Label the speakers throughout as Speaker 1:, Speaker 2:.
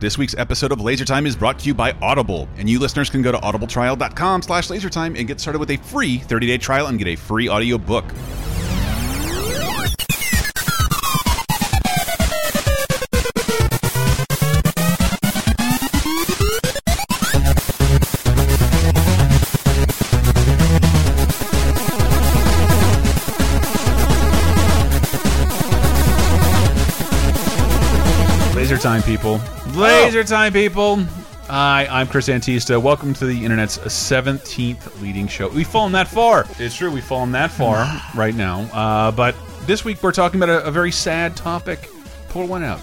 Speaker 1: This week's episode of Laser Time is brought to you by Audible, and you listeners can go to audibletrial.com slash lasertime and get started with a free 30-day trial and get a free audiobook. Laser Time, people. Laser Time, people. Hi, I'm Chris Antista. Welcome to the internet's 17th leading show. We've fallen that far. It's true, we've fallen that far right now. Uh, but this week we're talking about a, a very sad topic. Pour one out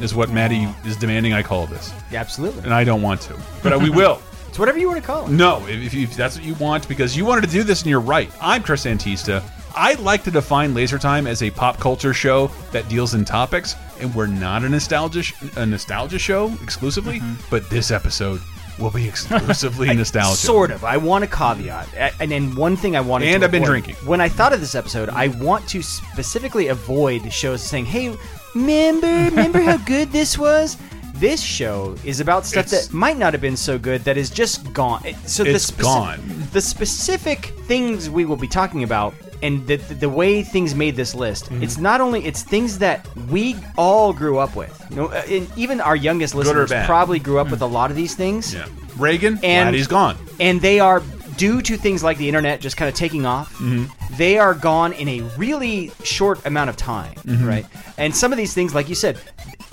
Speaker 1: is what Maddie is demanding I call this,
Speaker 2: Yeah, absolutely.
Speaker 1: and I don't want to, but we will.
Speaker 2: It's whatever you want to call it.
Speaker 1: No, if, if, you- if that's what you want, because you wanted to do this and you're right. I'm Chris Antista. I like to define Laser Time as a pop culture show that deals in topics, and we're not a nostalgia sh a nostalgia show exclusively,
Speaker 2: Mm-hmm.
Speaker 1: but this episode will be exclusively nostalgia.
Speaker 2: Sort of. I want a caveat, A- and then one thing I wanted.
Speaker 1: And
Speaker 2: to
Speaker 1: I've been
Speaker 2: avoid.
Speaker 1: drinking.
Speaker 2: When I thought of this episode, I want to specifically avoid shows saying, "Hey, remember, remember how good this was." This show is about stuff
Speaker 1: It's-
Speaker 2: that might not have been so good that is just gone. It- So the
Speaker 1: It's
Speaker 2: speci-
Speaker 1: gone.
Speaker 2: The specific things we will be talking about, and the the, the way things made this list,
Speaker 1: Mm-hmm.
Speaker 2: it's not only it's things that we all grew up with. You know, uh, and even our youngest
Speaker 1: or
Speaker 2: listeners
Speaker 1: bad? Mm.
Speaker 2: probably grew up with a lot of these things
Speaker 1: Yeah. Reagan,
Speaker 2: and
Speaker 1: glad he's gone.
Speaker 2: and they are due to things like the internet just kind of taking off
Speaker 1: Mm-hmm.
Speaker 2: they are gone in a really short amount of time
Speaker 1: Mm-hmm.
Speaker 2: right and some of these things like you said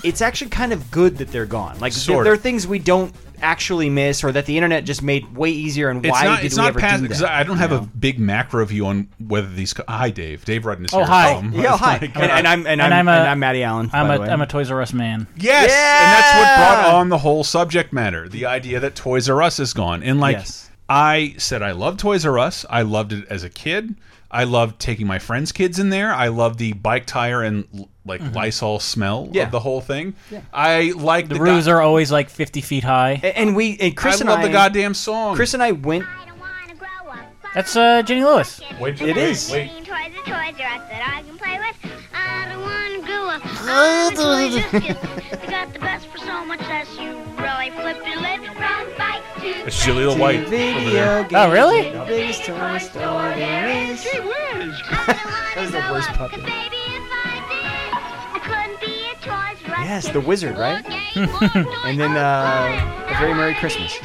Speaker 2: it's actually kind of good that they're gone like
Speaker 1: Sort
Speaker 2: there, there are
Speaker 1: of.
Speaker 2: things we don't actually miss or that the internet just made way easier and
Speaker 1: It's
Speaker 2: why
Speaker 1: not.
Speaker 2: did
Speaker 1: It's
Speaker 2: we
Speaker 1: not
Speaker 2: ever
Speaker 1: past
Speaker 2: do
Speaker 1: because
Speaker 2: that
Speaker 1: I don't have
Speaker 2: you
Speaker 1: a
Speaker 2: know?
Speaker 1: big macro view on whether these. co- Hi, Dave. Dave Rudden is
Speaker 3: Oh,
Speaker 1: here.
Speaker 3: hi.
Speaker 1: Um,
Speaker 2: yeah hi
Speaker 1: like-
Speaker 2: and, and i'm and,
Speaker 3: And
Speaker 2: I'm,
Speaker 3: I'm a-
Speaker 2: and i'm maddie allen
Speaker 3: I'm
Speaker 2: by
Speaker 3: a
Speaker 2: the way.
Speaker 3: am a Toys R Us man.
Speaker 1: Yes, and that's what
Speaker 2: Yeah!
Speaker 1: brought on the whole subject matter. The idea that Toys R Us is gone, and like
Speaker 2: Yes.
Speaker 1: I said, I love Toys R Us. I loved it as a kid. I loved taking my friends' kids in there. I loved the bike tire and l- like Lysol smell
Speaker 2: Mm-hmm. Yeah.
Speaker 1: of the whole thing. I like the,
Speaker 3: The
Speaker 1: go-
Speaker 3: roofs are always like 50 feet high.
Speaker 2: and we and
Speaker 1: I
Speaker 2: chris and
Speaker 1: love
Speaker 2: i
Speaker 1: the goddamn song.
Speaker 2: chris and i went
Speaker 3: That's uh, Jenny Lewis.
Speaker 1: Wait,
Speaker 2: It is.
Speaker 1: Wait,
Speaker 4: Toys are toys are us that I can play with. I don't want to grow up. I'm a toy just kid. They got the best for so much that you really flip your lid from bike to
Speaker 1: it's Julia
Speaker 2: to
Speaker 1: White over there.
Speaker 2: video games
Speaker 3: Oh, really?
Speaker 2: the biggest toy store there is
Speaker 4: That
Speaker 2: was the worst puppet. Yes,
Speaker 4: Yes,
Speaker 2: the wizard, right? And then, uh, A Very Merry Christmas.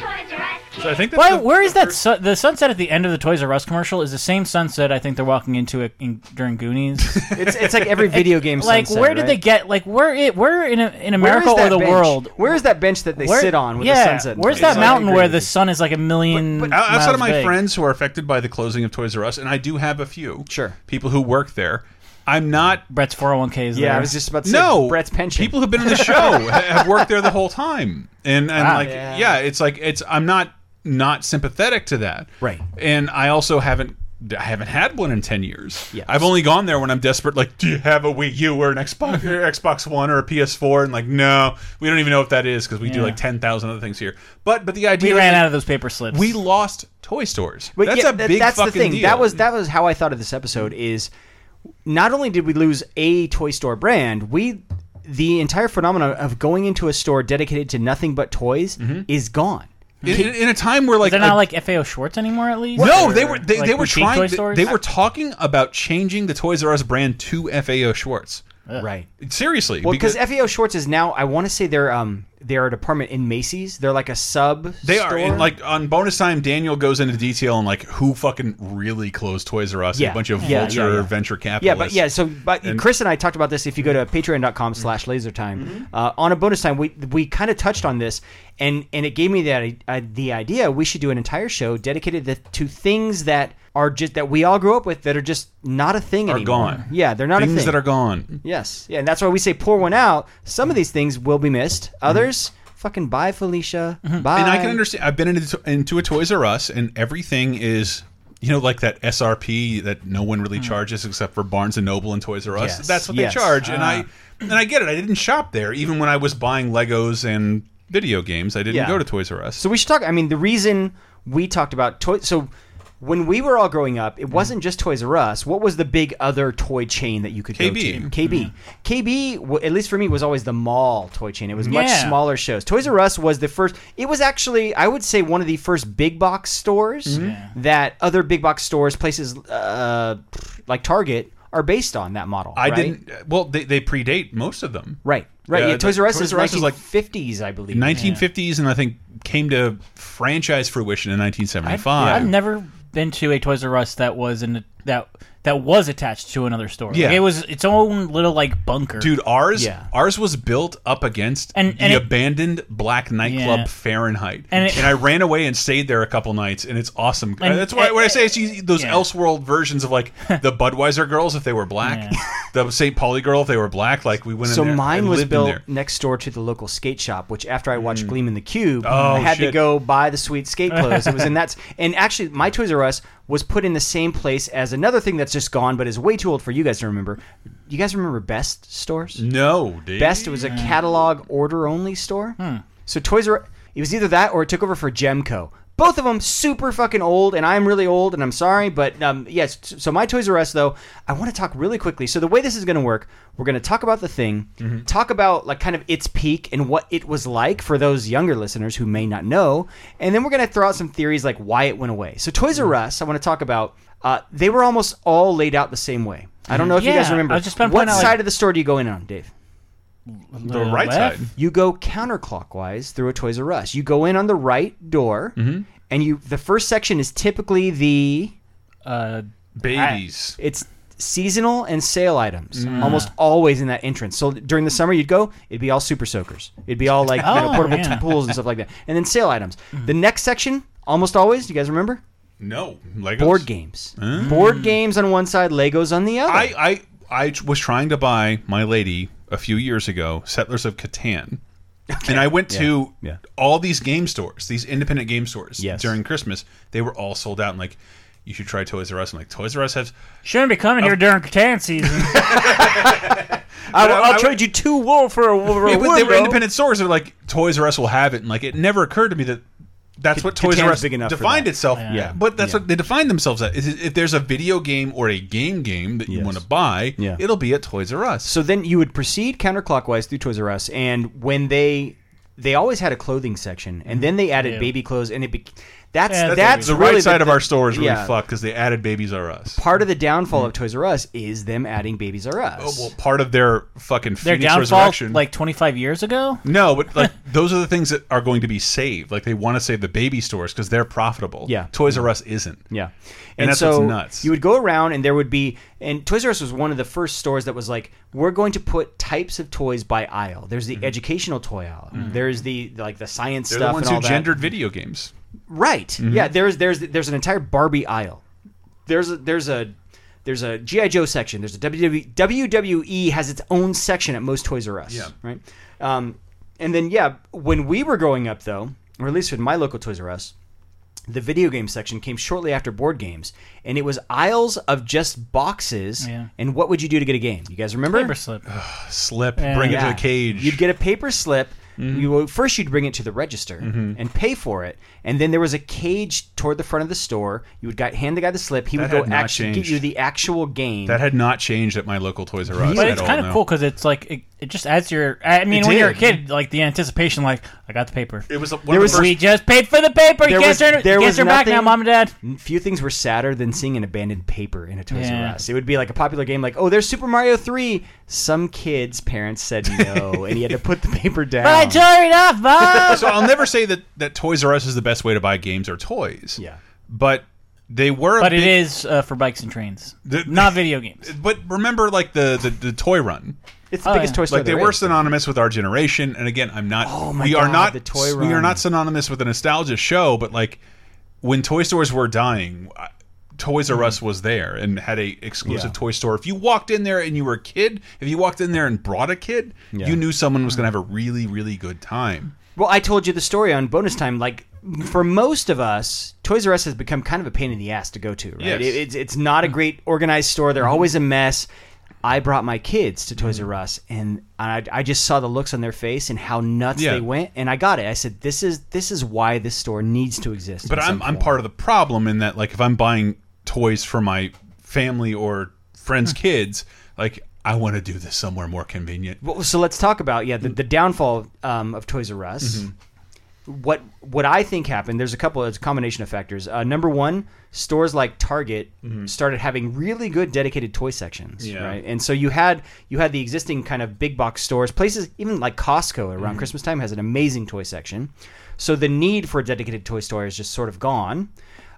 Speaker 1: So I think that's
Speaker 3: Why,
Speaker 1: the-
Speaker 3: where is
Speaker 1: the
Speaker 3: that?
Speaker 1: first-
Speaker 3: Su- the sunset at the end of the Toys R Us commercial is the same sunset I think they're walking into it in, during Goonies.
Speaker 2: it's, it's like every video game
Speaker 3: like,
Speaker 2: sunset,
Speaker 3: where did they
Speaker 2: right?
Speaker 3: get? Like, where it? Where in a, in
Speaker 2: Where is
Speaker 3: America or
Speaker 2: that
Speaker 3: the
Speaker 2: bench?
Speaker 3: world?
Speaker 2: Where is that bench that they
Speaker 3: where-
Speaker 2: sit on with
Speaker 3: yeah,
Speaker 2: the sunset? in
Speaker 3: Where's
Speaker 2: front
Speaker 3: that
Speaker 2: of it?
Speaker 3: mountain
Speaker 2: I
Speaker 3: where
Speaker 2: agree
Speaker 3: the
Speaker 2: with
Speaker 3: sun is like a million?
Speaker 2: But- uh, but
Speaker 1: O- outside
Speaker 3: miles
Speaker 1: of my
Speaker 3: big?
Speaker 1: friends who are affected by the closing of Toys R Us, and I do have a few.
Speaker 2: Sure.
Speaker 1: People who work there. I'm not
Speaker 3: Brett's 401k is
Speaker 2: you. Yeah,
Speaker 3: there.
Speaker 2: I was just about to say
Speaker 1: no
Speaker 2: Brett's pension.
Speaker 1: People who've been in the show ha- have worked there the whole time, and and
Speaker 3: Wow.
Speaker 1: like yeah.
Speaker 2: Ah. Yeah.
Speaker 1: it's like it's I'm not not sympathetic to that,
Speaker 2: Right.
Speaker 1: And I also haven't. I haven't had one in ten years.
Speaker 2: Yes.
Speaker 1: I've only gone there when I'm desperate. Like, do you have a Wii U or an Xbox, or Xbox One or a PS4? And like, no, we don't even know what that is because we do
Speaker 3: Yeah.
Speaker 1: like ten thousand other things here. But but the idea
Speaker 3: we ran
Speaker 1: that
Speaker 3: out of those paper slips.
Speaker 1: we lost toy stores.
Speaker 2: But
Speaker 1: that's
Speaker 2: yeah,
Speaker 1: a
Speaker 2: that-
Speaker 1: big
Speaker 2: that's
Speaker 1: fucking
Speaker 2: the thing.
Speaker 1: deal.
Speaker 2: That was that was how I thought of this episode. Is not only did we lose a toy store brand, we the entire phenomenon of going into a store dedicated to nothing but toys
Speaker 1: Mm-hmm.
Speaker 2: is gone.
Speaker 1: in, in- in a time where like
Speaker 3: they're
Speaker 1: a-
Speaker 3: not like FAO Schwartz anymore. At least
Speaker 1: No,
Speaker 3: Or,
Speaker 1: they were they,
Speaker 3: like,
Speaker 1: they were
Speaker 3: boutique
Speaker 1: trying.
Speaker 3: Toy
Speaker 1: they-
Speaker 3: stores?
Speaker 1: they were talking about changing the Toys R Us brand to FAO Schwartz.
Speaker 2: Right.
Speaker 1: Seriously,
Speaker 2: Well, because FAO Schwartz is now, I want to say they're um they're a department in Macy's. They're like a sub.
Speaker 1: they are
Speaker 2: store.
Speaker 1: and like on bonus time. Daniel goes into detail on like who fucking really closed Toys R Us. and
Speaker 2: Yeah.
Speaker 1: a bunch of
Speaker 2: Yeah, yeah,
Speaker 1: vulture
Speaker 2: yeah.
Speaker 1: venture
Speaker 2: Yeah,
Speaker 1: capitalists.
Speaker 2: but yeah, so but
Speaker 1: And- Mm-hmm.
Speaker 2: Chris and I talked about this. If you go to patreon.com slash lasertime, uh, on a bonus time, we we kind of touched on this, and and it gave me that i- uh, the idea we should do an entire show dedicated to, to things that are just that we all grew up with that are just not a thing
Speaker 1: are
Speaker 2: anymore.
Speaker 1: gone.
Speaker 2: Yeah, they're not
Speaker 1: things
Speaker 2: a thing.
Speaker 1: that are Mm-hmm. gone.
Speaker 2: yes, yeah, and that's why we say pour one out. Some of these things will be missed. Others, fucking bye, Felicia. Bye.
Speaker 1: Mm-hmm. And I can understand. I've been into into a Toys R Us, and everything is. You know, like that SRP that no one really charges except for Barnes and Noble and Toys R Us.
Speaker 2: Hmm. Yes.
Speaker 1: That's what
Speaker 2: Yes. Ah.
Speaker 1: they charge, and I and I get it. I didn't shop there, even when I was buying Legos and video games. I didn't
Speaker 2: Yeah.
Speaker 1: go to Toys R Us.
Speaker 2: So we should talk. I mean, the reason we talked about toy. So when we were all growing up,
Speaker 1: Mm-hmm.
Speaker 2: it wasn't just Toys R Us. What was the big other toy chain that you could
Speaker 1: KB.
Speaker 2: go to? KB. KB, w- at least for me, was always the mall toy chain. It was much
Speaker 3: Yeah.
Speaker 2: smaller shows. Toys R Us was the first. It was actually, I would say, one of the first big box stores
Speaker 1: Mm-hmm.
Speaker 3: Yeah.
Speaker 2: that other big box stores, places uh, like Target, are based on that model.
Speaker 1: I
Speaker 2: right?
Speaker 1: didn't. Well, they, they predate most of them.
Speaker 2: Right, right.
Speaker 1: Yeah,
Speaker 2: Yeah,
Speaker 1: the-
Speaker 2: Toys R Us
Speaker 1: Toys
Speaker 2: is
Speaker 1: R Us is like
Speaker 2: like 50s, I believe.
Speaker 1: 1950s, and I think came to franchise fruition in
Speaker 3: I've,
Speaker 1: 1975.
Speaker 3: I've never been to a Toys R Us that was in that that was attached to another store. Like,
Speaker 1: Yeah.
Speaker 3: it was its own little like bunker.
Speaker 1: Dude, ours
Speaker 2: Yeah.
Speaker 1: ours was built up against
Speaker 3: And-
Speaker 1: the
Speaker 3: and it-
Speaker 1: abandoned black nightclub
Speaker 3: Yeah.
Speaker 1: Fahrenheit, and,
Speaker 3: And it-
Speaker 1: I ran away and stayed there a couple nights, and it's awesome. Uh,
Speaker 3: And-
Speaker 1: That's why
Speaker 3: and-
Speaker 1: when I say it's you- those
Speaker 3: yeah.
Speaker 1: Elseworld versions of like the Budweiser girls if they were black,
Speaker 3: Yeah.
Speaker 1: the St. Pauli girl if they were black, like we went.
Speaker 2: So
Speaker 1: in there
Speaker 2: mine
Speaker 1: and
Speaker 2: was
Speaker 1: lived in
Speaker 2: built
Speaker 1: there. Mm.
Speaker 2: next door to the local skate shop, which after I watched Gleam in the Cube,
Speaker 1: Oh,
Speaker 2: I had
Speaker 1: shit.
Speaker 2: to go buy the sweet skate clothes. it was in that, and actually, my Toys R Us was put in the same place as another thing that's just gone, but is way too old for you guys to remember. You guys remember Best stores?
Speaker 1: No, dude.
Speaker 2: Best was a catalog order only store.
Speaker 3: Hmm.
Speaker 2: So Toys R it was either that or it took over for Gemco. Both of them super fucking old, and I'm really old, and I'm sorry, but um, yes. So my Toys R Us though, I want to talk really quickly. So the way this is going to work, we're going to talk about the thing,
Speaker 3: Mm-hmm.
Speaker 2: talk about like kind of its peak and what it was like for those younger listeners who may not know, and then we're going to throw out some theories like why it went away. So Toys R
Speaker 3: Mm-hmm.
Speaker 2: Us, I want to talk about. Uh, they were almost all laid out the same way. I don't know if you guys
Speaker 3: Yeah,
Speaker 2: remember.
Speaker 3: I've just been
Speaker 2: what
Speaker 3: pointing out, like-
Speaker 2: side of the store do you go in on, Dave?
Speaker 1: the right
Speaker 3: Left?
Speaker 1: side.
Speaker 2: you go counterclockwise through a Toys R Us. You go in on the right door,
Speaker 1: Mm-hmm.
Speaker 2: and you the first section is typically the
Speaker 3: Uh,
Speaker 1: Babies.
Speaker 2: it's seasonal and sale items
Speaker 1: Mm.
Speaker 2: almost always in that entrance. So during the summer you'd go, it'd be all super soakers. It'd be all like you know,
Speaker 3: Oh,
Speaker 2: portable
Speaker 3: yeah.
Speaker 2: t- pools and stuff like that. And then sale items. The next section almost always, you guys remember?
Speaker 1: no, Legos.
Speaker 2: Board games. Board games on one side, Legos on the other.
Speaker 1: Mm. I, I I was trying to buy my lady a few years ago Settlers of Catan. And I went to
Speaker 2: Yeah.
Speaker 1: all these game stores, these independent game stores
Speaker 2: Yes.
Speaker 1: during Christmas. They were all sold out and like you should try Toys R Us. I'm like Toys R Us has
Speaker 3: shouldn't be coming here during Catan season. Oh,
Speaker 2: I, will
Speaker 1: I- I-
Speaker 2: I'll trade you two wool for a, for a
Speaker 1: they, were- they were
Speaker 2: Woodrow.
Speaker 1: independent stores. They're like Toys R Us will have it, and like it never occurred to me that that's what Toys
Speaker 2: Catan's
Speaker 1: R Us
Speaker 2: big enough for
Speaker 1: defined
Speaker 2: that.
Speaker 1: itself.
Speaker 2: Yeah.
Speaker 1: but that's
Speaker 2: Yeah.
Speaker 1: what they defined themselves at. Is if there's a video game or a game game that you
Speaker 2: Yes.
Speaker 1: want to buy,
Speaker 2: Yeah.
Speaker 1: it'll be at Toys R Us.
Speaker 2: So then you would proceed counterclockwise through Toys R Us, and when they they always had a clothing section, and then they added
Speaker 3: Yeah.
Speaker 2: baby clothes, and it be, that's
Speaker 3: Yeah,
Speaker 2: that's
Speaker 1: the
Speaker 2: really
Speaker 1: right side
Speaker 2: the,
Speaker 1: of our store is really
Speaker 2: yeah.
Speaker 1: fucked because they added Babies R Us.
Speaker 2: Part of the downfall of Toys R Us is them adding Babies R Us.
Speaker 1: Mm-hmm. Oh, well, part of their fucking
Speaker 3: Their
Speaker 1: Phoenix
Speaker 3: downfall,
Speaker 1: resurrection.
Speaker 3: like 25 years ago.
Speaker 1: no, but like those are the things that are going to be saved. Like they want to save the baby stores because they're profitable.
Speaker 2: Yeah.
Speaker 1: Toys R Us isn't.
Speaker 2: Yeah.
Speaker 1: And
Speaker 2: And,
Speaker 1: that's what's
Speaker 2: so
Speaker 1: nuts.
Speaker 2: you would go around and there would be and Toys R Us was one of the first stores that was like we're going to put types of toys by aisle. There's the educational toy aisle. There's the like the science
Speaker 1: Mm-hmm. They're
Speaker 2: stuff
Speaker 1: the ones
Speaker 2: and
Speaker 1: who
Speaker 2: all that.
Speaker 1: gendered video games.
Speaker 2: Right.
Speaker 3: Mm-hmm.
Speaker 2: Yeah. There's there's there's an entire Barbie aisle. There's a, there's a there's a GI Joe section. There's a E, WWE WWE E has its own section at most Toys R Us.
Speaker 1: Yeah.
Speaker 2: Right. Um, and then yeah, when we were growing up though, or at least with my local Toys R Us, the video game section came shortly after board games, and it was aisles of just boxes.
Speaker 3: Yeah.
Speaker 2: And what would you do to get a game? You guys remember?
Speaker 3: Paper slip.
Speaker 1: Slip, bring it to
Speaker 2: Yeah.
Speaker 1: the cage. Mm-hmm.
Speaker 2: You'd get a paper slip. You would, first you'd bring it to the register and pay for it, and then there was a cage toward the front of the store. You would guy, hand the guy the slip. He
Speaker 1: That
Speaker 2: would
Speaker 1: had
Speaker 2: go
Speaker 1: not
Speaker 2: actually
Speaker 1: changed.
Speaker 2: get you the actual game.
Speaker 1: that had not changed at my local Toys R Us.
Speaker 3: But
Speaker 1: at
Speaker 3: it's
Speaker 1: all,
Speaker 3: kind of
Speaker 1: no.
Speaker 3: cool because it's like it, it just adds to your. I mean,
Speaker 1: It
Speaker 3: when you're a
Speaker 1: did.
Speaker 3: kid, like the anticipation, like I got the paper.
Speaker 1: It was one
Speaker 2: There
Speaker 1: of
Speaker 2: was-
Speaker 1: the first.
Speaker 3: we just paid for the paper.
Speaker 2: There
Speaker 3: you can't
Speaker 2: was-
Speaker 3: turn it.
Speaker 2: there
Speaker 3: you can't
Speaker 2: was
Speaker 3: turn back now,
Speaker 2: nothing-
Speaker 3: mom and dad.
Speaker 2: Few things were sadder than seeing an abandoned paper in a Toys
Speaker 3: Yeah.
Speaker 2: R Us. It would be like a popular game, like, "Oh, there's Super Mario 3. Some kid's parents said no, and he had to put the paper down.
Speaker 3: I tore it off, mom.
Speaker 1: so I'll never say that that Toys R Us is the best way to buy games or toys.
Speaker 2: Yeah.
Speaker 1: but they were. a
Speaker 3: but it
Speaker 1: big-
Speaker 3: is uh, for bikes and trains,
Speaker 1: The-
Speaker 3: not video games.
Speaker 1: But remember, like the the, the toy run.
Speaker 2: It's the
Speaker 3: Oh,
Speaker 2: biggest
Speaker 3: yeah.
Speaker 2: Toy Story
Speaker 1: like they
Speaker 2: there
Speaker 1: were
Speaker 2: is.
Speaker 1: synonymous with our generation and again i'm not
Speaker 2: Oh my
Speaker 1: we are
Speaker 2: God,
Speaker 1: not
Speaker 2: the toy
Speaker 1: we are
Speaker 2: run.
Speaker 1: not synonymous with a nostalgia show but like when toy stores were dying I- Toys R Us was there and had a exclusive
Speaker 2: Mm-hmm. Yeah.
Speaker 1: toy store. If you walked in there and you were a kid, if you walked in there and brought a kid,
Speaker 2: Yeah. Mm-hmm.
Speaker 1: you knew someone was going to have a really really good time.
Speaker 2: Well, I told you the story on bonus time. Like for most of us, Toys R Us has become kind of a pain in the ass to go to. Right?
Speaker 1: Yes. Mm-hmm.
Speaker 2: It- it's it's not a great organized store. They're always a mess. I brought my kids to
Speaker 1: Mm-hmm.
Speaker 2: Toys R Us, and I, I just saw the looks on their face and how nuts
Speaker 1: Yeah.
Speaker 2: they went, and I got it. I said, "This is this is why this store needs to exist."
Speaker 1: But I'm I'm part of the problem in that like if I'm buying toys for my family or
Speaker 2: Hmm.
Speaker 1: friends' kids, like I want to do this somewhere more convenient.
Speaker 2: Well, so let's talk about yeah the,
Speaker 1: Mm.
Speaker 2: the downfall um, of Toys R Us.
Speaker 1: Mm-hmm.
Speaker 2: What what I think happened? There's a couple. It's a combination of factors. Uh, number one, stores like Target started having really good dedicated toy sections,
Speaker 1: Mm-hmm. Yeah.
Speaker 2: right? And so you had you had the existing kind of big box stores, places even like Costco
Speaker 1: Mm-hmm.
Speaker 2: around Christmas time has an amazing toy section. So the need for a dedicated toy store is just sort of gone.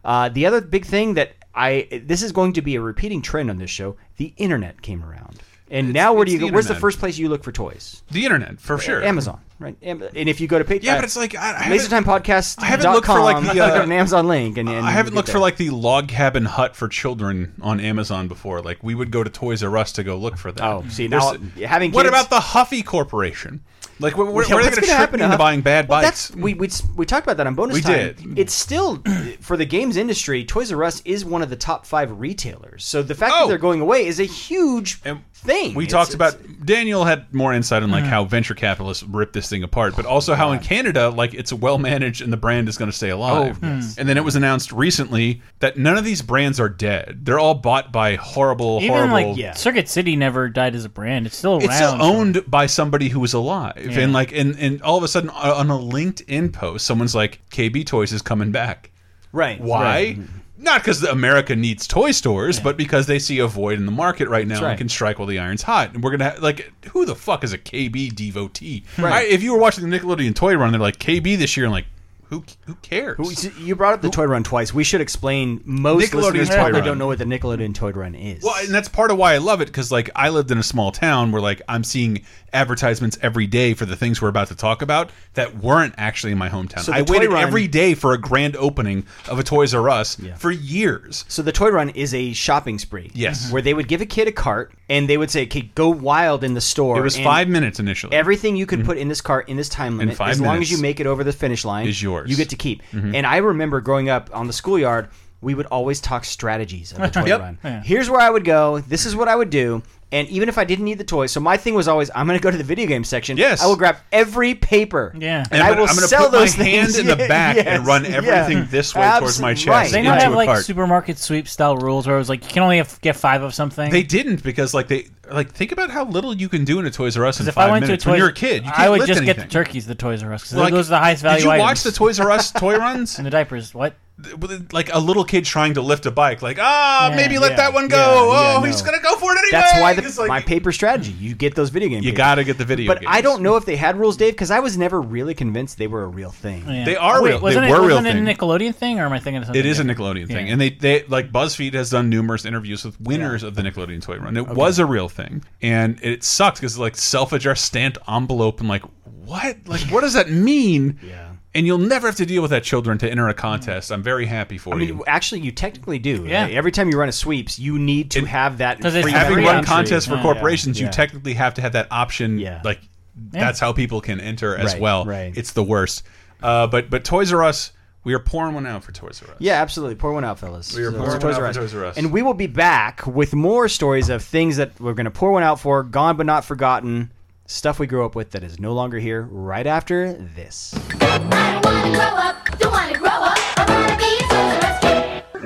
Speaker 2: Uh, the other big thing that I this is going to be a repeating trend on this show: the internet came around. And now where
Speaker 1: it's
Speaker 2: do you
Speaker 1: the
Speaker 2: go? Where's the
Speaker 1: internet.
Speaker 2: first place you look for toys?
Speaker 1: The internet for sure.
Speaker 2: Amazon, right? Am- And if you go to uh, Patreon,
Speaker 1: Yeah, but it's like, I- I haven't-
Speaker 2: LaserTimePodcast.
Speaker 1: I haven't looked for, like, the, uh,
Speaker 2: an Amazon link, and, and
Speaker 1: I haven't
Speaker 2: you
Speaker 1: looked
Speaker 2: get
Speaker 1: for
Speaker 2: there.
Speaker 1: like the log cabin hut for children on Amazon before. Like we would go to Toys R Us to go look for that.
Speaker 2: Oh, see, now
Speaker 1: There's-
Speaker 2: having
Speaker 1: what
Speaker 2: kids-
Speaker 1: about the Huffy Corporation? Like where, where,
Speaker 2: Yeah,
Speaker 1: where are they
Speaker 2: what's
Speaker 1: going to
Speaker 2: gonna
Speaker 1: trip me
Speaker 2: to
Speaker 1: into
Speaker 2: Huff-
Speaker 1: buying bad
Speaker 2: Well,
Speaker 1: bites?
Speaker 2: that's- We, we we talked about that on bonus
Speaker 1: We
Speaker 2: time.
Speaker 1: did.
Speaker 2: It's still for the games industry. Toys R Us is one of the top five retailers. So the fact
Speaker 1: Oh.
Speaker 2: that they're going away is a huge
Speaker 1: And
Speaker 2: thing.
Speaker 1: We
Speaker 2: It's-
Speaker 1: talked
Speaker 2: it's-
Speaker 1: about Daniel had more insight on like how venture capitalists rip this thing apart, but also how in Canada like it's well managed and the brand is going to stay
Speaker 2: Oh,
Speaker 1: alive. And then it was announced recently that none of these brands are dead; they're all bought by horrible,
Speaker 3: Even
Speaker 1: horrible.
Speaker 3: like Circuit City never died as a brand. It's still around.
Speaker 1: It's still owned by somebody who was alive, and like, and and all of a sudden uh, on a LinkedIn post, someone's like, "KB Toys is coming back."
Speaker 2: right.
Speaker 1: Why?
Speaker 2: right.
Speaker 1: Not because America needs toy stores, but because they see a void in the market right now and
Speaker 2: right.
Speaker 1: can strike while the iron's hot. And we're gonna have, like, who the fuck is a KB devotee? I, if you were watching the Nickelodeon Toy Run, they're like KB this year, and like, who who cares?
Speaker 2: We- so You brought up the toy run twice. We should explain. Most
Speaker 1: Nickelodeon
Speaker 2: listeners
Speaker 1: Toy
Speaker 2: probably
Speaker 1: Run.
Speaker 2: don't know what the Nickelodeon Toy Run is.
Speaker 1: well, and that's part of why I love it because like I lived in a small town where like I'm seeing advertisements every day for the things we're about to talk about that weren't actually in my hometown.
Speaker 2: So the
Speaker 1: I
Speaker 2: Toy
Speaker 1: waited
Speaker 2: Run-
Speaker 1: every day for a grand opening of a Toys R Us for years.
Speaker 2: So the toy run is a shopping spree.
Speaker 1: Yes.
Speaker 2: Where they would give a kid a cart and they would say, "Okay, go wild in the store."
Speaker 1: It was
Speaker 2: and
Speaker 1: five minutes initially.
Speaker 2: Everything you could put in this cart in this time limit,
Speaker 1: five
Speaker 2: as long as
Speaker 1: minutes
Speaker 2: you make it over the finish line,
Speaker 1: is yours. Mm-hmm.
Speaker 2: You get to keep. And I remember growing up on the schoolyard, we would always talk strategies of the toy
Speaker 1: Yep.
Speaker 2: run.
Speaker 3: Yeah.
Speaker 2: Here's where I would go. This is what I would do. And even if I didn't need the toy, so my thing was always, I'm going to go to the video game section.
Speaker 1: Yes.
Speaker 2: I will grab every paper.
Speaker 3: Yeah.
Speaker 2: and, I
Speaker 1: I'm gonna-
Speaker 2: will
Speaker 1: I'm gonna
Speaker 2: sell
Speaker 1: put my
Speaker 2: those
Speaker 1: hand
Speaker 2: things
Speaker 1: in the back and run everything this way towards my
Speaker 2: Absolutely
Speaker 1: chest.
Speaker 2: right.
Speaker 3: They
Speaker 1: into
Speaker 3: don't have
Speaker 1: a
Speaker 3: like
Speaker 1: cart.
Speaker 3: supermarket sweep style rules where it was like you can only have, get five of something.
Speaker 1: They didn't because like they like think about how little you can do in a Toys R Us in
Speaker 3: if
Speaker 1: five
Speaker 3: I went
Speaker 1: minutes
Speaker 3: to a Toys,
Speaker 1: when you're a kid. You can't
Speaker 3: I would
Speaker 1: lift
Speaker 3: just
Speaker 1: anything.
Speaker 3: get the turkeys, the Toys R Us, because
Speaker 1: Like,
Speaker 3: those are the highest value
Speaker 1: Did you
Speaker 3: items.
Speaker 1: watch the Toys R Us toy runs?
Speaker 3: and the diapers. What?
Speaker 1: Like a little kid trying to lift a bike, like ah,
Speaker 3: Yeah,
Speaker 1: maybe let
Speaker 2: yeah,
Speaker 1: that one go.
Speaker 2: yeah,
Speaker 1: oh,
Speaker 2: yeah, no.
Speaker 1: he's gonna go for it anyway.
Speaker 2: That's why
Speaker 1: It's
Speaker 2: the,
Speaker 1: like,
Speaker 2: my paper strategy. You get those video game.
Speaker 1: You
Speaker 2: papers.
Speaker 1: gotta get the video.
Speaker 2: But I
Speaker 1: games.
Speaker 2: don't know if they had rules, Dave, because I was never really convinced they were a real thing.
Speaker 3: Yeah. Oh,
Speaker 1: They are
Speaker 3: Wait,
Speaker 1: real- they
Speaker 3: Wasn't it,
Speaker 1: were real
Speaker 3: wasn't it
Speaker 1: thing.
Speaker 3: a Nickelodeon thing, or am I thinking of something?
Speaker 1: It is a
Speaker 3: different?
Speaker 1: Nickelodeon thing,
Speaker 3: Yeah.
Speaker 1: and they they like BuzzFeed has done numerous interviews with winners of the Nickelodeon toy run. It was a real thing, and it sucked because like self-addressed stamped envelope and like what like what does that mean?
Speaker 2: Yeah.
Speaker 1: And you'll never have to deal with that, children, to enter a contest. I'm very happy for
Speaker 2: I mean,
Speaker 1: you.
Speaker 2: actually, you technically do.
Speaker 3: Yeah.
Speaker 2: Every time you run a sweeps, you need to
Speaker 1: It-
Speaker 2: have that.
Speaker 3: 'Cause it's
Speaker 2: free
Speaker 1: Having
Speaker 3: every
Speaker 2: memory
Speaker 1: run
Speaker 2: entry.
Speaker 3: option.
Speaker 1: contests for
Speaker 3: Yeah.
Speaker 1: corporations,
Speaker 2: Yeah.
Speaker 1: you technically have to have that option.
Speaker 2: Yeah.
Speaker 1: Like that's how people can enter as
Speaker 2: Right,
Speaker 1: well.
Speaker 2: right.
Speaker 1: It's the worst. Uh, but but Toys R Us, we are pouring one out for Toys R Us.
Speaker 2: Yeah, absolutely. Pour one out, fellas.
Speaker 1: are
Speaker 2: So
Speaker 1: pouring
Speaker 2: it's
Speaker 1: one out for Toys R Us.
Speaker 2: And we will be back with more stories of things that we're going to pour one out for, gone but not forgotten, stuff we grew up with that is no longer here, right after this.
Speaker 5: I don't wanna grow up, don't wanna grow up, I wanna be a Toys R Us kid.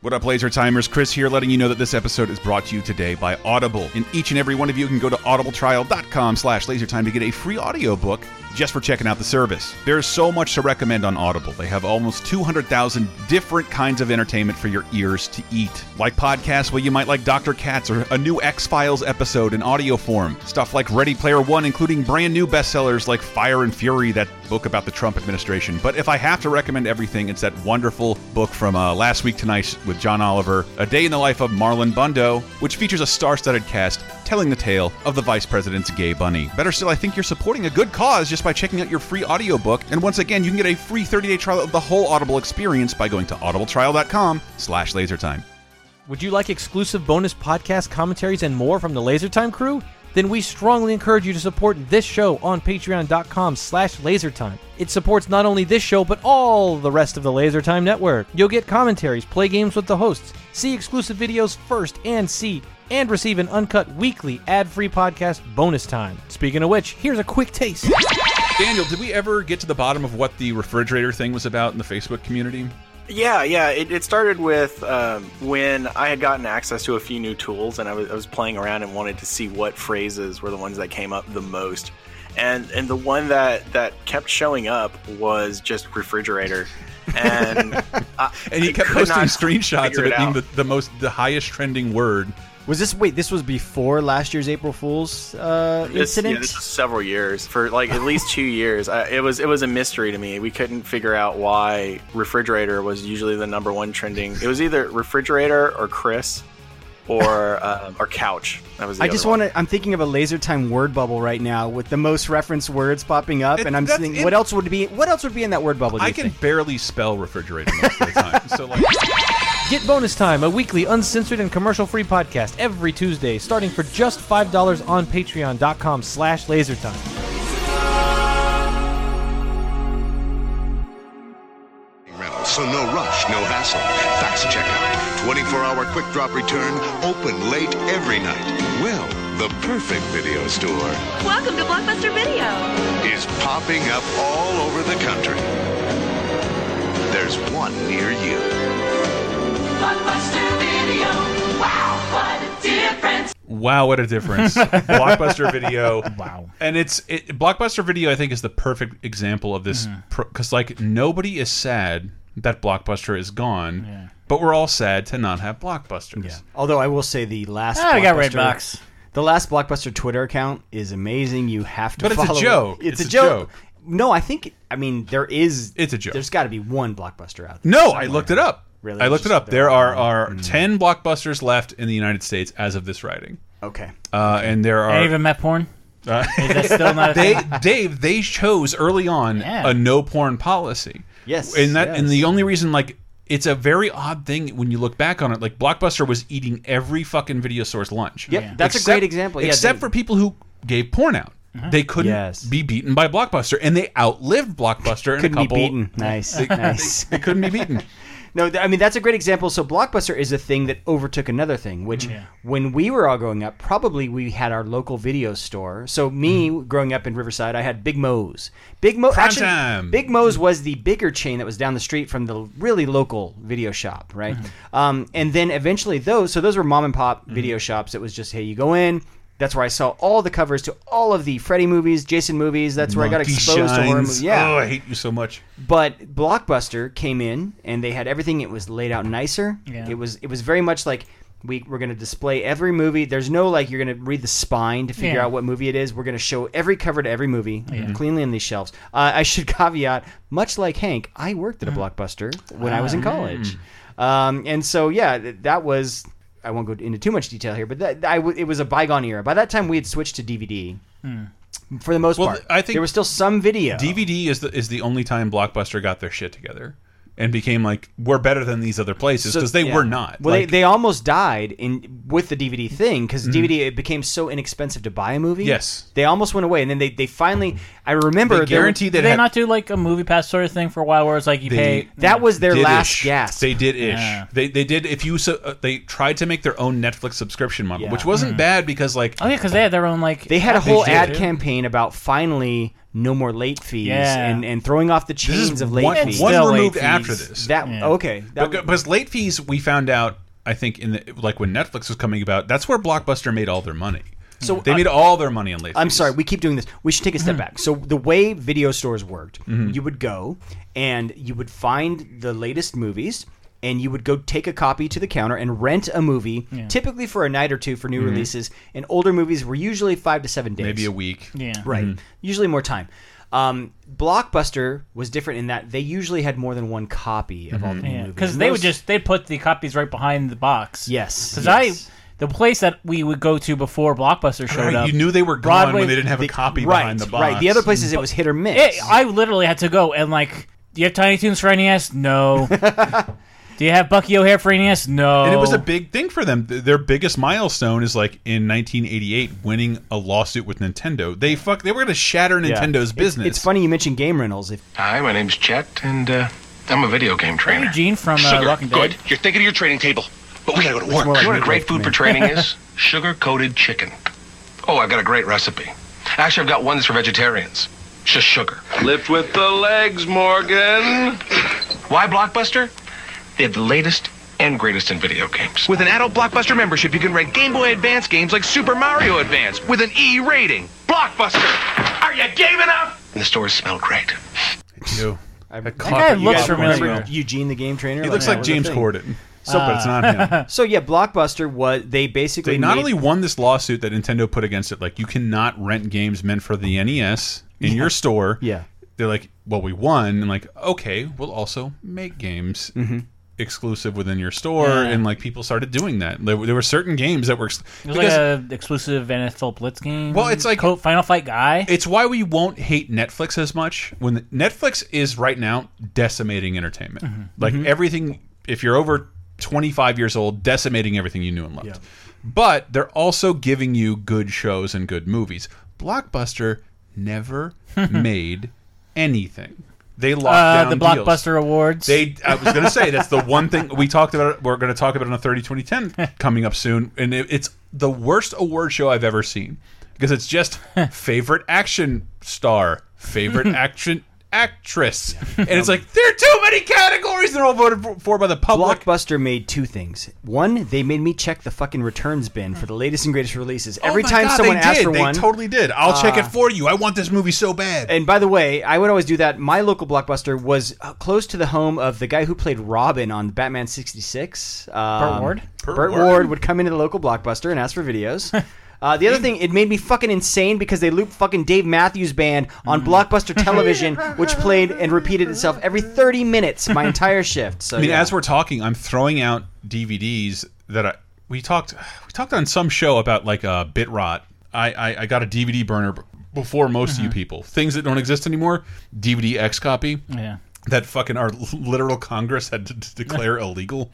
Speaker 1: What up, Laser Timers? Chris here, letting you know that this episode is brought to you today by Audible. And each and every one of you can go to audibletrial.com slash lasertime to get a free audiobook just for checking out the service. There's so much to recommend on Audible. They have almost 200,000 different kinds of entertainment for your ears to eat. Like podcasts where you might like Dr. Katz or a new X-Files episode in audio form. Stuff like Ready Player One, including brand new bestsellers like Fire and Fury, that book about the Trump administration. But if I have to recommend everything, it's that wonderful book from uh, last week tonight with John Oliver, A Day in the Life of Marlon Bundo, which features a star studded cast telling the tale of the vice president's gay bunny. Better still, I think you're supporting a good cause just by checking out your free audiobook. And once again, you can get a free 30 day trial of the whole Audible experience by going to audibletrial.com slash lasertime.
Speaker 6: Would you like exclusive bonus podcast commentaries and more from the LaserTime crew? Then we strongly encourage you to support this show on patreon.com slash lasertime. It supports not only this show, but all the rest of the LaserTime network. You'll get commentaries, play games with the hosts, see exclusive videos first, and see and receive an uncut weekly ad-free podcast bonus time. Speaking of which, here's a quick taste.
Speaker 1: Daniel, did we ever get to the bottom of what the refrigerator thing was about in the Facebook community?
Speaker 7: Yeah, yeah. It, it started with um, when I had gotten access to a few new tools, and I was, I was playing around and wanted to see what phrases were the ones that came up the most. And and the one that that kept showing up was just refrigerator. And I,
Speaker 1: And he
Speaker 7: I
Speaker 1: kept
Speaker 7: could
Speaker 1: posting
Speaker 7: not
Speaker 1: screenshots
Speaker 7: figure
Speaker 1: of it being
Speaker 7: out.
Speaker 1: the, the most, the highest trending word.
Speaker 2: Was this wait? This was before last year's April Fool's uh,
Speaker 7: this, yeah,
Speaker 2: incident.
Speaker 7: this was several years for like at least two years. I, it was it was a mystery to me. We couldn't figure out why refrigerator was usually the number one trending. It was either refrigerator or Chris or um, or couch. That was. The
Speaker 2: I just want to. I'm thinking of a laser time word bubble right now with the most referenced words popping up,
Speaker 1: It-
Speaker 2: and I'm
Speaker 1: that's
Speaker 2: thinking,
Speaker 1: it.
Speaker 2: what else would be? What else would be in that word bubble? do
Speaker 1: I
Speaker 2: you
Speaker 1: can
Speaker 2: think?
Speaker 1: barely spell refrigerator most of the time. So like,
Speaker 6: Get Bonus Time, a weekly uncensored and commercial-free podcast every Tuesday, starting for just $5 on patreon.com slash lasertime.
Speaker 8: rental, so no rush, no hassle. Fax checkout, 24-hour quick drop return, open late every night. Well, the perfect video store
Speaker 9: Welcome to Blockbuster Video.
Speaker 8: is popping up all over the country. There's one near you.
Speaker 5: Blockbuster Video. Wow, what a difference!
Speaker 1: wow, what a difference! Blockbuster Video.
Speaker 3: Wow.
Speaker 1: And it's it, Blockbuster Video. I think is the perfect example of this because like nobody is sad that Blockbuster is gone, but we're all sad to not have Blockbusters.
Speaker 2: Although I will say the last.
Speaker 3: Ah, I got
Speaker 2: Blockbuster-
Speaker 3: Redbox.
Speaker 2: The last blockbuster Twitter account is amazing. You have to.
Speaker 1: But it's a
Speaker 2: follow it.
Speaker 1: joke.
Speaker 2: It's,
Speaker 1: It's
Speaker 2: a
Speaker 1: a
Speaker 2: joke.
Speaker 1: joke.
Speaker 2: No, I think. I mean, there is.
Speaker 1: It's a joke.
Speaker 2: There's got to be one blockbuster out there.
Speaker 1: No, I looked it up.
Speaker 2: Really?
Speaker 1: I looked it
Speaker 2: Just
Speaker 1: up.
Speaker 2: there
Speaker 1: There are are ten blockbusters left in the United States as of this writing,
Speaker 2: Okay.
Speaker 1: uh, and there
Speaker 3: I
Speaker 1: are.
Speaker 3: even met porn.
Speaker 1: uh,
Speaker 3: Is that still not a
Speaker 1: they,
Speaker 3: thing?
Speaker 1: Dave, they chose early on
Speaker 3: Yeah.
Speaker 1: a no porn policy.
Speaker 2: Yes,
Speaker 1: and that and
Speaker 2: yes.
Speaker 1: the only reason like. It's a very odd thing when you look back on it. Like Blockbuster was eating every fucking video source lunch.
Speaker 2: Yep, Yeah. that's a great example. Yeah,
Speaker 1: except
Speaker 2: they- Uh-huh.
Speaker 1: for people who gave porn out, they couldn't
Speaker 2: Yes.
Speaker 1: be beaten by Blockbuster, and they outlived Blockbuster in a
Speaker 2: Couldn't
Speaker 1: couple.
Speaker 2: be beaten. Nice. nice.
Speaker 1: They couldn't be beaten.
Speaker 2: No, th- I mean that's a great example. So Blockbuster is a thing that overtook another thing, which
Speaker 1: Mm-hmm.
Speaker 2: when we were all growing up, probably we had our local video store. So me growing up in Riverside, I had Big Mo's. Big Mo
Speaker 1: Mm-hmm. Prime
Speaker 2: actually,
Speaker 1: time. Mm-hmm.
Speaker 2: Big Mo's was the bigger chain that was down the street from the really local video shop, right?
Speaker 1: Mm-hmm.
Speaker 2: Um, and then eventually those, so those were mom and pop video shops. It was just hey, you go in. That's where I saw all the covers to all of the Freddy movies, Jason movies. That's where I got
Speaker 1: Monkey
Speaker 2: exposed to horror
Speaker 1: shines.
Speaker 2: movies. Yeah.
Speaker 1: Oh, I hate you so much.
Speaker 2: But Blockbuster came in and they had everything. It was laid out nicer.
Speaker 3: Yeah.
Speaker 2: It was it was very much like we we're gonna display every movie. There's no like you're gonna read the spine to figure
Speaker 3: Yeah. Mm-hmm.
Speaker 2: out what movie it is. We're gonna show every cover to every movie cleanly on these shelves. Uh, I should caveat, much like Hank, I worked at
Speaker 3: Mm-hmm.
Speaker 2: a Blockbuster when I was
Speaker 3: Ah.
Speaker 2: in college, um, and so yeah, th- that was. I won't go into too much detail here, but that I w- it was a bygone era. By that time, we had switched to DVD.
Speaker 3: Hmm.
Speaker 2: For the most
Speaker 1: Well,
Speaker 2: part,
Speaker 1: I think
Speaker 2: there was still some video.
Speaker 1: DVD is the is the only time Blockbuster got their shit together and became like we're better than these other places because they
Speaker 2: yeah.
Speaker 1: were not.
Speaker 2: Well,
Speaker 1: Like, Mm-hmm.
Speaker 2: they, they almost died in with the DVD thing because DVD it became so inexpensive to buy a movie.
Speaker 1: Yes.
Speaker 2: they almost went away, and then they, they finally I remember
Speaker 1: they
Speaker 2: there-
Speaker 1: guaranteed
Speaker 3: Did
Speaker 1: that
Speaker 3: they
Speaker 1: had-
Speaker 3: not do like a movie pass sort of thing for a while, where it's like you
Speaker 1: They-
Speaker 3: pay
Speaker 2: that was their
Speaker 1: did
Speaker 2: last
Speaker 1: ish.
Speaker 2: gasp.
Speaker 1: They did ish.
Speaker 3: Yeah.
Speaker 1: They they did. If you so, uh, they tried to make their own Netflix subscription model,
Speaker 2: Yeah. Hmm.
Speaker 1: which wasn't bad because like
Speaker 3: Oh yeah, because they had their own like
Speaker 2: They had a whole
Speaker 1: did.
Speaker 2: ad campaign about finally no more late fees
Speaker 3: Yeah.
Speaker 2: and, and throwing off the
Speaker 1: this
Speaker 2: chains
Speaker 1: is
Speaker 2: of late
Speaker 1: one,
Speaker 2: fees.
Speaker 1: one
Speaker 3: Still late
Speaker 1: removed
Speaker 3: fees.
Speaker 1: after this.
Speaker 2: that
Speaker 3: Yeah.
Speaker 2: okay? That,
Speaker 1: Beca- because late fees, we found out. I think in the like when Netflix was coming about, that's where Blockbuster made all their money. So they made all their money on late.
Speaker 2: I'm
Speaker 1: fees.
Speaker 2: sorry, we keep doing this. We should take a step back. So the way video stores worked, you would go and you would find the latest movies and you would go take a copy to the counter and rent a movie typically for a night or two for new releases and older movies were usually 5 to 7 days.
Speaker 1: Maybe a week.
Speaker 3: yeah.
Speaker 2: Right. Usually more time. Um, Blockbuster was different in that they usually had more than one copy of all the new movies.
Speaker 3: because
Speaker 2: And
Speaker 3: they
Speaker 2: those-
Speaker 3: would just they put the copies right behind the box.
Speaker 2: Yes,
Speaker 3: because
Speaker 2: yes.
Speaker 3: I the place that we would go to before Blockbuster showed
Speaker 1: Right,
Speaker 3: up.
Speaker 1: you knew they were gone
Speaker 3: Broadway-
Speaker 1: when they didn't have
Speaker 2: the-
Speaker 1: a copy
Speaker 2: right,
Speaker 1: behind the box.
Speaker 2: Right. The other places it was hit or miss.
Speaker 3: It, I literally had to go and like, do you have Tiny Toons for NES? No. do you have Bucky O'Hare for NES? No.
Speaker 1: And it was a big thing for them. Th- Their biggest milestone is like in 1988, winning a lawsuit with Nintendo. They fuck. They were going to shatter Nintendo's
Speaker 2: It's-
Speaker 1: business.
Speaker 2: It's, funny you mentioned game rentals. If
Speaker 10: Hi, my name's Chet, and uh, I'm a video game trainer.
Speaker 3: Eugene from uh,
Speaker 10: Sugar,
Speaker 3: Walking Dead.
Speaker 10: good. You're thinking of your training table.
Speaker 8: But we gotta go to work.
Speaker 2: more like
Speaker 8: you know what a
Speaker 2: meatloaf
Speaker 8: great
Speaker 2: to me.
Speaker 8: food for training is? Sugar coated chicken. Oh, I've got a great recipe. Actually, I've got one that's for vegetarians. Just sugar. Lift with the legs, Morgan. Why Blockbuster? They have the latest and greatest in video games. With an adult Blockbuster membership, you can rent Game Boy Advance games like Super Mario Advance with an E rating. Blockbuster! Are you game enough? And the stores smell great.
Speaker 1: You. That
Speaker 3: guy
Speaker 1: you
Speaker 3: looks
Speaker 1: got going
Speaker 3: familiar.
Speaker 1: on.
Speaker 2: Remember Eugene, the game trainer?
Speaker 1: He looks
Speaker 2: that
Speaker 1: like
Speaker 2: was a
Speaker 1: James
Speaker 2: thing.
Speaker 1: Corden. So, but it's not him.
Speaker 2: So yeah, Blockbuster was they basically
Speaker 1: They not
Speaker 2: made-
Speaker 1: only won this lawsuit that Nintendo put against it, like you cannot rent games meant for the NES in your store.
Speaker 2: Yeah.
Speaker 1: They're like, well, we won, and like, okay, we'll also make games exclusive within your store,
Speaker 3: Yeah.
Speaker 1: and like people started doing that. There, there were certain games that were ex-
Speaker 3: It was like a exclusive E NFL Blitz game.
Speaker 1: Well, it's like-
Speaker 3: Co- Final Fight guy.
Speaker 1: it's why we won't hate Netflix as much when the- Netflix is right now decimating entertainment.
Speaker 3: Mm-hmm.
Speaker 1: Like everything, if you're over 25 years old, decimating everything you knew and loved. But they're also giving you good shows and good movies. Blockbuster never made anything. They locked
Speaker 3: uh, the
Speaker 1: down deals.
Speaker 3: Blockbuster Awards.
Speaker 1: They, I was going to say that's the one thing we talked about. it- We're going to talk about it on the 30 2010 coming up soon, and it, it's the worst award show I've ever seen because it's just favorite action star, favorite action actress, and it's like there are too many categories. They're all voted for- for by the public.
Speaker 2: Blockbuster made two things. One, they made me check the fucking returns bin for the latest and greatest releases
Speaker 1: Oh
Speaker 2: every
Speaker 1: my
Speaker 2: time
Speaker 1: God,
Speaker 2: someone
Speaker 1: they
Speaker 2: asked
Speaker 1: did.
Speaker 2: for
Speaker 1: they
Speaker 2: one. uh,
Speaker 1: totally did. I'll check it for you. I want this movie so bad.
Speaker 2: and by the way, I would always do that. My local Blockbuster was uh, close to the home of the guy who played Robin on Batman '66. Um,
Speaker 3: Burt Ward?
Speaker 1: Burt
Speaker 2: Burt
Speaker 1: Ward.
Speaker 2: Ward would come into the local Blockbuster and ask for videos. Uh, the other thing, it made me fucking insane because they looped fucking Dave Matthews Band
Speaker 3: Mm.
Speaker 2: on Blockbuster Television, which played and repeated itself every 30 minutes my entire shift. So
Speaker 1: I mean,
Speaker 2: yeah.
Speaker 1: as we're talking, I'm throwing out DVDs that I we talked we talked on some show about like uh, bit rot. I, I I got a DVD burner b- before most of you people. Things that don't exist anymore, DVD X copy
Speaker 3: yeah.
Speaker 1: that fucking our literal Congress had to d- declare illegal.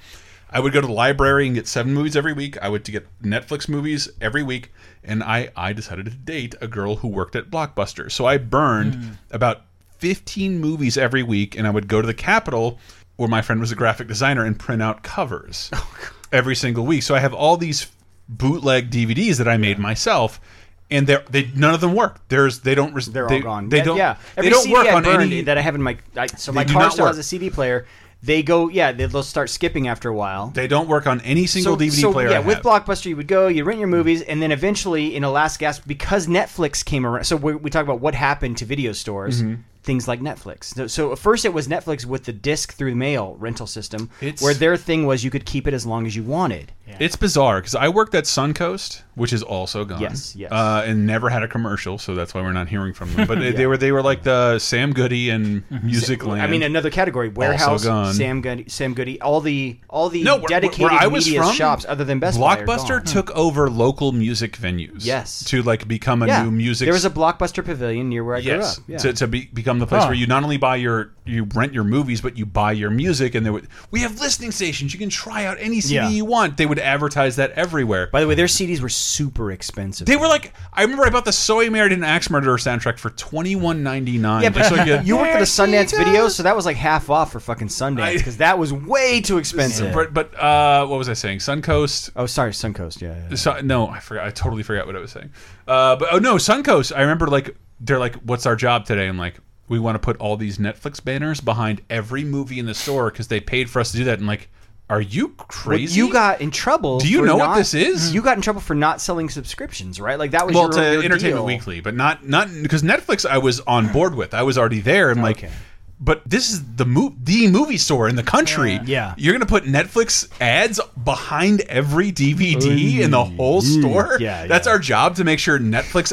Speaker 1: I would go to the library and get seven movies every week. I would to get Netflix movies every week, and I I decided to date a girl who worked at Blockbuster. So I burned
Speaker 2: Hmm.
Speaker 1: about fifteen movies every week, and I would go to the Capitol where my friend was a graphic designer and print out covers
Speaker 2: Oh,
Speaker 1: every single week. So I have all these bootleg DVDs that I made myself. And they they none of them work. There's they don't res-
Speaker 2: they're
Speaker 1: they,
Speaker 2: all gone.
Speaker 1: They
Speaker 2: Yeah,
Speaker 1: don't
Speaker 2: yeah.
Speaker 1: they
Speaker 2: Every
Speaker 1: don't
Speaker 2: CD
Speaker 1: work
Speaker 2: I
Speaker 1: on
Speaker 2: burned
Speaker 1: any
Speaker 2: that I have in my I, so my
Speaker 1: do
Speaker 2: car
Speaker 1: not
Speaker 2: still has
Speaker 1: work.
Speaker 2: a CD player. They go yeah they- they'll start skipping after a while.
Speaker 1: They don't work on any single
Speaker 2: so,
Speaker 1: DVD
Speaker 2: so,
Speaker 1: player.
Speaker 2: yeah,
Speaker 1: I
Speaker 2: with
Speaker 1: have.
Speaker 2: Blockbuster you would go you rent your movies and then eventually in a last gasp because Netflix came around. So we, we talk about what happened to video stores.
Speaker 1: Mm-hmm.
Speaker 2: Things like Netflix. So, so at first it was Netflix with the disc through the mail rental system,
Speaker 1: It's-
Speaker 2: where their thing was you could keep it as long as you wanted.
Speaker 1: It's bizarre because I worked at Suncoast, which is also gone.
Speaker 2: Yes, yes.
Speaker 1: Uh, and never had a commercial, so that's why we're not hearing from them. But they- they were they were like the Sam Goody and Music Land.
Speaker 2: I mean, another category: warehouse,
Speaker 1: gone.
Speaker 2: Sam Goody, Sam Goody, all the all the
Speaker 1: no, where- where
Speaker 2: dedicated
Speaker 1: I was
Speaker 2: media
Speaker 1: from,
Speaker 2: shops other than Best Buy are
Speaker 1: Blockbuster
Speaker 2: gone.
Speaker 1: took over local music venues.
Speaker 2: Yes.
Speaker 1: to like become a new music.
Speaker 2: There was a blockbuster pavilion near where I
Speaker 1: Yes,
Speaker 2: grew up. Yeah.
Speaker 1: to, to be, become the place
Speaker 3: Huh.
Speaker 1: where you not only buy your you rent your movies, but you buy your music. And they would we have listening stations. You can try out any CD
Speaker 2: Yeah.
Speaker 1: you want. They would advertise that everywhere.
Speaker 2: By the way, their CDs were super expensive.
Speaker 1: They were like, I remember I bought the Soy Married an Axe Murderer soundtrack for twenty one ninety nine.
Speaker 2: yeah, but
Speaker 1: so you,
Speaker 2: you worked at a Sundance
Speaker 1: goes.
Speaker 2: video, so that was like half off for fucking Sundance
Speaker 1: I-
Speaker 2: because that was way too expensive.
Speaker 1: but, but uh, what was I saying? Suncoast.
Speaker 2: Oh, sorry, Suncoast. Yeah, yeah, yeah.
Speaker 1: So, no, I forgot. I totally forgot what I was saying. Uh, but oh no, Suncoast. I remember like they're like, "What's our job today?" And like, we want to put all these Netflix banners behind every movie in the store because they paid for us to do that. And like, are you
Speaker 2: But
Speaker 1: crazy?
Speaker 2: you got in trouble.
Speaker 1: Do you
Speaker 2: for
Speaker 1: know what
Speaker 2: not-
Speaker 1: this is?
Speaker 2: You got in trouble for not selling subscriptions, right? Like that was
Speaker 1: well
Speaker 2: your,
Speaker 1: to
Speaker 2: your
Speaker 1: Entertainment
Speaker 2: deal.
Speaker 1: Weekly, but not not because Netflix. I was on board with. I was already there. and like,
Speaker 2: Okay.
Speaker 1: but this is the mo- the movie store in the country.
Speaker 2: Yeah.
Speaker 1: you're gonna put Netflix ads behind every DVD in the whole store.
Speaker 2: Yeah,
Speaker 1: that's
Speaker 2: yeah.
Speaker 1: our job to make sure Netflix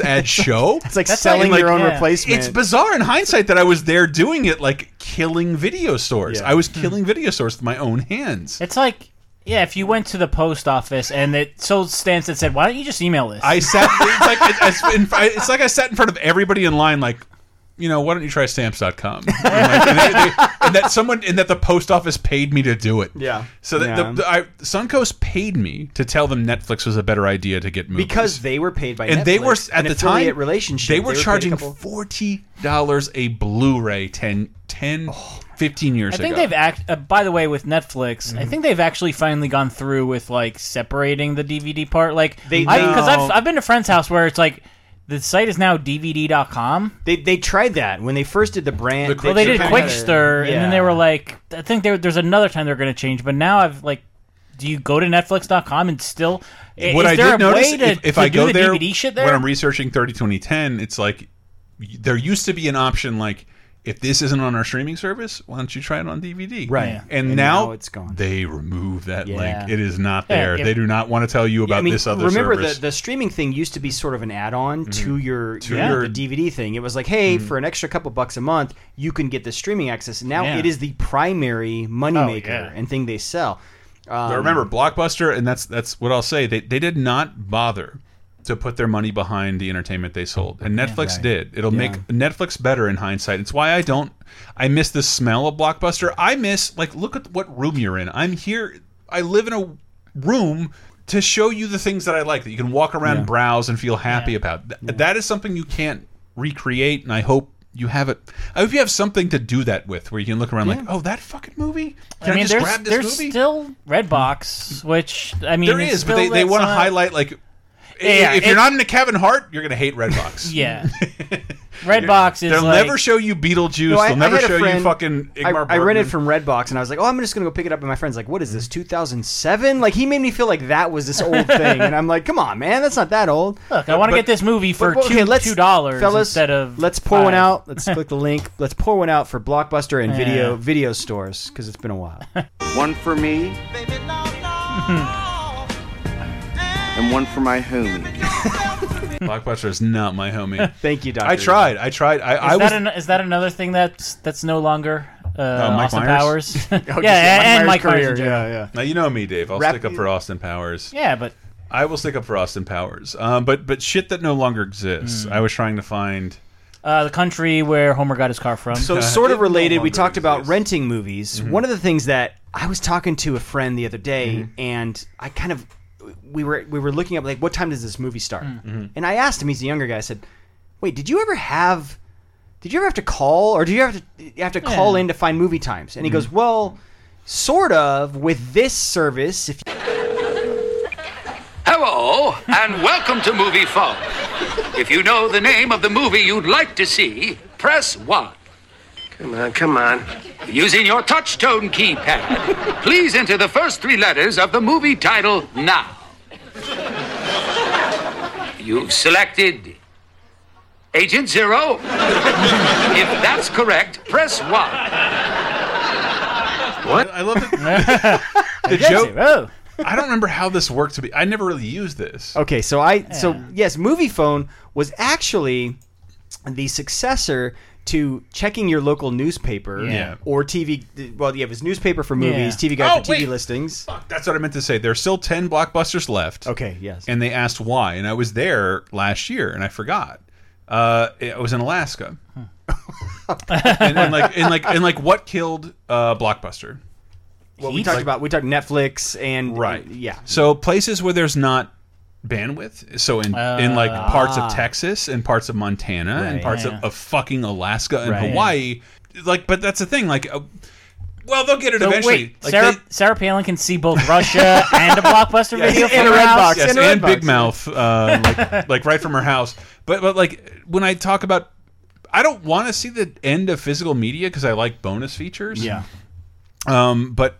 Speaker 1: ads show.
Speaker 2: It's like
Speaker 3: That's how
Speaker 2: selling
Speaker 3: you,
Speaker 2: your
Speaker 3: like,
Speaker 2: own
Speaker 3: yeah.
Speaker 2: replacement.
Speaker 1: It's bizarre in hindsight that I was there doing it, like killing video stores.
Speaker 2: Yeah. Hmm.
Speaker 1: I was killing video stores with my own hands.
Speaker 3: It's like yeah, if you went to the post office and it sold stamps that said, "Why don't you just email this?"
Speaker 1: I sat. It's like it's, it's, in, it's like I sat in front of everybody in line, like, you know, why don't you try stamps.com? And, like, and, they, they, and that someone and that the post office paid me to do it.
Speaker 2: Yeah.
Speaker 1: So that
Speaker 2: Yeah.
Speaker 1: the, the I, Suncoast paid me to tell them Netflix was a better idea to get movies
Speaker 2: because they were paid by
Speaker 1: and they were
Speaker 2: Netflix,
Speaker 1: at
Speaker 2: an
Speaker 1: the
Speaker 2: affiliate
Speaker 1: time
Speaker 2: relationship.
Speaker 1: They were
Speaker 2: paid a
Speaker 1: charging
Speaker 2: couple-
Speaker 1: forty dollars a Blu-ray 10, 10, 15 years
Speaker 3: I think
Speaker 1: ago.
Speaker 3: they've act. Uh, by the way, with Netflix, I think they've actually finally gone through with like separating the DVD part. Like
Speaker 2: They-
Speaker 3: because I've
Speaker 2: No.
Speaker 3: I've been to friend's house where it's like the site is now DVD.com.
Speaker 2: They, they tried that when they first did the brand.
Speaker 1: The
Speaker 3: Well, they did
Speaker 1: Japan-
Speaker 3: Quick Stir, and then they
Speaker 2: Yeah.
Speaker 3: were like, I think there, there's another time they're going to change, but now I've like, do you go to Netflix.com and still? i-
Speaker 1: what
Speaker 3: is
Speaker 1: I
Speaker 3: there
Speaker 1: did
Speaker 3: a
Speaker 1: notice,
Speaker 3: way to,
Speaker 1: if, if
Speaker 3: to
Speaker 1: I
Speaker 3: do
Speaker 1: go
Speaker 3: the
Speaker 1: there,
Speaker 3: DVD shit there?
Speaker 1: when I'm researching 30 2010, it's like y- there used to be an option like if this isn't on our streaming service, why don't you try it on DVD?
Speaker 2: Right.
Speaker 1: And,
Speaker 2: And
Speaker 1: now,
Speaker 2: now it's gone.
Speaker 1: They remove that
Speaker 2: Yeah.
Speaker 1: link. It is not
Speaker 3: Yeah,
Speaker 1: there.
Speaker 3: if-
Speaker 1: they do not want to tell you
Speaker 2: I
Speaker 1: about
Speaker 2: mean,
Speaker 1: this other
Speaker 2: remember
Speaker 1: service. Mm-hmm.
Speaker 2: the the streaming thing used to be sort of an add-on to your
Speaker 1: To
Speaker 2: yeah,
Speaker 1: your- Mm-hmm.
Speaker 2: the DVD thing. It was like, hey, for an extra couple bucks a month, you can get the streaming access. Now
Speaker 3: Yeah.
Speaker 2: it is the primary moneymaker
Speaker 1: Oh,
Speaker 3: yeah.
Speaker 2: and thing they sell. Um,
Speaker 1: But remember, Blockbuster, and that's that's what I'll say. They they did not bother to put their money behind the entertainment they sold, and Netflix did. It'll make Netflix better in hindsight. It's why I don't. I miss the smell of Blockbuster. I miss like look at what room you're in. I'm here. I live in a room. To show you the things that I like that you can walk around, browse, and feel happy about. Th- That is something you can't recreate, and I hope you have it. I hope you have something to do that with, where you can look around like, oh, that fucking movie. Can I,
Speaker 3: I mean,
Speaker 1: just
Speaker 3: there's
Speaker 1: grab this
Speaker 3: there's
Speaker 1: movie?
Speaker 3: still Redbox, which I mean,
Speaker 1: There
Speaker 3: it's
Speaker 1: is, but
Speaker 3: still-
Speaker 1: they, they
Speaker 3: it's
Speaker 1: want to
Speaker 3: not-
Speaker 1: highlight like
Speaker 3: Yeah,
Speaker 1: if you're
Speaker 3: it-
Speaker 1: not into Kevin Hart, you're gonna hate Redbox.
Speaker 3: Yeah, Redbox is
Speaker 1: They'll
Speaker 3: like,
Speaker 1: never show you Beetlejuice.
Speaker 2: No, I-
Speaker 1: They'll
Speaker 2: I
Speaker 1: never
Speaker 2: had a
Speaker 1: show you
Speaker 2: friend-
Speaker 1: fucking Igmar
Speaker 2: I, I rented
Speaker 1: Bergman. Mm-hmm.
Speaker 2: from Redbox and I was like, oh, I'm just going to go pick it up. And my friend's like, what is this, 2007? Like, he made me feel like that was this old thing. And I'm like, come on, man, that's not that old.
Speaker 3: look, I want to
Speaker 2: But-
Speaker 3: get this movie for
Speaker 2: But- but,
Speaker 3: two
Speaker 2: okay, let's-
Speaker 3: two dollars
Speaker 2: fellas,
Speaker 3: instead of
Speaker 2: let's pour one
Speaker 3: five.
Speaker 2: out. Let's click the link. Let's pour one out for Blockbuster and video
Speaker 3: Yeah.
Speaker 2: video stores because it's been a while.
Speaker 10: One for me. and one for my homie.
Speaker 1: Blockbuster is not my homie.
Speaker 2: Thank you, Doctor.
Speaker 1: I tried. I tried. I, I
Speaker 3: Is
Speaker 1: was.
Speaker 3: that, an, is that another thing that's that's no longer uh,
Speaker 1: Mike
Speaker 3: Austin
Speaker 1: Myers?
Speaker 3: Powers?
Speaker 1: Oh,
Speaker 2: Oh,
Speaker 3: yeah, and, and Mike Myers. in general.
Speaker 2: Yeah, yeah.
Speaker 1: now you know me, Dave. I'll
Speaker 2: Rap-
Speaker 1: stick up for Austin Powers.
Speaker 3: yeah, but
Speaker 1: I will stick up for Austin Powers. Um, but but shit that no longer exists.
Speaker 3: Hmm.
Speaker 1: I was trying to find.
Speaker 3: uh, the country where Homer got his car from.
Speaker 2: So,
Speaker 1: Uh,
Speaker 2: sort
Speaker 1: it
Speaker 2: of
Speaker 1: no
Speaker 2: related, we
Speaker 1: longer
Speaker 2: talked about
Speaker 1: exists.
Speaker 2: renting movies. One of the things that I was talking to a friend the other day, and I kind of we were we were looking up like what time does this movie start?
Speaker 3: Mm.
Speaker 2: And I asked him. He's a younger guy. I said, "Wait, did you ever have? Did you ever have to call, or did you have to you have to call in to find movie times?" And he goes, "Well, sort of. With this service, if
Speaker 10: Hello, and welcome to Movie Phone. If you know the name of the movie you'd like to see, press 1. Come on, come on. Using your touchtone keypad, please enter the first three letters of the movie title now. You've selected Agent Zero. if that's correct, press 1.
Speaker 1: I love it. the
Speaker 3: Yes,
Speaker 1: joke.
Speaker 3: oh,
Speaker 1: I don't remember how this worked. To be, I never really used this.
Speaker 2: Okay, so I so yes, Movie Phone was actually the successor to checking your local newspaper
Speaker 1: Yeah.
Speaker 2: or TV. Well, yeah, it was newspaper for movies,
Speaker 3: Yeah.
Speaker 2: TV guide
Speaker 1: Oh,
Speaker 2: for TV
Speaker 1: wait.
Speaker 2: listings.
Speaker 1: Fuck, that's what I meant to say. There's still ten blockbusters left.
Speaker 2: Okay, yes.
Speaker 1: and they asked why, and I was there last year, and I forgot. Uh, I was in Alaska,
Speaker 3: Hmm.
Speaker 1: and, and like, and like, and like, what killed uh, Blockbuster?
Speaker 2: well, we talked about we talked Netflix and
Speaker 1: Right.
Speaker 2: yeah.
Speaker 1: So places where there's not bandwidth, so in in like parts of Texas and parts of Montana and
Speaker 2: Right.
Speaker 1: parts
Speaker 3: Ah. Yeah.
Speaker 1: of, of fucking Alaska and
Speaker 2: Right.
Speaker 1: Hawaii, like, but that's the thing, like. Uh, well, they'll get it
Speaker 3: so
Speaker 1: eventually.
Speaker 3: Oh, wait,
Speaker 1: Like,
Speaker 3: Sarah
Speaker 1: they-
Speaker 3: Sarah Palin can see both Russia and a blockbuster video
Speaker 2: and
Speaker 3: from
Speaker 2: a
Speaker 3: her
Speaker 2: red
Speaker 3: house.
Speaker 2: box.
Speaker 1: Yes,
Speaker 2: in
Speaker 1: and,
Speaker 2: a red box.
Speaker 1: Big Mouth, uh, like, like right from her house. But but like when I talk about, I don't want to see the end of physical media because I like bonus features.
Speaker 3: Yeah,
Speaker 1: Um, but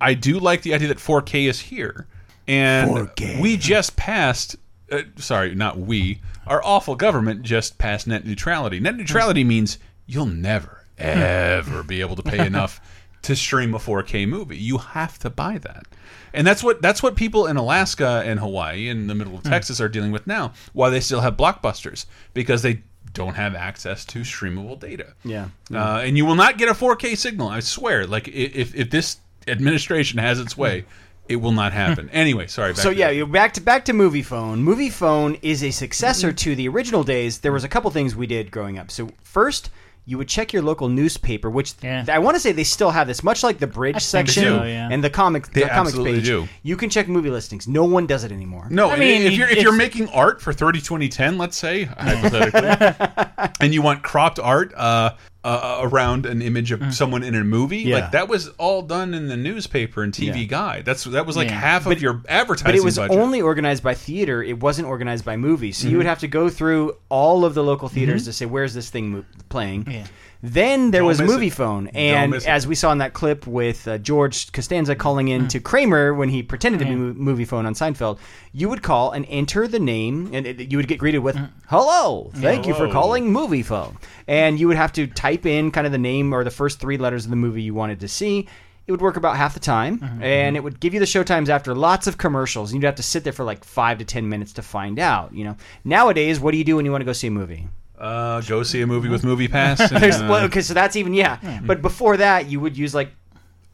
Speaker 1: I do like the idea that 4K is here, and we just passed. Uh, sorry, not we. Our awful government just passed net neutrality. Net neutrality means you'll never ever be able to pay enough to stream a 4K movie. You have to buy that. And that's what that's what people in Alaska and Hawaii and the middle of
Speaker 2: Hmm.
Speaker 1: Texas are dealing with now. Why they still have blockbusters because they don't have access to streamable data.
Speaker 2: Yeah.
Speaker 1: Uh, and you will not get a 4K signal. I swear. Like i- if if this administration has its way, it will not happen. anyway, sorry. Back
Speaker 2: Hmm. So
Speaker 1: to
Speaker 2: yeah,
Speaker 1: that.
Speaker 2: you're back to back to Movie Phone. Movie Phone is a successor
Speaker 3: Mm-hmm.
Speaker 2: to the original days. There was a couple things we did growing up. So first, you would check your local newspaper, which
Speaker 3: Yeah.
Speaker 2: I want to say they still have this, much like the bridge
Speaker 3: think
Speaker 2: section
Speaker 1: so,
Speaker 3: yeah.
Speaker 2: and the comic
Speaker 1: They
Speaker 2: the comics
Speaker 1: absolutely
Speaker 2: page.
Speaker 1: do.
Speaker 2: You can check movie listings. No one does it anymore.
Speaker 1: No,
Speaker 3: I
Speaker 1: I
Speaker 3: mean,
Speaker 1: mean, if
Speaker 3: you-
Speaker 1: you're if you're
Speaker 3: it's-
Speaker 1: making art for 30 2010, let's say hypothetically, and you want cropped art, uh, uh, around an image of someone in a movie.
Speaker 2: Mm. Yeah.
Speaker 1: Like that was all done in the newspaper and TV
Speaker 2: Yeah.
Speaker 1: guide. That's that was like
Speaker 2: Yeah.
Speaker 1: half of
Speaker 2: But-
Speaker 1: your advertising.
Speaker 2: But it was
Speaker 1: budget.
Speaker 2: only organized by theater. It wasn't organized by movies. So
Speaker 1: Mhm.
Speaker 2: you would have to go through all of the local theaters
Speaker 1: Mhm.
Speaker 2: to say where's this thing mo- playing.
Speaker 3: Yeah.
Speaker 2: Then there
Speaker 1: Don't
Speaker 2: was
Speaker 1: miss
Speaker 2: movie
Speaker 1: it.
Speaker 2: phone,
Speaker 1: Don't
Speaker 2: and
Speaker 1: miss it. Mm.
Speaker 2: as we saw in that clip with uh, George Costanza calling in to Kramer when he pretended to be mo- movie phone on Seinfeld, you would call and enter the name, and it, you would get greeted
Speaker 1: Mm.
Speaker 2: with "Hello, thank you for
Speaker 11: Hello.
Speaker 2: calling movie phone," and you would have to type in kind of the name or the first three letters of the movie you wanted to see. It would work about half the time, and it would give you the show times after lots of commercials. and You'd have to sit there for like five to ten minutes to find out. You know, nowadays, what do you do when you want to go see a movie?
Speaker 1: Uh, go see a movie with Movie Pass. and,
Speaker 2: There's,
Speaker 1: uh,
Speaker 2: well, okay, so that's even yeah. But before that, you would use like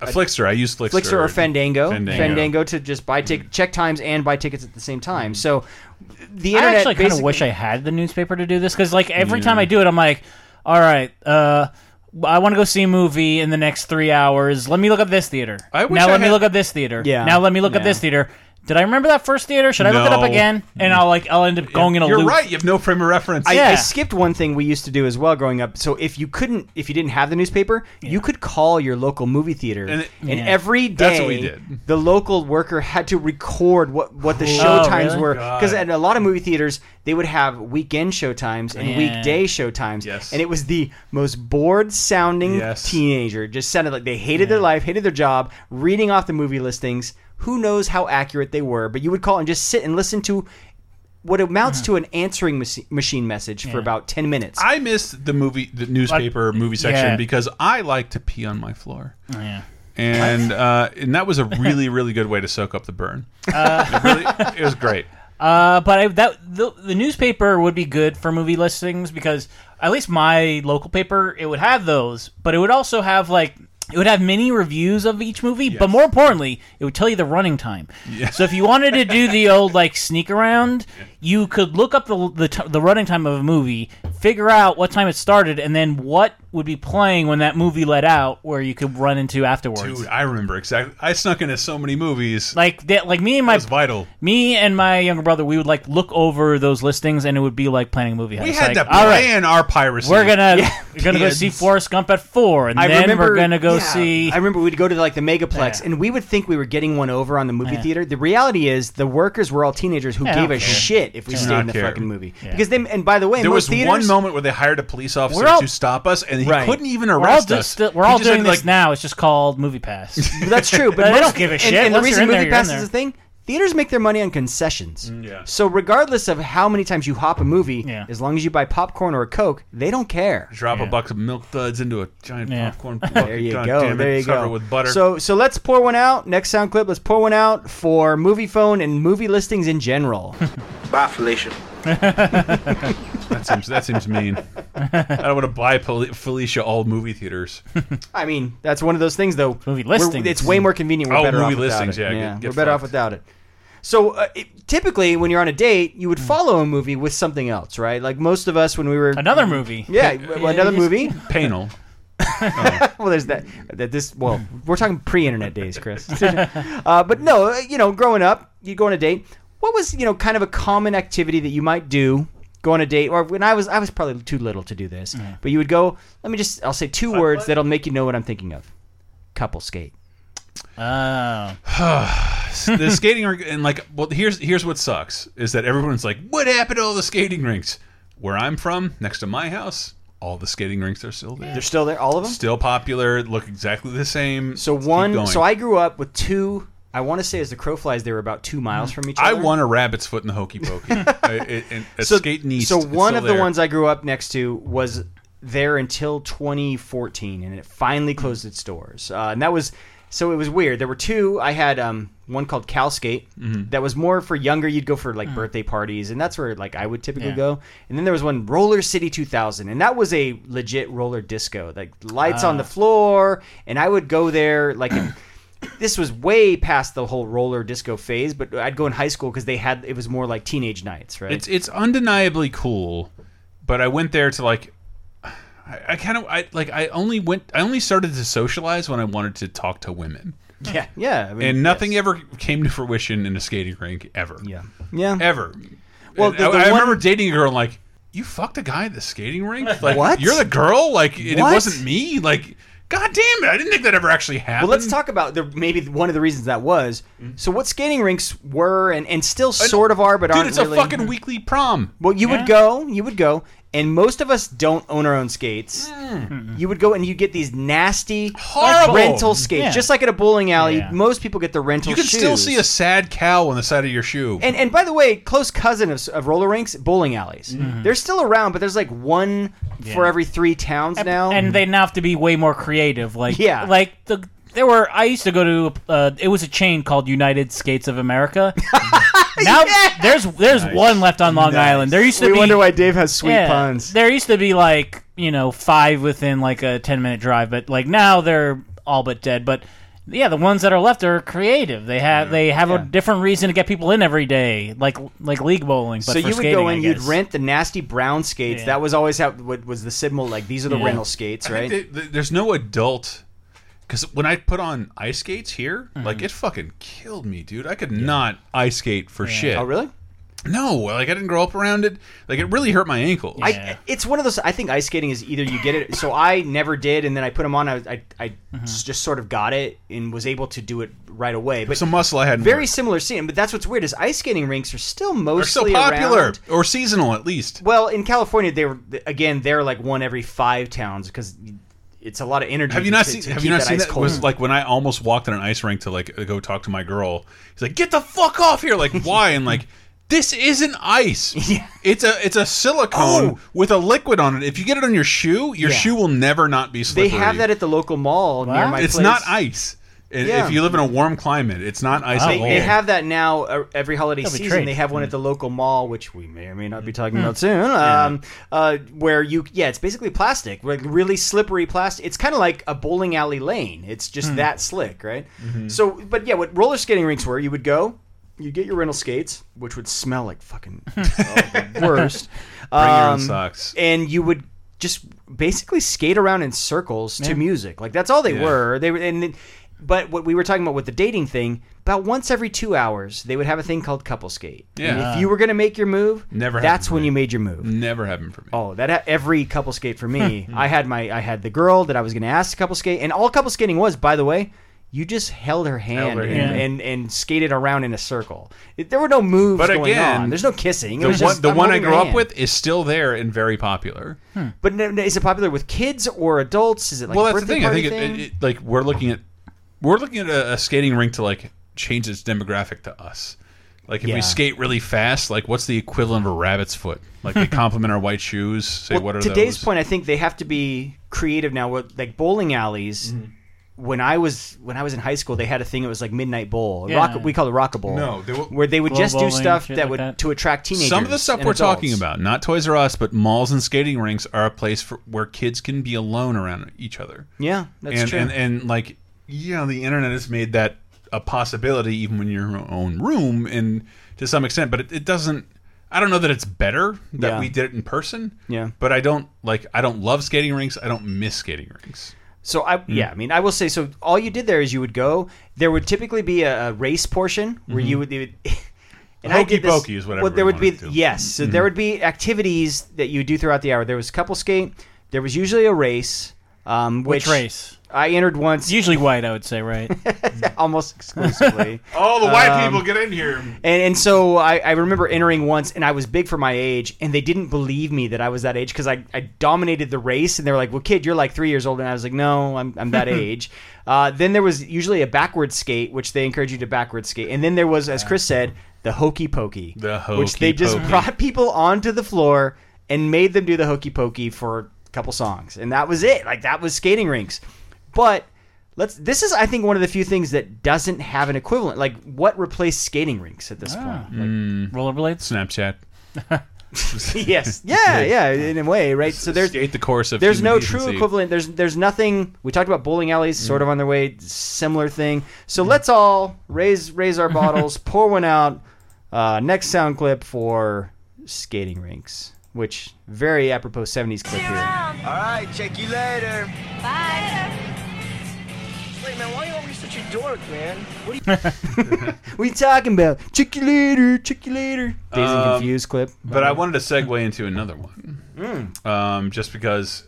Speaker 1: a Flickster. I used Flickster.
Speaker 2: Flixer or Fandango,
Speaker 1: Fandango.
Speaker 2: Fandango, to just buy tick check times and buy tickets at the same time. So the
Speaker 3: I
Speaker 2: internet
Speaker 3: actually kind of
Speaker 2: basic-
Speaker 3: wish I had the newspaper to do this because, like, every
Speaker 2: Yeah.
Speaker 3: time I do it, I'm like, all right, uh, I want to go see a movie in the next three hours. Let me look up this theater.
Speaker 1: I wish
Speaker 3: now
Speaker 1: I
Speaker 3: let me
Speaker 1: had-
Speaker 3: look up this theater.
Speaker 1: Yeah.
Speaker 3: Now let me look up
Speaker 1: Yeah.
Speaker 3: this theater. Did I remember that first theater? Should I look it
Speaker 1: No.
Speaker 3: up again? And I'll like I'll end up going in a
Speaker 1: You're
Speaker 3: loop.
Speaker 1: right. You have no frame of reference.
Speaker 2: I, I skipped one thing we used to do as well growing up. So if you couldn't, if you didn't have the newspaper, you could call your local movie theater,
Speaker 1: And
Speaker 2: and,
Speaker 1: it-
Speaker 3: Yeah.
Speaker 2: every day
Speaker 1: That's what we did.
Speaker 2: the local worker had to record what what the
Speaker 1: Cool.
Speaker 2: show
Speaker 1: Oh,
Speaker 2: times
Speaker 1: really?
Speaker 2: were
Speaker 1: God.
Speaker 2: because at a lot of movie theaters they would have weekend show times and
Speaker 1: Yeah.
Speaker 2: weekday show times,
Speaker 1: Yes.
Speaker 2: and it was the most bored sounding
Speaker 1: Yes.
Speaker 2: teenager. Just sounded like they hated their life, hated their job, reading off the movie listings. Who knows how accurate they were? But you would call and just sit and listen to what amounts to an answering mas- machine message for about 10 minutes.
Speaker 1: I missed the movie, the newspaper movie section
Speaker 2: yeah.
Speaker 1: because I like to pee on my floor.
Speaker 3: yeah.
Speaker 1: And uh, and that was a really really good way to soak up the burn. it, really, it was great.
Speaker 3: Uh, but I, that the, the newspaper would be good for movie listings because at least my local paper it would have those, but it would also have like it would have mini reviews of each movie. But more importantly, it would tell you the running time. So if you wanted to do the old like sneak around, you could look up the the, t- the running time of a movie, figure out what time it started, and then what would be playing when that movie let out, where you could run into afterwards.
Speaker 1: Dude, I remember exactly. I snuck into so many movies.
Speaker 3: Like that, like me and my
Speaker 1: was vital.
Speaker 3: Me and my younger brother, we would like look over those listings, and it would be like planning a movie.
Speaker 1: We
Speaker 3: house.
Speaker 1: had
Speaker 3: Like,
Speaker 1: to
Speaker 3: all right,
Speaker 1: plan our piracy.
Speaker 3: We're gonna we're gonna go see Forrest Gump at four, and then we're gonna go
Speaker 2: yeah,
Speaker 3: see.
Speaker 2: I remember we'd go to like the megaplex, and we would think we were getting one over on the movie
Speaker 3: Yeah.
Speaker 2: theater. The reality is, the workers were all teenagers who
Speaker 1: Yeah, I
Speaker 2: gave
Speaker 1: don't
Speaker 2: a
Speaker 1: care.
Speaker 2: shit if we
Speaker 1: Do
Speaker 2: stayed
Speaker 1: not
Speaker 2: in the
Speaker 1: care.
Speaker 2: fucking movie
Speaker 1: Yeah.
Speaker 2: because they. And by the way,
Speaker 1: there
Speaker 2: most
Speaker 1: was
Speaker 2: theaters,
Speaker 1: one moment where they hired a police officer
Speaker 2: We're all-
Speaker 1: to stop us, and he
Speaker 2: Right.
Speaker 1: couldn't even
Speaker 3: we're all
Speaker 1: arrest us.
Speaker 3: just we're
Speaker 1: He
Speaker 3: all
Speaker 1: just
Speaker 3: doing
Speaker 1: had to,
Speaker 3: this now. It's just called Movie Pass.
Speaker 2: That's true, but
Speaker 3: they
Speaker 2: most-
Speaker 3: don't give a
Speaker 2: and-
Speaker 3: shit.
Speaker 2: And, the
Speaker 3: Once you're
Speaker 2: reason
Speaker 3: in there,
Speaker 2: movie
Speaker 3: you're in
Speaker 2: pass
Speaker 3: there.
Speaker 2: is a thing. Theaters make their money on concessions.
Speaker 1: Mm, yeah.
Speaker 2: So regardless of how many times you hop a movie, as long as you buy popcorn or a coke, they don't care.
Speaker 1: Drop a box of milk thuds into a giant
Speaker 2: Yeah.
Speaker 1: popcorn.
Speaker 2: There you
Speaker 1: God
Speaker 2: go.
Speaker 1: damn it,
Speaker 2: there you
Speaker 1: cover
Speaker 2: go.
Speaker 1: with butter.
Speaker 2: So so let's pour one out. Next sound clip. Let's pour one out for movie phone and movie listings in general.
Speaker 12: Bye, Felicia.
Speaker 1: that seems that seems mean. I don't want to buy Fel- Felicia all movie theaters.
Speaker 2: I mean, that's one of those things though. Movie
Speaker 1: listings.
Speaker 2: It's way more convenient. We're
Speaker 1: Oh,
Speaker 2: better
Speaker 1: movie
Speaker 2: off without
Speaker 1: listings,
Speaker 2: it.
Speaker 1: yeah, get- get
Speaker 2: we're better off
Speaker 1: fucked.
Speaker 2: without it. So uh, it, typically, when you're on a date, you would
Speaker 1: Hmm.
Speaker 2: follow a movie with something else, right? Like most of us when we were
Speaker 3: another movie.
Speaker 2: Yeah, well, another movie.
Speaker 1: Panel.
Speaker 2: well, there's that. That this. Well, we're talking pre-internet days, Chris. uh, but no, uh, you know, growing up, you go on a date. What was you know kind of a common activity that you might do? Go on a date, or when I was I was probably too little to do this, but you would go. Let me just. I'll say two words that'll make you know what I'm thinking of. Couple skate.
Speaker 3: Oh.
Speaker 1: the skating rink and like well here's here's what sucks is that everyone's like what happened to all the skating rinks where i'm from next to my house all the skating rinks are still there
Speaker 2: They're still there, all of them.
Speaker 1: still popular look exactly the same so
Speaker 2: One. So I grew up with two. I want to say as the crow flies, they were about two miles from each other.
Speaker 1: i want a rabbit's foot in the hokey pokey I, it, and a skate in east
Speaker 2: So
Speaker 1: It's
Speaker 2: one
Speaker 1: still
Speaker 2: of the
Speaker 1: there.
Speaker 2: ones I grew up next to was there until 2014, and it
Speaker 1: Hmm.
Speaker 2: finally closed its doors. Uh, and that was so it was weird. There were two. I had um, one called Calskate
Speaker 1: Mm-hmm.
Speaker 11: Mhm.
Speaker 2: that was more for younger. You'd go for like
Speaker 1: Hmm.
Speaker 2: birthday parties, and that's where like I would typically
Speaker 11: Yeah.
Speaker 2: go. And then there was one Roller City 2000, and that was a legit roller disco, like lights on
Speaker 11: Ah.
Speaker 2: the floor, and I would go there like. this was way past the whole roller disco phase, but I'd go in high school because they had it was more like teenage nights, right?
Speaker 1: It's it's undeniably cool, but I went there to like. I, I kind of I like I only went I only started to socialize when I wanted to talk to women.
Speaker 2: Yeah, yeah, I mean,
Speaker 1: and nothing ever came to fruition in a skating rink ever. Yeah,
Speaker 2: yeah,
Speaker 1: ever.
Speaker 2: Well,
Speaker 1: And
Speaker 2: the-
Speaker 1: I,
Speaker 2: the
Speaker 1: I
Speaker 2: one-
Speaker 1: remember dating a girl and like you fucked a guy at the skating rink? Like,
Speaker 2: What?
Speaker 1: You're the girl? Like, and it
Speaker 2: What?
Speaker 1: wasn't me? Like, god damn it. I didn't think that ever actually happened.
Speaker 2: Well, let's talk about the, maybe one of the reasons that was.
Speaker 3: Mm-hmm.
Speaker 2: So, what skating rinks were and, and still sort of are, but
Speaker 1: Dude,
Speaker 2: aren't
Speaker 1: it's a
Speaker 2: really-
Speaker 1: fucking weekly prom.
Speaker 2: Well, you would go, you would go, and most of us don't own our own skates. You would go and you get these nasty
Speaker 1: Mm. Horrible.
Speaker 2: rental skates, just like at a bowling alley. Most people get the rental.
Speaker 1: You can still see a sad cow on the side of your shoe.
Speaker 2: And and by the way, close cousin of, of roller rinks, bowling alleys.
Speaker 3: Mm-hmm.
Speaker 2: They're still around, but there's like one for every three towns now.
Speaker 3: and they now have to be way more creative. Like
Speaker 2: Yeah.
Speaker 3: like the there were. I used to go to. Uh, it was a chain called United Skates of America. now there's there's one left on Long Island. There used to
Speaker 2: we
Speaker 3: be.
Speaker 2: wonder why Dave has sweet
Speaker 3: yeah,
Speaker 2: puns.
Speaker 3: There used to be like you know five within like a ten minute drive, but like now they're all but dead. But yeah, the ones that are left are creative. They have they have a different reason to get people in every day, like like league bowling. But
Speaker 2: so
Speaker 3: for
Speaker 2: you would
Speaker 3: skating,
Speaker 2: go
Speaker 3: I
Speaker 2: in, you'd
Speaker 3: guess.
Speaker 2: rent the nasty brown skates.
Speaker 3: Yeah.
Speaker 2: That was always how what was the symbol. Like these are the
Speaker 3: Yeah.
Speaker 2: rental skates,
Speaker 1: I
Speaker 2: right?
Speaker 1: think they- they- there's no adult because when I put on ice skates here,
Speaker 2: Mm-hmm.
Speaker 1: like it fucking killed me, dude. I could not ice skate for shit.
Speaker 2: oh, really?
Speaker 1: No, like I didn't grow up around it. Like it really hurt my ankle.
Speaker 2: I, it's one of those. I think ice skating is either you get it. So I never did, and then I put them on. I, I, I
Speaker 3: Mm-hmm.
Speaker 2: s- just sort of got it and was able to do it right away. But
Speaker 1: it's a muscle I had.
Speaker 2: very similar scene. But that's what's weird is ice skating rinks are still
Speaker 1: They're so
Speaker 2: mostly
Speaker 1: popular
Speaker 2: around.
Speaker 1: or seasonal at least.
Speaker 2: Well, in California, they were again. They're like one every five towns because it's a lot of energy.
Speaker 1: Have you not
Speaker 2: to-
Speaker 1: seen?
Speaker 2: to
Speaker 1: have
Speaker 2: keep
Speaker 1: you not seen
Speaker 2: ice
Speaker 1: that?
Speaker 2: cold.
Speaker 1: Was like when I almost walked on an ice rink to like go talk to my girl. He's like, "Get the fuck off here!" Like, why? And like, this isn't ice.
Speaker 2: Yeah.
Speaker 1: It's a it's a silicone
Speaker 2: Oh.
Speaker 1: with a liquid on it. If you get it on your shoe, your
Speaker 2: Yeah.
Speaker 1: shoe will never not be
Speaker 2: they
Speaker 1: slippery.
Speaker 2: have that at the local mall near my
Speaker 1: it's
Speaker 2: place.
Speaker 1: not ice. I-
Speaker 2: Yeah.
Speaker 1: If you live in a warm climate, it's not ice
Speaker 2: They,
Speaker 1: at all.
Speaker 2: they have that now uh, every holiday
Speaker 3: That'll be
Speaker 2: season.
Speaker 3: trade.
Speaker 2: They have
Speaker 1: Hmm.
Speaker 2: one at the local mall, which we may or may not be talking about soon. Um, uh, where you, yeah, it's basically plastic, like really slippery plastic. It's kind of like a bowling alley lane. It's just
Speaker 1: Hmm.
Speaker 2: that slick, right?
Speaker 1: Mm-hmm.
Speaker 2: So, but yeah, what roller skating rinks were, you would go, you'd get your rental skates, which would smell like fucking oh, the worst.
Speaker 1: Bring your own
Speaker 2: Um,
Speaker 1: socks.
Speaker 2: and you would just basically skate around in circles to music. Like that's all they
Speaker 1: Yeah.
Speaker 2: were. They were and then- but what we were talking about with the dating thing, about once every 2 hours, they would have a thing called couple skate. And
Speaker 1: Yeah.
Speaker 2: if you were going to make your move,
Speaker 1: Never happened
Speaker 2: that's
Speaker 1: to
Speaker 2: when
Speaker 1: me. Mm.
Speaker 2: you made your move.
Speaker 1: Never happened for me.
Speaker 2: Oh, that ha- every couple skate for me. I had my I had the girl that I was going to ask to couple skate and all couple skating was, by the way, you just held her hand,
Speaker 1: her
Speaker 2: and,
Speaker 1: hand.
Speaker 2: and and skated around in a circle. It, there were no moves
Speaker 1: But
Speaker 2: going
Speaker 1: again,
Speaker 2: on. There's no kissing. It
Speaker 1: the one,
Speaker 2: was just,
Speaker 1: the
Speaker 2: I'm
Speaker 1: one I
Speaker 2: holding your
Speaker 1: grew up
Speaker 2: hand.
Speaker 1: with is still there and very popular.
Speaker 2: But n- n- is it popular with kids or adults? Is it like
Speaker 1: well,
Speaker 2: a
Speaker 1: that's
Speaker 2: birthday
Speaker 1: the thing. I think
Speaker 2: party
Speaker 1: it,
Speaker 2: thing?
Speaker 1: it, it, like we're looking at we're looking at a, a skating rink to like change its demographic to us. Like if
Speaker 2: Yeah.
Speaker 1: we skate really fast, like what's the equivalent of a rabbit's foot? Like they compliment our white shoes. Say
Speaker 2: well,
Speaker 1: what are
Speaker 2: today's
Speaker 1: those?
Speaker 2: point, I think they have to be creative now. What like bowling alleys?
Speaker 1: Mm-hmm.
Speaker 2: When I was when I was in high school, they had a thing. It was like midnight bowl.
Speaker 3: Yeah.
Speaker 2: Rock, we called it rockable.
Speaker 1: No, they were-
Speaker 2: where they would
Speaker 3: Glow
Speaker 2: just do
Speaker 3: bowling,
Speaker 2: stuff
Speaker 3: shit
Speaker 2: that
Speaker 3: like
Speaker 2: would
Speaker 3: that.
Speaker 2: to attract teenagers.
Speaker 1: Some of the stuff
Speaker 2: and
Speaker 1: we're
Speaker 2: adults.
Speaker 1: talking about, not Toys R Us, but malls and skating rinks, are a place for, where kids can be alone around each other.
Speaker 2: Yeah, that's
Speaker 1: and,
Speaker 2: true.
Speaker 1: and and like yeah, the internet has made that a possibility even when you're in your own room, and to some extent, but it, it doesn't. I don't know that it's better that
Speaker 2: Yeah.
Speaker 1: we did it in person.
Speaker 2: Yeah.
Speaker 1: but I don't like. I don't love skating rinks. I don't miss skating rinks.
Speaker 2: So
Speaker 1: Mm.
Speaker 2: I yeah, I mean I will say so all you did there is you would go there would typically be a, a race portion where you would, you would and I
Speaker 1: Hokey
Speaker 2: did this-
Speaker 1: pokey Mm-hmm. is what
Speaker 2: well, there
Speaker 1: everyone
Speaker 2: would be
Speaker 1: wanted to Mm-hmm. do.
Speaker 2: yes so there would be activities that you do throughout the hour there was couple skate there was usually a race um,
Speaker 3: which
Speaker 2: which,
Speaker 3: race?
Speaker 2: I entered once
Speaker 3: It's usually white, I would say, right?
Speaker 2: almost exclusively
Speaker 1: All the white
Speaker 2: Um,
Speaker 1: people get in here.
Speaker 2: and and so I, I remember entering once and I was big for my age and they didn't believe me that I was that age because I, I dominated the race and they were like well kid you're like three years old and I was like no I'm, I'm that age uh, then there was usually a backward skate which they encourage you to backward skate and then there was as Chris said the hokey pokey
Speaker 1: The
Speaker 2: which they
Speaker 1: hokey
Speaker 2: just
Speaker 1: pokey.
Speaker 2: brought people onto the floor and made them do the hokey pokey for a couple songs and that was it like that was skating rinks but let's this is i think one of the few things that doesn't have an equivalent like what replaced skating rinks at this point like,
Speaker 3: Rollerblades.
Speaker 1: Snapchat.
Speaker 2: yes yeah yeah in a way right so there's
Speaker 1: skate the course of.
Speaker 2: there's
Speaker 1: human
Speaker 2: no true
Speaker 1: decency. Mm.
Speaker 2: equivalent there's there's nothing we talked about bowling alleys sort of on their way similar thing so let's all raise raise our bottles pour one out uh, next sound clip for skating rinks which very apropos 70s clip here
Speaker 4: All right, check you later. Bye. Wait, man, why are you always
Speaker 11: such a dork, man. What do you?
Speaker 2: what you talking about? Check you later. Check you later. Days and
Speaker 1: Um,
Speaker 2: confused clip.
Speaker 1: But I wanted to segue into another one, um, just because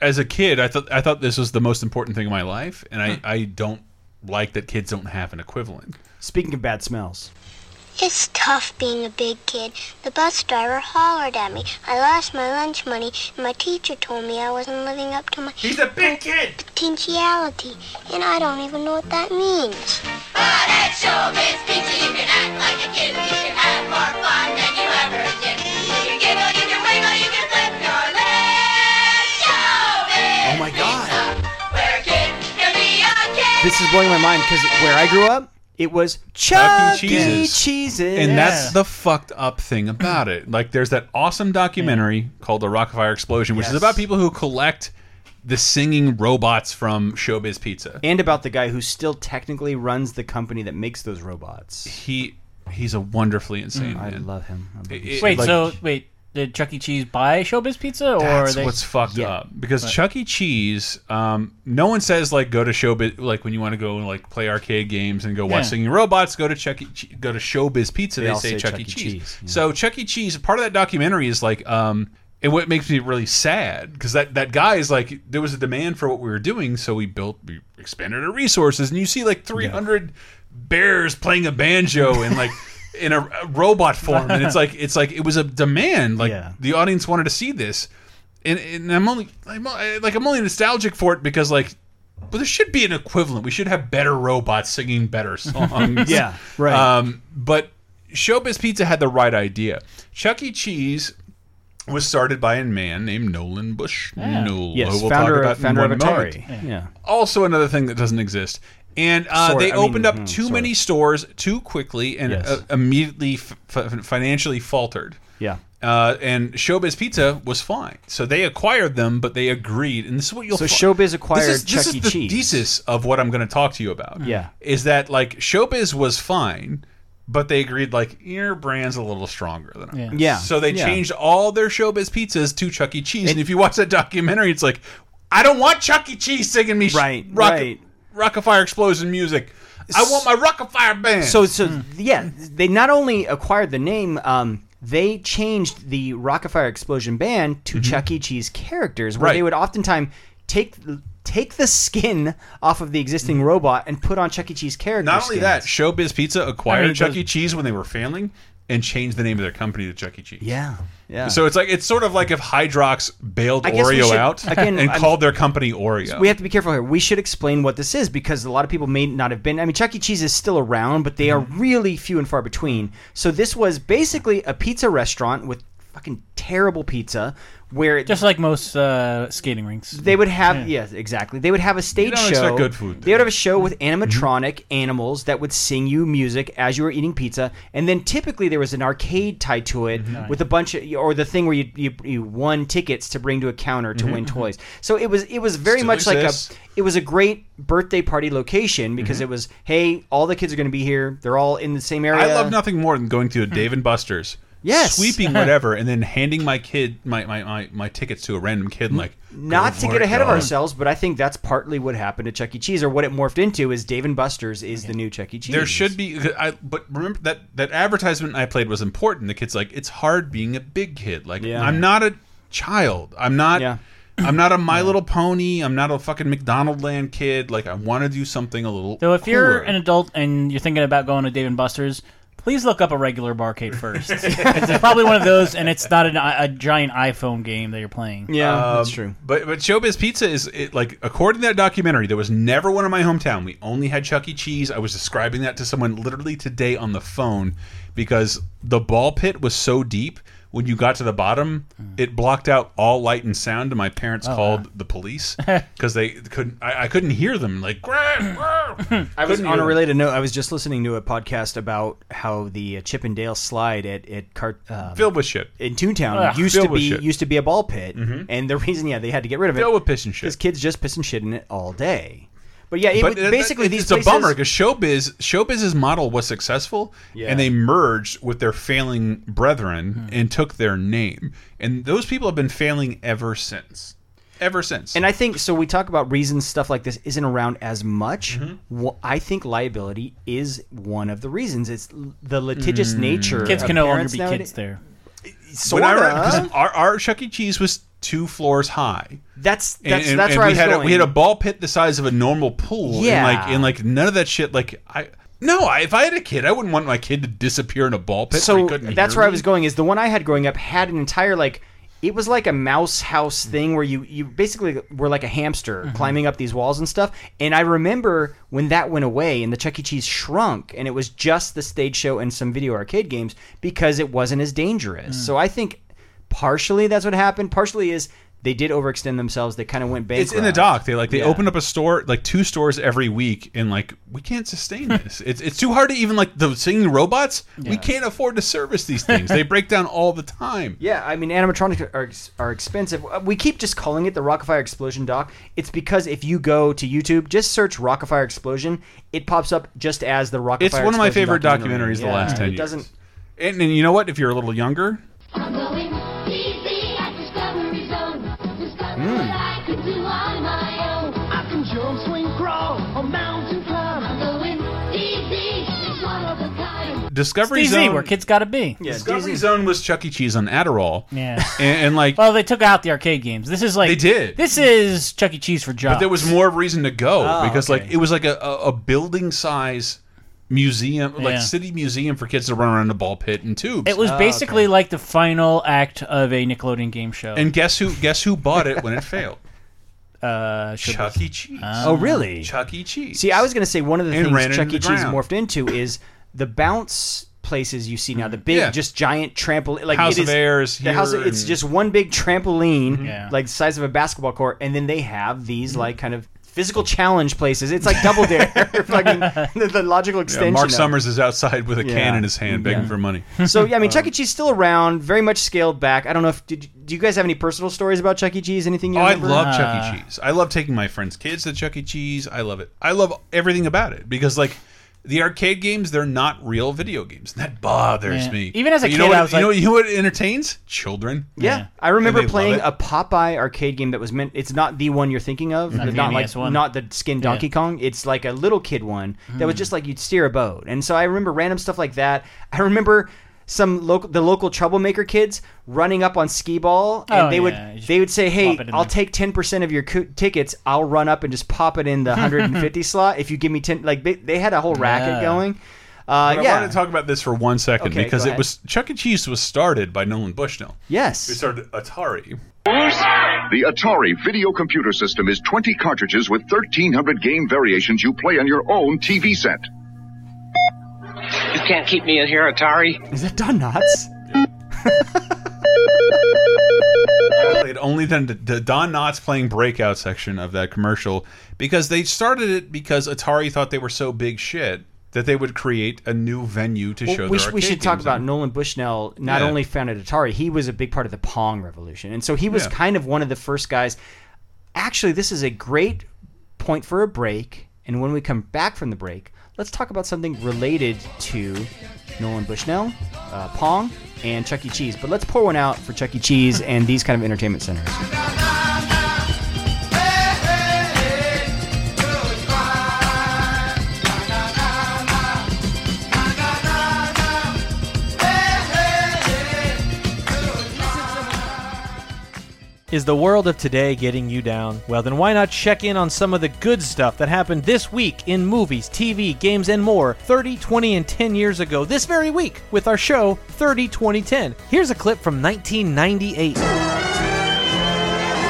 Speaker 1: as a kid, I thought I thought this was the most important thing in my life, and I, I don't like that kids don't have an equivalent.
Speaker 2: Speaking of bad smells,
Speaker 12: It's tough being a big kid. The bus driver hollered at me. I lost my lunch money, and my teacher told me I wasn't living up to my
Speaker 11: He's a big kid.
Speaker 12: potentiality, and I don't even know what that means.
Speaker 5: That show Miss Pixie, you can act like a kid. You can have more fun than you ever did. You can giggle, you can wiggle, you can flip your legs. Show Miss
Speaker 2: Oh my God.
Speaker 5: Pixie, Where a kid can be a kid.
Speaker 2: this is blowing my mind because where I grew up, it was Chuck E. Cheeses.
Speaker 1: And that's the fucked up thing about it. Like, there's that awesome documentary called The Rockfire Explosion, which is
Speaker 2: Yes.
Speaker 1: about people who collect the singing robots from Showbiz Pizza.
Speaker 2: and about the guy who still technically runs the company that makes those robots.
Speaker 1: He he's a wonderfully insane
Speaker 2: Mm, I
Speaker 1: man.
Speaker 2: love him. I love him
Speaker 1: It-
Speaker 3: wait,
Speaker 1: like-
Speaker 3: so wait, did Chuck E. Cheese buy Showbiz Pizza, or
Speaker 1: That's
Speaker 3: are they?
Speaker 1: what's fucked up because
Speaker 3: But-
Speaker 1: Chuck E. Cheese. Um, no one says like go to Showbiz like when you want to go and like play arcade games and go watch
Speaker 3: Yeah.
Speaker 1: singing robots. Go to Chuck E. Che- go to Showbiz Pizza.
Speaker 2: They
Speaker 1: They,
Speaker 2: all
Speaker 1: say, Chuck, E. Cheese.
Speaker 2: Cheese,
Speaker 1: So Chuck E. Cheese. Part of that documentary is like um, and what makes me really sad because that that guy is like there was a demand for what we were doing, so we built we expanded our resources, and you see like three hundred bears playing a banjo and like. In a a robot form, and it's like it's like it was a demand. Like
Speaker 2: Yeah.
Speaker 1: the audience wanted to see this, and, and I'm only I'm, uh, like I'm only nostalgic for it because like, but there should be an equivalent. We should have better robots singing better songs.
Speaker 2: Yeah, right.
Speaker 1: Um, but Showbiz Pizza had the right idea. Chuck E. Cheese was started by a man named Nolan Bush.
Speaker 2: Yeah.
Speaker 1: Nolan,
Speaker 2: Yes,
Speaker 1: we'll
Speaker 2: founder-
Speaker 1: talk about in
Speaker 2: founder of
Speaker 1: one
Speaker 2: Atari.
Speaker 1: moment.
Speaker 2: Yeah.
Speaker 1: Also, another thing that doesn't exist. And uh,
Speaker 2: Sorta,
Speaker 1: they
Speaker 2: I mean,
Speaker 1: opened up
Speaker 2: hmm,
Speaker 1: too
Speaker 2: sorta.
Speaker 1: many stores too quickly and
Speaker 2: Yes.
Speaker 1: uh, immediately f f- financially faltered.
Speaker 2: Yeah.
Speaker 1: Uh, and Showbiz Pizza was fine, so they acquired them, but they agreed, and this is what you'll.
Speaker 2: So
Speaker 1: fi-
Speaker 2: Showbiz acquired
Speaker 1: this is, this
Speaker 2: Chuck
Speaker 1: is
Speaker 2: E.
Speaker 1: the
Speaker 2: Cheese.
Speaker 1: thesis of what I'm going to talk to you about.
Speaker 2: Yeah.
Speaker 1: is that like Showbiz was fine, but they agreed like your brand's a little stronger than ours.
Speaker 2: Yeah. Yeah.
Speaker 1: So they
Speaker 2: Yeah.
Speaker 1: changed all their Showbiz pizzas to Chuck E. Cheese, and if you watch that documentary, it's like I don't want Chuck E. Cheese singing me right, rock,
Speaker 2: right.
Speaker 1: Rockafire explosion music. I want my Rockafire band.
Speaker 2: So, so yeah, they not only acquired the name, um, they changed the Rockafire Explosion band to Chuck E. Cheese characters, where
Speaker 1: Mm-hmm. Right.
Speaker 2: they would oftentimes take take the skin off of the existing robot and put on Chuck E. Cheese characters.
Speaker 1: Mm-hmm. Not only that, Showbiz Pizza acquired
Speaker 2: I mean,
Speaker 1: Chuck
Speaker 2: those-
Speaker 1: E. Cheese when they were failing and changed the name of their company to Chuck E. Cheese.
Speaker 2: Yeah. Yeah.
Speaker 1: So it's like it's sort of like if Hydrox bailed
Speaker 2: I guess we
Speaker 1: Oreo
Speaker 2: should-
Speaker 1: out
Speaker 2: again,
Speaker 1: and
Speaker 2: I'm-
Speaker 1: called their company Oreo.
Speaker 2: We have to be careful here. We should explain what this is because a lot of people may not have been. I mean, Chuck E. Cheese is still around, but they are really few and far between. So this was basically a pizza restaurant with fucking terrible pizza, where it,
Speaker 3: Just like most uh, skating rinks,
Speaker 2: they would have yes, exactly. They would have a stage
Speaker 3: don't
Speaker 2: show.
Speaker 3: expect good food
Speaker 2: They would have a show with
Speaker 1: Mm-hmm.
Speaker 2: animatronic animals that would sing you music as you were eating pizza, and then typically there was an arcade tied to it
Speaker 1: Mm-hmm.
Speaker 2: with a bunch of or the thing where you you, you won tickets to bring to a counter to
Speaker 3: Mhm.
Speaker 1: Mm-hmm.
Speaker 2: win toys. So it was it was very
Speaker 3: Still
Speaker 2: much
Speaker 3: exists.
Speaker 2: like a it was a great birthday party location because it was hey all the kids are going to be here they're all in the same area.
Speaker 1: Mm-hmm. I love nothing more than going to a Dave and Buster's,
Speaker 2: Hmm. Yes.
Speaker 1: sweeping whatever, and then handing my kid my my, my, my tickets to a random kid and like
Speaker 2: not
Speaker 3: Oh
Speaker 1: "Go
Speaker 2: to
Speaker 1: for
Speaker 2: get
Speaker 1: it,
Speaker 2: ahead of
Speaker 1: dog."
Speaker 2: ourselves, but I think that's partly what happened to Chuck E. Cheese, or what it morphed into is Dave and Buster's is the new Chuck E. Cheese.
Speaker 1: There should be, I, but remember that that advertisement I played was important. The kid's like, it's hard being a big kid. Like,
Speaker 2: Yeah.
Speaker 1: I'm not a child. I'm not. I'm not a My Little Pony. I'm not a fucking McDonaldland kid. Like, I want to do something a little.
Speaker 3: Though if you're
Speaker 1: cooler.
Speaker 3: an adult and you're thinking about going to Dave and Buster's, please look up a regular barcade first. 'Cause it's probably one of those, and it's not an, i- a giant iPhone game that you're playing.
Speaker 1: Um, But but Showbiz Pizza is it, like according to that documentary, there was never one in my hometown. We only had Chuck E. Cheese. I was describing that to someone literally today on the phone because the ball pit was so deep. When you got to the bottom,
Speaker 2: Hmm.
Speaker 1: it blocked out all light and sound, and my
Speaker 2: Oh,
Speaker 1: parents called the police because they couldn't. I, I couldn't hear them. Like,
Speaker 2: I was
Speaker 1: Couldn't
Speaker 2: on a
Speaker 1: you?
Speaker 2: related note. I was just listening to a podcast about how the uh, Chippendale slide at at Cart, um,
Speaker 1: filled with shit.
Speaker 2: in Toontown
Speaker 1: Ugh.
Speaker 2: used to
Speaker 1: Filled with
Speaker 2: be
Speaker 1: Ah, shit. Mm-hmm.
Speaker 2: used to be a ball pit, and the reason yeah they had to get rid of it
Speaker 1: Filled with piss and shit
Speaker 2: because kids just piss and shit in it all day. But yeah, it,
Speaker 1: But
Speaker 2: would-
Speaker 1: that-
Speaker 2: basically
Speaker 1: that-
Speaker 2: these
Speaker 1: it's
Speaker 2: places,
Speaker 1: a bummer because showbiz showbiz's model was successful
Speaker 2: Yeah. Hmm.
Speaker 1: and they merged with their failing brethren and took their name and those people have been failing ever since ever since.
Speaker 2: And I think so. We talk about reasons stuff like this isn't around as much.
Speaker 1: Mm-hmm.
Speaker 2: Well, I think liability is one of the reasons. It's l- the litigious
Speaker 3: Mm.
Speaker 2: nature.
Speaker 3: Kids
Speaker 2: of
Speaker 3: can no longer
Speaker 2: parents
Speaker 3: be
Speaker 2: nowadays.
Speaker 3: kids there.
Speaker 1: When I
Speaker 2: Sorta.
Speaker 1: remember- 'cause our, our Chuck E. Cheese was two floors high.
Speaker 2: That's
Speaker 1: And-
Speaker 2: that's
Speaker 1: and-
Speaker 2: that's
Speaker 1: and
Speaker 2: where I
Speaker 1: we
Speaker 2: was
Speaker 1: had
Speaker 2: going.
Speaker 1: A, we had a ball pit the size of a normal pool.
Speaker 2: Yeah.
Speaker 1: And like and like none of that shit. Like I no, I, if I had a kid, I wouldn't want my kid to disappear in a ball pit. where
Speaker 2: so
Speaker 1: he couldn't
Speaker 2: that's
Speaker 1: hear
Speaker 2: where I
Speaker 1: me.
Speaker 2: was going. Is the one I had growing up had an entire like it was like a mouse house
Speaker 1: Mm.
Speaker 2: thing where you you basically were like a hamster
Speaker 1: Mm-hmm.
Speaker 2: climbing up these walls and stuff. And I remember when that went away and the Chuck E. Cheese shrunk and it was just the stage show and some video arcade games because it wasn't as
Speaker 1: Mm.
Speaker 2: dangerous. So I think partially that's what happened. Partially is they did overextend themselves. They kind of went bankrupt.
Speaker 1: It's in the dock. They like they
Speaker 2: Yeah.
Speaker 1: open up a store, like two stores every week, and like we can't sustain this. it's it's too hard to even like the singing robots. We can't afford to service these things. they break down all the time.
Speaker 2: Yeah, I mean, animatronics are, are expensive. Uh, We keep just calling it the Rockafire Explosion doc. It's because if you go to YouTube, just search Rockafire Explosion, it pops up just as the Rockafire.
Speaker 1: It's one of my
Speaker 2: Explosion
Speaker 1: favorite
Speaker 2: documentary.
Speaker 1: documentaries the
Speaker 2: Yeah,
Speaker 1: last ten
Speaker 2: It
Speaker 1: years.
Speaker 2: doesn't.
Speaker 1: And, and you know what? If you're a little younger,
Speaker 5: I'm going easy at Discovery Zone. Discover
Speaker 1: Mm.
Speaker 5: what I can do on my own. Hmm. I can jump, swing, crawl, or mountain climb. I'm going easy. It's one of a kind.
Speaker 1: Discovery
Speaker 3: It's DZ,
Speaker 1: Zone
Speaker 3: where kids gotta be.
Speaker 1: Discovery Zone was Chuck E. Cheese on Adderall.
Speaker 3: Yeah.
Speaker 1: And, and like,
Speaker 3: well, they took out the arcade games. This is like
Speaker 1: They did.
Speaker 3: This is Chuck E. Cheese for jobs.
Speaker 1: but there was more of a reason to go
Speaker 3: Oh,
Speaker 1: because
Speaker 3: okay.
Speaker 1: like it was like a, a, a building size museum, like
Speaker 3: Yeah.
Speaker 1: city museum for kids to run around in a ball pit and tubes.
Speaker 3: It was
Speaker 2: Oh,
Speaker 3: basically like the final act of a Nickelodeon game show.
Speaker 1: And guess who? Guess who bought it when it failed?
Speaker 3: Uh,
Speaker 1: Chuck E. Cheese.
Speaker 2: Oh, really?
Speaker 1: Chuck E. Cheese.
Speaker 2: See, I was going to say one of the
Speaker 1: And ran
Speaker 2: things Chuck
Speaker 1: into
Speaker 2: E.
Speaker 1: the
Speaker 2: Cheese
Speaker 1: ground.
Speaker 2: morphed into is the bounce places you see now. The big,
Speaker 1: Yeah.
Speaker 2: just giant trampoline. Like
Speaker 1: House
Speaker 2: it
Speaker 1: of
Speaker 2: is,
Speaker 1: Air is
Speaker 2: the house.
Speaker 1: here
Speaker 2: It's
Speaker 1: and-
Speaker 2: just one big trampoline,
Speaker 1: Yeah.
Speaker 2: like the size of a basketball court, and then they have these like kind of physical challenge places. It's like double dare, fucking the, the logical
Speaker 1: Yeah,
Speaker 2: extension.
Speaker 1: Mark
Speaker 2: of it.
Speaker 1: Summers is outside with a can
Speaker 2: Yeah.
Speaker 1: in his hand, begging
Speaker 2: Yeah.
Speaker 1: for money.
Speaker 2: So yeah, I mean, Chuck E. Cheese still around, very much scaled back. I don't know if did, do you guys have any personal stories about Chuck E. Cheese? Anything you?
Speaker 1: Oh, I
Speaker 2: remember?
Speaker 1: love Chuck E. Cheese. I love taking my friends' kids to Chuck E. Cheese. I love it. I love everything about it because, like, the arcade games, they're not real video games. That bothers
Speaker 2: Yeah.
Speaker 1: me.
Speaker 2: Even as a
Speaker 1: you
Speaker 2: kid,
Speaker 1: know what,
Speaker 2: I was
Speaker 1: you know,
Speaker 2: like-
Speaker 1: you know what entertains children.
Speaker 2: Yeah. I remember
Speaker 1: And they
Speaker 2: playing
Speaker 1: love
Speaker 2: a Popeye arcade game that was meant. It's not the one you're thinking of.
Speaker 3: Not
Speaker 2: It's
Speaker 3: the
Speaker 2: not like
Speaker 3: NES one.
Speaker 2: not the skin
Speaker 3: Yeah.
Speaker 2: Donkey Kong. It's like a little kid one that was
Speaker 3: Hmm.
Speaker 2: just like you'd steer a boat. And so I remember random stuff like that. I remember some local the local troublemaker kids running up on skee ball and
Speaker 3: Oh,
Speaker 2: they
Speaker 3: yeah. You
Speaker 2: would
Speaker 3: just
Speaker 2: they would say hey
Speaker 3: plop it in
Speaker 2: i'll
Speaker 3: there."
Speaker 2: take 10% of your coo- tickets i'll run up and just pop it in the 150 slot if you give me 10 like they, they had a whole racket
Speaker 1: Yeah.
Speaker 2: going uh,
Speaker 1: But I
Speaker 2: yeah
Speaker 1: wanted to talk about this for one second
Speaker 2: Okay,
Speaker 1: because
Speaker 2: go
Speaker 1: it
Speaker 2: ahead.
Speaker 1: was Chuck E. Cheese was started by Nolan Bushnell.
Speaker 2: Yes.
Speaker 1: It started Atari.
Speaker 13: The Atari video computer system is 20 cartridges with 1,300 game variations you play on your own TV set.
Speaker 14: You can't keep me in here, Atari.
Speaker 2: Is that Don Knotts?
Speaker 1: They had only done the, the Don Knotts playing breakout section of that commercial because they started it because Atari thought they were so big shit that they would create a new venue to
Speaker 2: Well,
Speaker 1: show
Speaker 2: we,
Speaker 1: their
Speaker 2: sh- we
Speaker 1: arcade
Speaker 2: should talk
Speaker 1: games
Speaker 2: about
Speaker 1: in.
Speaker 2: Nolan Bushnell. Not
Speaker 1: Yeah.
Speaker 2: only founded Atari, he was a big part of the Pong revolution, and so he was
Speaker 1: Yeah.
Speaker 2: kind of one of the first guys. Actually, this is a great point for a break, and when we come back from the break, let's talk about something related to Nolan Bushnell, uh, Pong, and Chuck E. Cheese. But let's pour one out for Chuck E. Cheese and these kind of entertainment centers.
Speaker 6: Is the world of today getting you down? Well, then why not check in on some of the good stuff that happened this week in movies, TV, games, and more 30, 20, and 10 years ago this very week with our show 30, 20, 10. Here's a clip from 1998.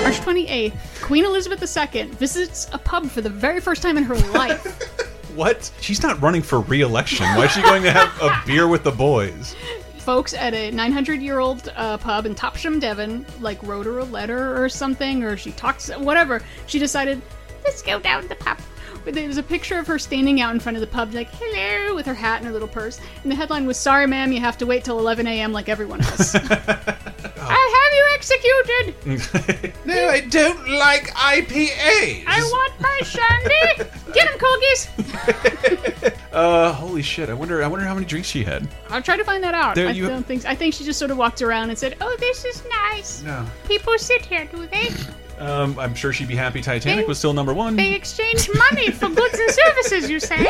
Speaker 15: March 28th, Queen Elizabeth II visits a pub for the very first time in her life.
Speaker 1: What? She's not running for re-election. Why is she going to have a beer with the boys?
Speaker 15: Folks at a 900 year old uh, pub in Topsham, Devon, like wrote her a letter or something, or she talks, whatever. She decided, let's go down to the pub. But There was a picture of her standing out in front of the pub, like, hello, with her hat and her little purse. And the headline was, sorry, ma'am, you have to wait till 11 a.m. like everyone else. I have you executed!
Speaker 1: No, I don't like IPAs.
Speaker 15: I want my shandy! Get him, Colgies!
Speaker 1: Uh, holy shit! I wonder. I wonder how many drinks she had.
Speaker 15: I'll try to find that out.
Speaker 1: There
Speaker 15: I
Speaker 1: you-
Speaker 15: don't think. I think she just sort of walked around and said, "Oh, this is nice.
Speaker 1: No.
Speaker 15: People sit here, do they?"
Speaker 1: Um, I'm sure she'd be happy Titanic
Speaker 15: They-
Speaker 1: was still number one.
Speaker 15: They exchange money for goods and services, you say?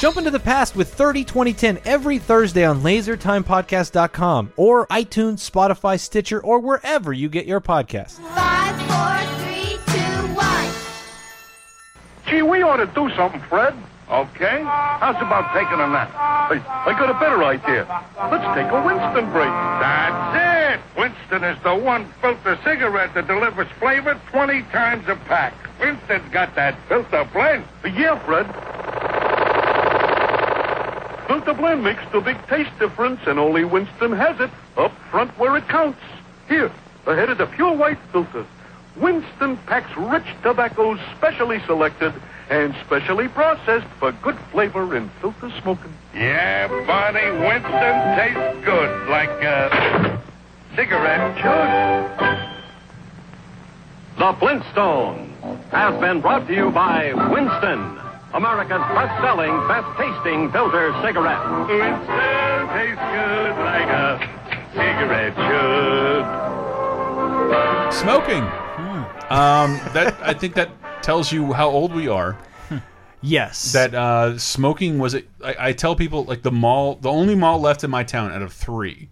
Speaker 6: Jump into the past with 30 2010 every Thursday on lasertimepodcast.com or iTunes, Spotify, Stitcher, or wherever you get your podcasts.
Speaker 5: Five, four, three, two, one.
Speaker 16: Gee, we ought to do something, Fred. Okay? How's about taking a nap? Hey, I got a better idea. Let's take a Winston break. That's it. Winston is the one filter cigarette that delivers flavor 20 times a pack. Winston's got that filter blend. Yeah, Fred. Filter blend makes the big taste difference, and only Winston has it up front where it counts. Here, ahead of the pure white filter. Winston packs rich tobaccos specially selected and specially processed for good flavor in filter smoking.
Speaker 17: Yeah, Barney, Winston tastes good, like
Speaker 18: uh,
Speaker 17: a cigarette should.
Speaker 18: The Flintstone has been brought to you by Winston, America's best-selling, best-tasting filter cigarette. Winston tastes good like a cigarette should.
Speaker 1: Smoking. Um, that I think that tells you how old we are.
Speaker 2: Yes.
Speaker 1: That uh, smoking was. I, I tell people like the mall, the only mall left in my town out of three,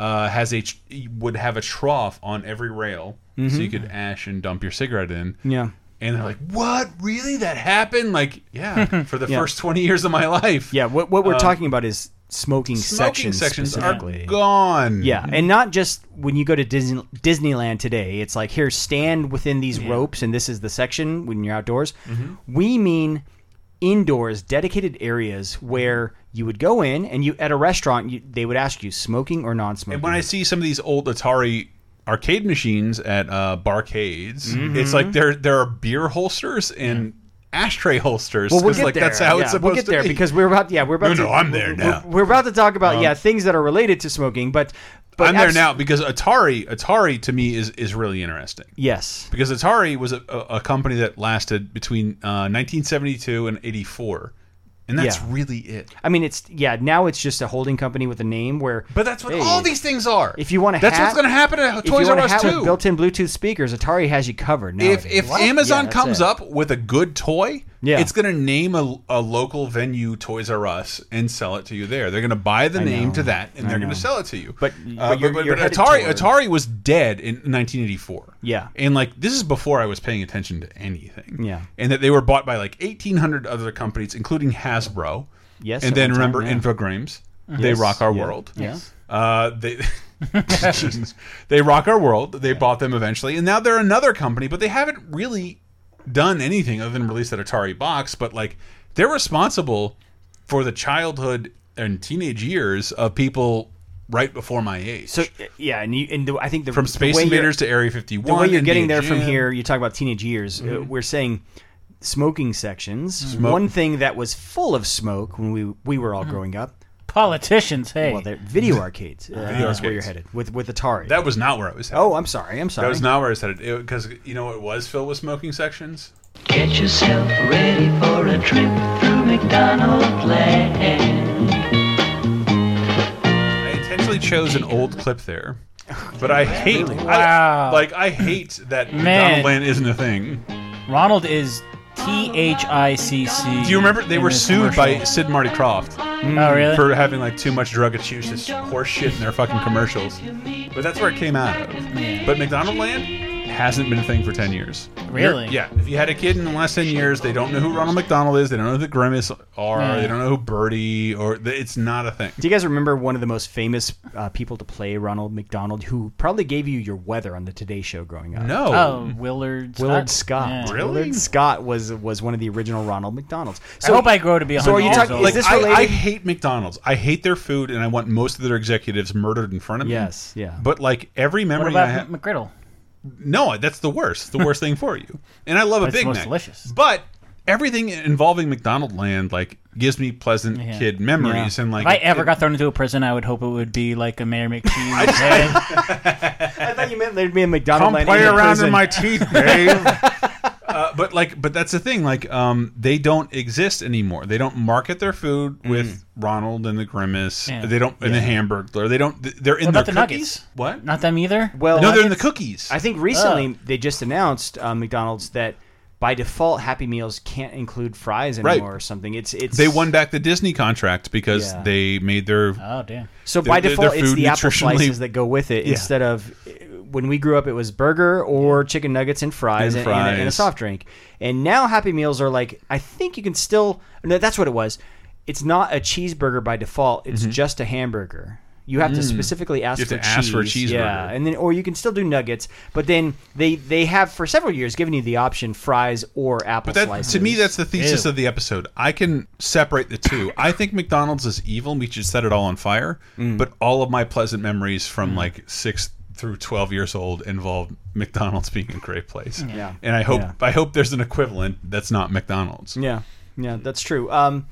Speaker 1: uh, has a tr- would have a trough on every rail, so
Speaker 2: Mhm.
Speaker 1: you could ash and dump your cigarette in.
Speaker 2: Yeah.
Speaker 1: And they're like, "What? Really? That happened? Like, yeah, for the
Speaker 2: Yeah.
Speaker 1: first twenty years of my life."
Speaker 2: Yeah, what, what we're
Speaker 1: Um,
Speaker 2: talking about is smoking,
Speaker 1: smoking
Speaker 2: sections.
Speaker 1: sections are
Speaker 2: specifically.
Speaker 1: gone.
Speaker 2: Yeah, and not just when you go to Disney, Disneyland today. It's like here, stand within these ropes, and this is the section when you're outdoors.
Speaker 1: Mm-hmm.
Speaker 5: Mhm.
Speaker 2: We mean indoors, dedicated areas where you would go in and you at a restaurant, you, they would ask you smoking or non-smoking.
Speaker 1: And when I see some of these old Atari arcade machines at uh, barcades, it's like there there are beer holsters and ashtray holsters.
Speaker 2: Well, we'll
Speaker 1: It's
Speaker 2: get
Speaker 1: like
Speaker 2: there.
Speaker 1: that's how
Speaker 2: yeah,
Speaker 1: it's supposed
Speaker 2: we'll get
Speaker 1: to
Speaker 2: there
Speaker 1: be.
Speaker 2: because we're about. Yeah, we're about.
Speaker 1: No,
Speaker 2: to,
Speaker 1: no, I'm there
Speaker 2: we're-
Speaker 1: now.
Speaker 2: We're, about to talk about
Speaker 1: Um,
Speaker 2: yeah things that are related to smoking, but. but
Speaker 1: I'm there
Speaker 2: abs-
Speaker 1: now because Atari Atari to me is is really interesting.
Speaker 2: Yes.
Speaker 1: Because Atari was a, a, a company that lasted between uh, 1972 and 84. And that's
Speaker 2: Yeah.
Speaker 1: really it.
Speaker 2: I mean, it's yeah. Now it's just a holding company with a name where.
Speaker 1: But that's what all these things are.
Speaker 2: If you want a
Speaker 1: That's
Speaker 2: hat,
Speaker 1: what's going to happen at
Speaker 2: if you
Speaker 1: Oh, Toys
Speaker 2: want a
Speaker 1: R Us
Speaker 2: hat
Speaker 1: too.
Speaker 2: with built-in Bluetooth speakers, Atari has you covered.
Speaker 1: if
Speaker 2: nowadays.
Speaker 1: if
Speaker 2: What?
Speaker 1: Amazon
Speaker 2: Yeah, that's
Speaker 1: comes
Speaker 2: it.
Speaker 1: up with a good toy,
Speaker 2: Yeah.
Speaker 1: it's going to name a, a local venue Toys R Us and sell it to you there. They're going to buy the
Speaker 2: I
Speaker 1: name
Speaker 2: know.
Speaker 1: to that and
Speaker 2: I
Speaker 1: they're going
Speaker 2: know.
Speaker 1: to sell it to you. Uh,
Speaker 2: But- but
Speaker 1: but,
Speaker 2: you're-
Speaker 1: but-
Speaker 2: you're
Speaker 1: but
Speaker 2: headed
Speaker 1: Atari
Speaker 2: toward-
Speaker 1: Atari was dead in 1984.
Speaker 2: Yeah.
Speaker 1: And like this is before I was paying attention to anything.
Speaker 2: Yeah.
Speaker 1: And that they were bought by like 1800 other companies including Hasbro.
Speaker 2: Yes,
Speaker 1: And
Speaker 2: at
Speaker 1: then
Speaker 2: one time,
Speaker 1: remember
Speaker 2: yeah.
Speaker 1: Infogrames.
Speaker 2: Mhm.
Speaker 1: They
Speaker 2: Yes,
Speaker 1: rock our
Speaker 2: yeah,
Speaker 1: world.
Speaker 2: yeah.
Speaker 1: Uh, they Jesus. they rock our world. They bought them eventually, and now they're another company, but they haven't really done anything other than release that Atari box. But like, they're responsible for the childhood and teenage years of people right before my age.
Speaker 2: So uh, yeah, and you and the, I think the
Speaker 1: From
Speaker 2: the
Speaker 1: Space
Speaker 2: way you're-
Speaker 1: Invaders to Area 51,
Speaker 2: The way you're getting
Speaker 1: Indiana
Speaker 2: there from
Speaker 1: Jam.
Speaker 2: here, you talk about teenage years. uh,
Speaker 1: Mhm.
Speaker 2: we're saying smoking sections.
Speaker 1: Smoke.
Speaker 2: One thing that was full of smoke when we we were all
Speaker 1: Mm-hmm.
Speaker 2: growing up.
Speaker 3: Politicians, hey.
Speaker 2: Well, they're video arcades. Uh,
Speaker 1: Video
Speaker 2: that's where you're
Speaker 1: arcades.
Speaker 2: headed with with Atari.
Speaker 1: That was not where I was headed.
Speaker 2: Oh, I'm sorry. I'm sorry.
Speaker 1: That was not where I said it because you know what was filled with smoking sections.
Speaker 5: Get yourself ready for a trip through McDonald Land.
Speaker 1: I intentionally chose an old clip there, but I hate
Speaker 3: Really?
Speaker 1: I, like I hate that
Speaker 3: Man.
Speaker 1: McDonald Land isn't a thing.
Speaker 3: Ronald is T H I C C.
Speaker 1: Do you remember they
Speaker 3: in
Speaker 1: were
Speaker 3: this
Speaker 1: sued by
Speaker 3: commercial.
Speaker 1: Sid Marty Croft?
Speaker 3: Mm. Oh, really?
Speaker 1: For having like too much drug abuse, this horse shit in their fucking commercials. But that's where it came out of. But McDonald Land hasn't been a thing for ten years.
Speaker 3: Really?
Speaker 1: You're- yeah. If you had a kid in the last ten years, they don't know who Ronald McDonald is. They don't know who the Grimace are.
Speaker 2: Yeah.
Speaker 1: They don't know who Birdie or. It's not a thing.
Speaker 2: Do you guys remember one of the most famous uh, people to play Ronald McDonald, who probably gave you your weather on the Today Show growing up?
Speaker 1: No.
Speaker 3: Oh, Willard Scott.
Speaker 2: Willard Scott.
Speaker 3: Yeah.
Speaker 2: Willard Scott was was one of the original Ronald McDonalds.
Speaker 3: hope I grow to be
Speaker 2: So are
Speaker 3: 100
Speaker 2: you
Speaker 3: years
Speaker 2: talking?
Speaker 3: old.
Speaker 2: Is this
Speaker 1: I,
Speaker 2: related?
Speaker 1: I hate McDonald's. I hate their food, and I want most of their executives murdered in front of me.
Speaker 2: Yes, yeah.
Speaker 1: But like every
Speaker 3: What
Speaker 1: memory I
Speaker 3: about
Speaker 1: have,
Speaker 3: McGriddle?
Speaker 1: no, that's the worst. The worst thing for you. And I love
Speaker 3: But
Speaker 1: a
Speaker 3: it's
Speaker 1: Big
Speaker 3: most
Speaker 1: Mac.
Speaker 3: delicious.
Speaker 1: But everything involving McDonald Land like gives me pleasant
Speaker 3: Yeah.
Speaker 1: kid memories.
Speaker 3: Yeah.
Speaker 1: And
Speaker 3: if
Speaker 1: like
Speaker 3: I ever
Speaker 1: it-
Speaker 3: got thrown into a prison, I would hope it would be like a Mayor McCheese. head.
Speaker 2: I thought you meant there'd be a McDonald.
Speaker 1: Come play around in my teeth, Dave. uh, but like, but that's the thing. Like, um, they don't exist anymore. They don't market their food with Ronald and the Grimace.
Speaker 3: Mm. Yeah.
Speaker 1: They don't in the
Speaker 3: Yeah.
Speaker 1: hamburger. They don't. They're in
Speaker 3: what
Speaker 1: their
Speaker 3: about the
Speaker 1: cookies.
Speaker 3: nuggets?
Speaker 1: What?
Speaker 3: Not them either.
Speaker 2: Well,
Speaker 1: no, they're in the cookies.
Speaker 2: I think recently
Speaker 3: Oh.
Speaker 2: they just announced uh, McDonald's that by default Happy Meals can't include fries
Speaker 1: Right.
Speaker 2: anymore or something. It's it's
Speaker 1: they won back the Disney contract because
Speaker 2: Yeah.
Speaker 1: they made their.
Speaker 3: Oh damn.
Speaker 2: So
Speaker 1: their-
Speaker 2: by
Speaker 1: their-
Speaker 2: default,
Speaker 1: their
Speaker 2: it's
Speaker 1: food
Speaker 2: the apple
Speaker 1: nutritionally-
Speaker 2: slices that go with it
Speaker 1: Yeah.
Speaker 2: instead of when we grew up, it was burger or chicken nuggets and fries
Speaker 1: And
Speaker 2: and, and a- and a
Speaker 1: fries.
Speaker 2: soft drink. And now Happy Meals are like, I think you can still. No, that's what it was. It's not a cheeseburger by default. It's just a hamburger. You have to
Speaker 1: Mm-hmm. Mm.
Speaker 2: specifically ask
Speaker 1: You have
Speaker 2: for
Speaker 1: to
Speaker 2: cheese.
Speaker 1: ask for a
Speaker 2: Yeah,
Speaker 1: cheeseburger.
Speaker 2: and then or you can still do nuggets, but then they they have for several years given you the option fries or apple
Speaker 1: But that,
Speaker 2: slices.
Speaker 1: to me, that's the thesis
Speaker 2: Ew.
Speaker 1: of the episode. I can separate the two. I think McDonald's is evil. and We should set it all on fire.
Speaker 2: Mm.
Speaker 1: But all of my pleasant memories from like six through twelve years old involved McDonald's being a great place.
Speaker 2: Yeah.
Speaker 1: And I hope
Speaker 2: Yeah.
Speaker 1: I hope there's an equivalent that's not McDonald's.
Speaker 2: Yeah, yeah, that's true. Um,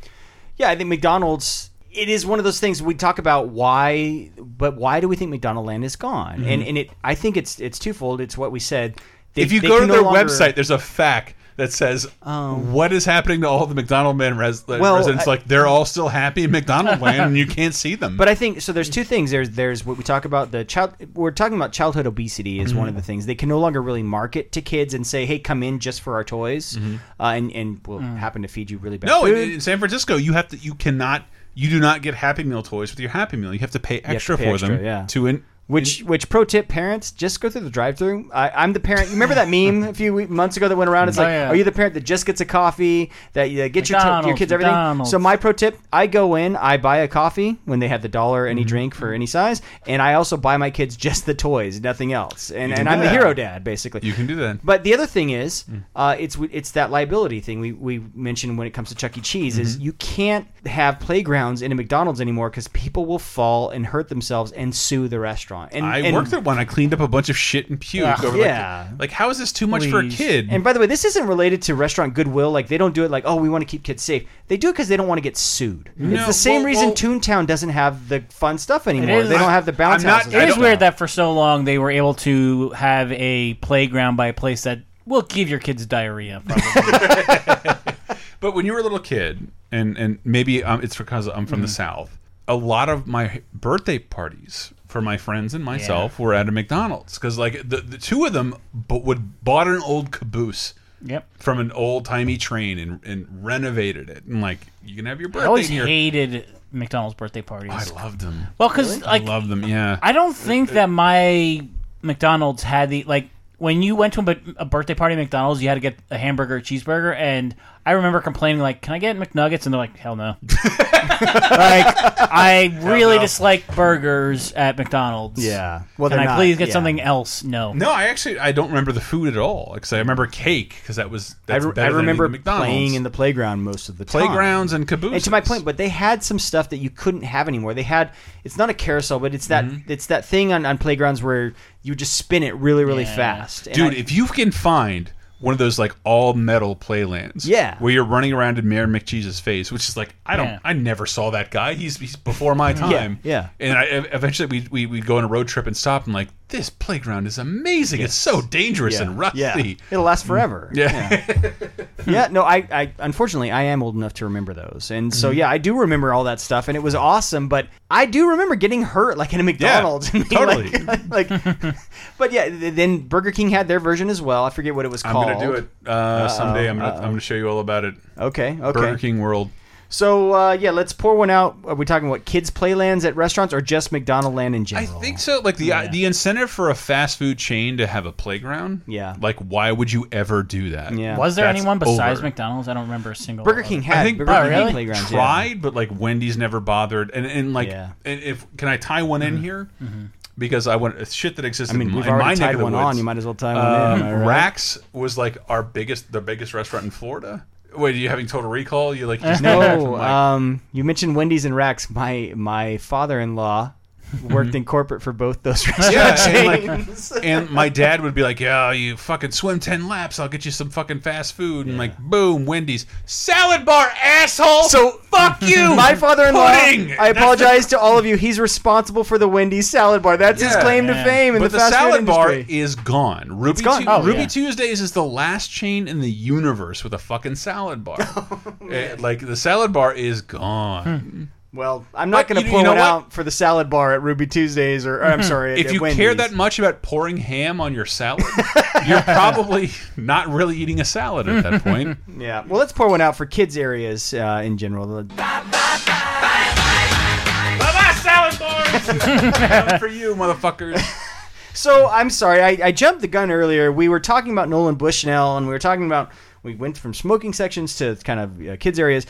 Speaker 2: yeah, I think McDonald's. It is one of those things we talk about why, but why do we think McDonald Land is gone?
Speaker 1: Mhm.
Speaker 2: And and it, I think it's it's twofold. It's what we said. They-
Speaker 1: if you
Speaker 2: they
Speaker 1: go to
Speaker 2: can no
Speaker 1: their
Speaker 2: longer- Um.
Speaker 1: website, there's a fac that says what is happening to all the McDonald Man res
Speaker 2: Well,
Speaker 1: residents.
Speaker 2: I-
Speaker 1: like they're all still happy in McDonald Land, and you can't see them.
Speaker 2: But I think so. There's two things. There's there's what we talk about. The child we're talking about childhood obesity is one of
Speaker 1: Mhm.
Speaker 2: the things they can no longer really market to kids and say, hey, come in just for our toys, uh, and and we'll happen to feed you really bad.
Speaker 1: Mm-hmm. Mm. No,
Speaker 2: food.
Speaker 1: in, in San Francisco, you have to. You cannot. You do not get Happy Meal toys with your Happy Meal. You have to pay
Speaker 2: have to
Speaker 1: extra
Speaker 2: pay
Speaker 1: for
Speaker 2: extra,
Speaker 1: them.
Speaker 2: yeah.
Speaker 1: To in
Speaker 2: Which which pro tip, parents, just go through the drive-through. I- I'm the parent. You remember that meme a few we- months ago that went around? It's
Speaker 3: Oh,
Speaker 2: like,
Speaker 3: yeah.
Speaker 2: are you the parent that just gets a coffee that you get your to- your
Speaker 3: McDonald's,
Speaker 2: kids everything?
Speaker 3: McDonald's.
Speaker 2: So my pro tip, I go in, I buy a coffee when they have the dollar any drink for any size, and I also buy my kids just the toys, nothing else. And
Speaker 1: You can
Speaker 2: and
Speaker 1: do
Speaker 2: I'm the
Speaker 1: that.
Speaker 2: hero dad basically.
Speaker 1: you can do that.
Speaker 2: But the other thing is,
Speaker 1: Mm.
Speaker 2: uh, it's it's that liability thing we, we mentioned when it comes to Chuck E. Cheese is
Speaker 1: Mm-hmm.
Speaker 2: you can't have playgrounds in a McDonald's anymore because people will fall and hurt themselves and sue the restaurant. And
Speaker 1: I
Speaker 2: and-
Speaker 1: worked at one. I cleaned up a bunch of shit and puke.
Speaker 2: Ugh,
Speaker 1: over
Speaker 2: yeah.
Speaker 1: Like, like, how is this too much for a kid?
Speaker 2: And by the way, this isn't related to restaurant goodwill. Like they don't do it like oh we want to keep kids safe. They do it because they don't want to get sued.
Speaker 1: No,
Speaker 2: it's the same
Speaker 1: well,
Speaker 2: reason
Speaker 1: well-
Speaker 2: Toontown doesn't have the fun stuff anymore. They don't have the bounce houses.
Speaker 3: It is weird that for so long they were able to have a playground by a place that will give your kids diarrhea. Probably.
Speaker 1: But when you were a little kid, and and maybe um, it's because I'm from the
Speaker 2: Mm-hmm.
Speaker 3: Mhm.
Speaker 1: South. A lot of my birthday parties for my friends and myself were at a McDonald's because like the, the two of them but would bought an old caboose.
Speaker 3: Yep.
Speaker 1: From an old timey train and, and renovated it and like you can have your
Speaker 3: I
Speaker 1: birthday
Speaker 3: always
Speaker 1: here.
Speaker 3: hated McDonald's birthday parties.
Speaker 1: I loved them.
Speaker 3: Well, 'cause, Really? like-
Speaker 1: I love them. Yeah.
Speaker 3: I don't think that my McDonald's had the like when you went to a, a birthday party at McDonald's, you had to get a hamburger, or cheeseburger, and I remember complaining like, "Can I get McNuggets?" And they're like, "Hell no." like I really
Speaker 1: no.
Speaker 3: dislike burgers at McDonald's.
Speaker 1: Yeah. Well,
Speaker 3: Well, can
Speaker 1: they're
Speaker 3: I
Speaker 1: not,
Speaker 3: please get
Speaker 1: yeah.
Speaker 3: something else? No.
Speaker 1: No, I actually I don't remember the food at all because I remember cake because that was
Speaker 2: I,
Speaker 1: that's
Speaker 2: re- I
Speaker 1: better than
Speaker 2: remember
Speaker 1: the McDonald's.
Speaker 2: playing in the playground most of the time.
Speaker 1: Playgrounds and
Speaker 2: And to my point, but they had some stuff that you couldn't have anymore. They had it's not a carousel, but it's that
Speaker 1: Mm-hmm.
Speaker 2: it's that thing on, on playgrounds where you just spin it really really fast. And
Speaker 1: dude.
Speaker 2: I-
Speaker 1: if you can find one of those like all metal playlands,
Speaker 2: Yeah.
Speaker 1: where you're running around in Mayor McCheese's face, which is like I don't
Speaker 2: Yeah.
Speaker 1: I never saw that guy. He's he's before my
Speaker 2: Yeah,
Speaker 1: time.
Speaker 2: yeah.
Speaker 1: and I ev- eventually we we we go on a road trip and stop and like this playground is amazing. It's so dangerous
Speaker 2: Yeah.
Speaker 1: and rusty. Mm-hmm.
Speaker 2: Yeah. It'll last forever.
Speaker 1: Yeah.
Speaker 2: yeah, no, I, I unfortunately I am old enough to remember those, and
Speaker 1: Mm-hmm.
Speaker 2: so yeah, I do remember all that stuff, and it was awesome. But I do remember getting hurt like in a McDonald's, and being
Speaker 1: totally.
Speaker 2: Like, like- but yeah, th- then Burger King had their version as well. I forget what it was
Speaker 1: I'm
Speaker 2: called.
Speaker 1: gonna do it uh,
Speaker 2: Uh-oh,
Speaker 1: someday. I'm gonna,
Speaker 2: uh-oh.
Speaker 1: I'm gonna show you all about it.
Speaker 2: Okay, okay.
Speaker 1: Burger King World.
Speaker 2: So uh, yeah, let's pour one out. Are we talking what kids playlands at restaurants or just McDonald land in general?
Speaker 1: I think so. Like the the incentive for a fast food chain to have a playground.
Speaker 2: Yeah.
Speaker 1: Like why would you ever do that? Yeah.
Speaker 3: Was there anyone besides McDonald's? I don't remember a single.
Speaker 2: Burger
Speaker 3: other.
Speaker 2: King had-
Speaker 1: I think
Speaker 2: Burger
Speaker 1: Burger
Speaker 2: King
Speaker 1: King
Speaker 2: playgrounds, yeah.
Speaker 1: tried, but like Wendy's never bothered. And and like
Speaker 2: Yeah.
Speaker 1: and if can I tie one in here? Because I want shit that exists
Speaker 2: I mean,
Speaker 1: in, my-
Speaker 2: we've
Speaker 1: in my
Speaker 2: already
Speaker 1: neck
Speaker 2: tied
Speaker 1: of the
Speaker 2: one
Speaker 1: woods.
Speaker 2: on. You might as well tie one in, am
Speaker 1: Um,
Speaker 2: I right?
Speaker 1: Rax was like our biggest, the biggest restaurant in Florida. Wait, are you having Total
Speaker 2: uh,
Speaker 1: Recall? You like you just came back from,
Speaker 2: no,
Speaker 1: like,
Speaker 2: um, you mentioned Wendy's and Rex. My my father in law worked in corporate for both those
Speaker 1: Yeah,
Speaker 2: restaurant
Speaker 1: and, like-
Speaker 2: chains.
Speaker 1: and my dad would be like, "Yeah, you fucking swim ten laps. I'll get you some fucking fast food." And like, boom, Wendy's salad bar, asshole.
Speaker 2: So-
Speaker 1: fuck you.
Speaker 2: My father-in-law.
Speaker 1: Pudding!
Speaker 2: I
Speaker 1: That's the-
Speaker 2: apologize to all of you. He's responsible for the Wendy's salad bar. That's his
Speaker 1: Yeah.
Speaker 2: claim to fame in
Speaker 1: but
Speaker 2: the fast
Speaker 1: salad
Speaker 2: food
Speaker 1: bar
Speaker 2: industry.
Speaker 1: is gone. Ruby,
Speaker 2: gone.
Speaker 1: Tu-
Speaker 2: Oh,
Speaker 1: Ruby
Speaker 2: yeah.
Speaker 1: Tuesdays is the last chain in the universe with a fucking salad bar. Eh, like the salad bar is
Speaker 2: Hmm.
Speaker 1: gone.
Speaker 2: Well, I'm not
Speaker 1: But
Speaker 2: going
Speaker 1: you-
Speaker 2: to
Speaker 1: you
Speaker 2: pull
Speaker 1: know
Speaker 2: one
Speaker 1: what?
Speaker 2: out for the salad bar at Ruby Tuesdays, or, or I'm sorry, at-
Speaker 1: if
Speaker 2: at
Speaker 1: you
Speaker 2: Wendy's.
Speaker 1: care that much about pouring ham on your salad, you're probably not really eating a salad at that point.
Speaker 2: Yeah. Well, let's pour one out for kids areas uh, in general.
Speaker 1: Bye-bye, salad bars. None for you, motherfuckers.
Speaker 2: So I'm sorry, I, I jumped the gun earlier. We were talking about Nolan Bushnell, and we were talking about we went from smoking sections to kind of uh, kids areas,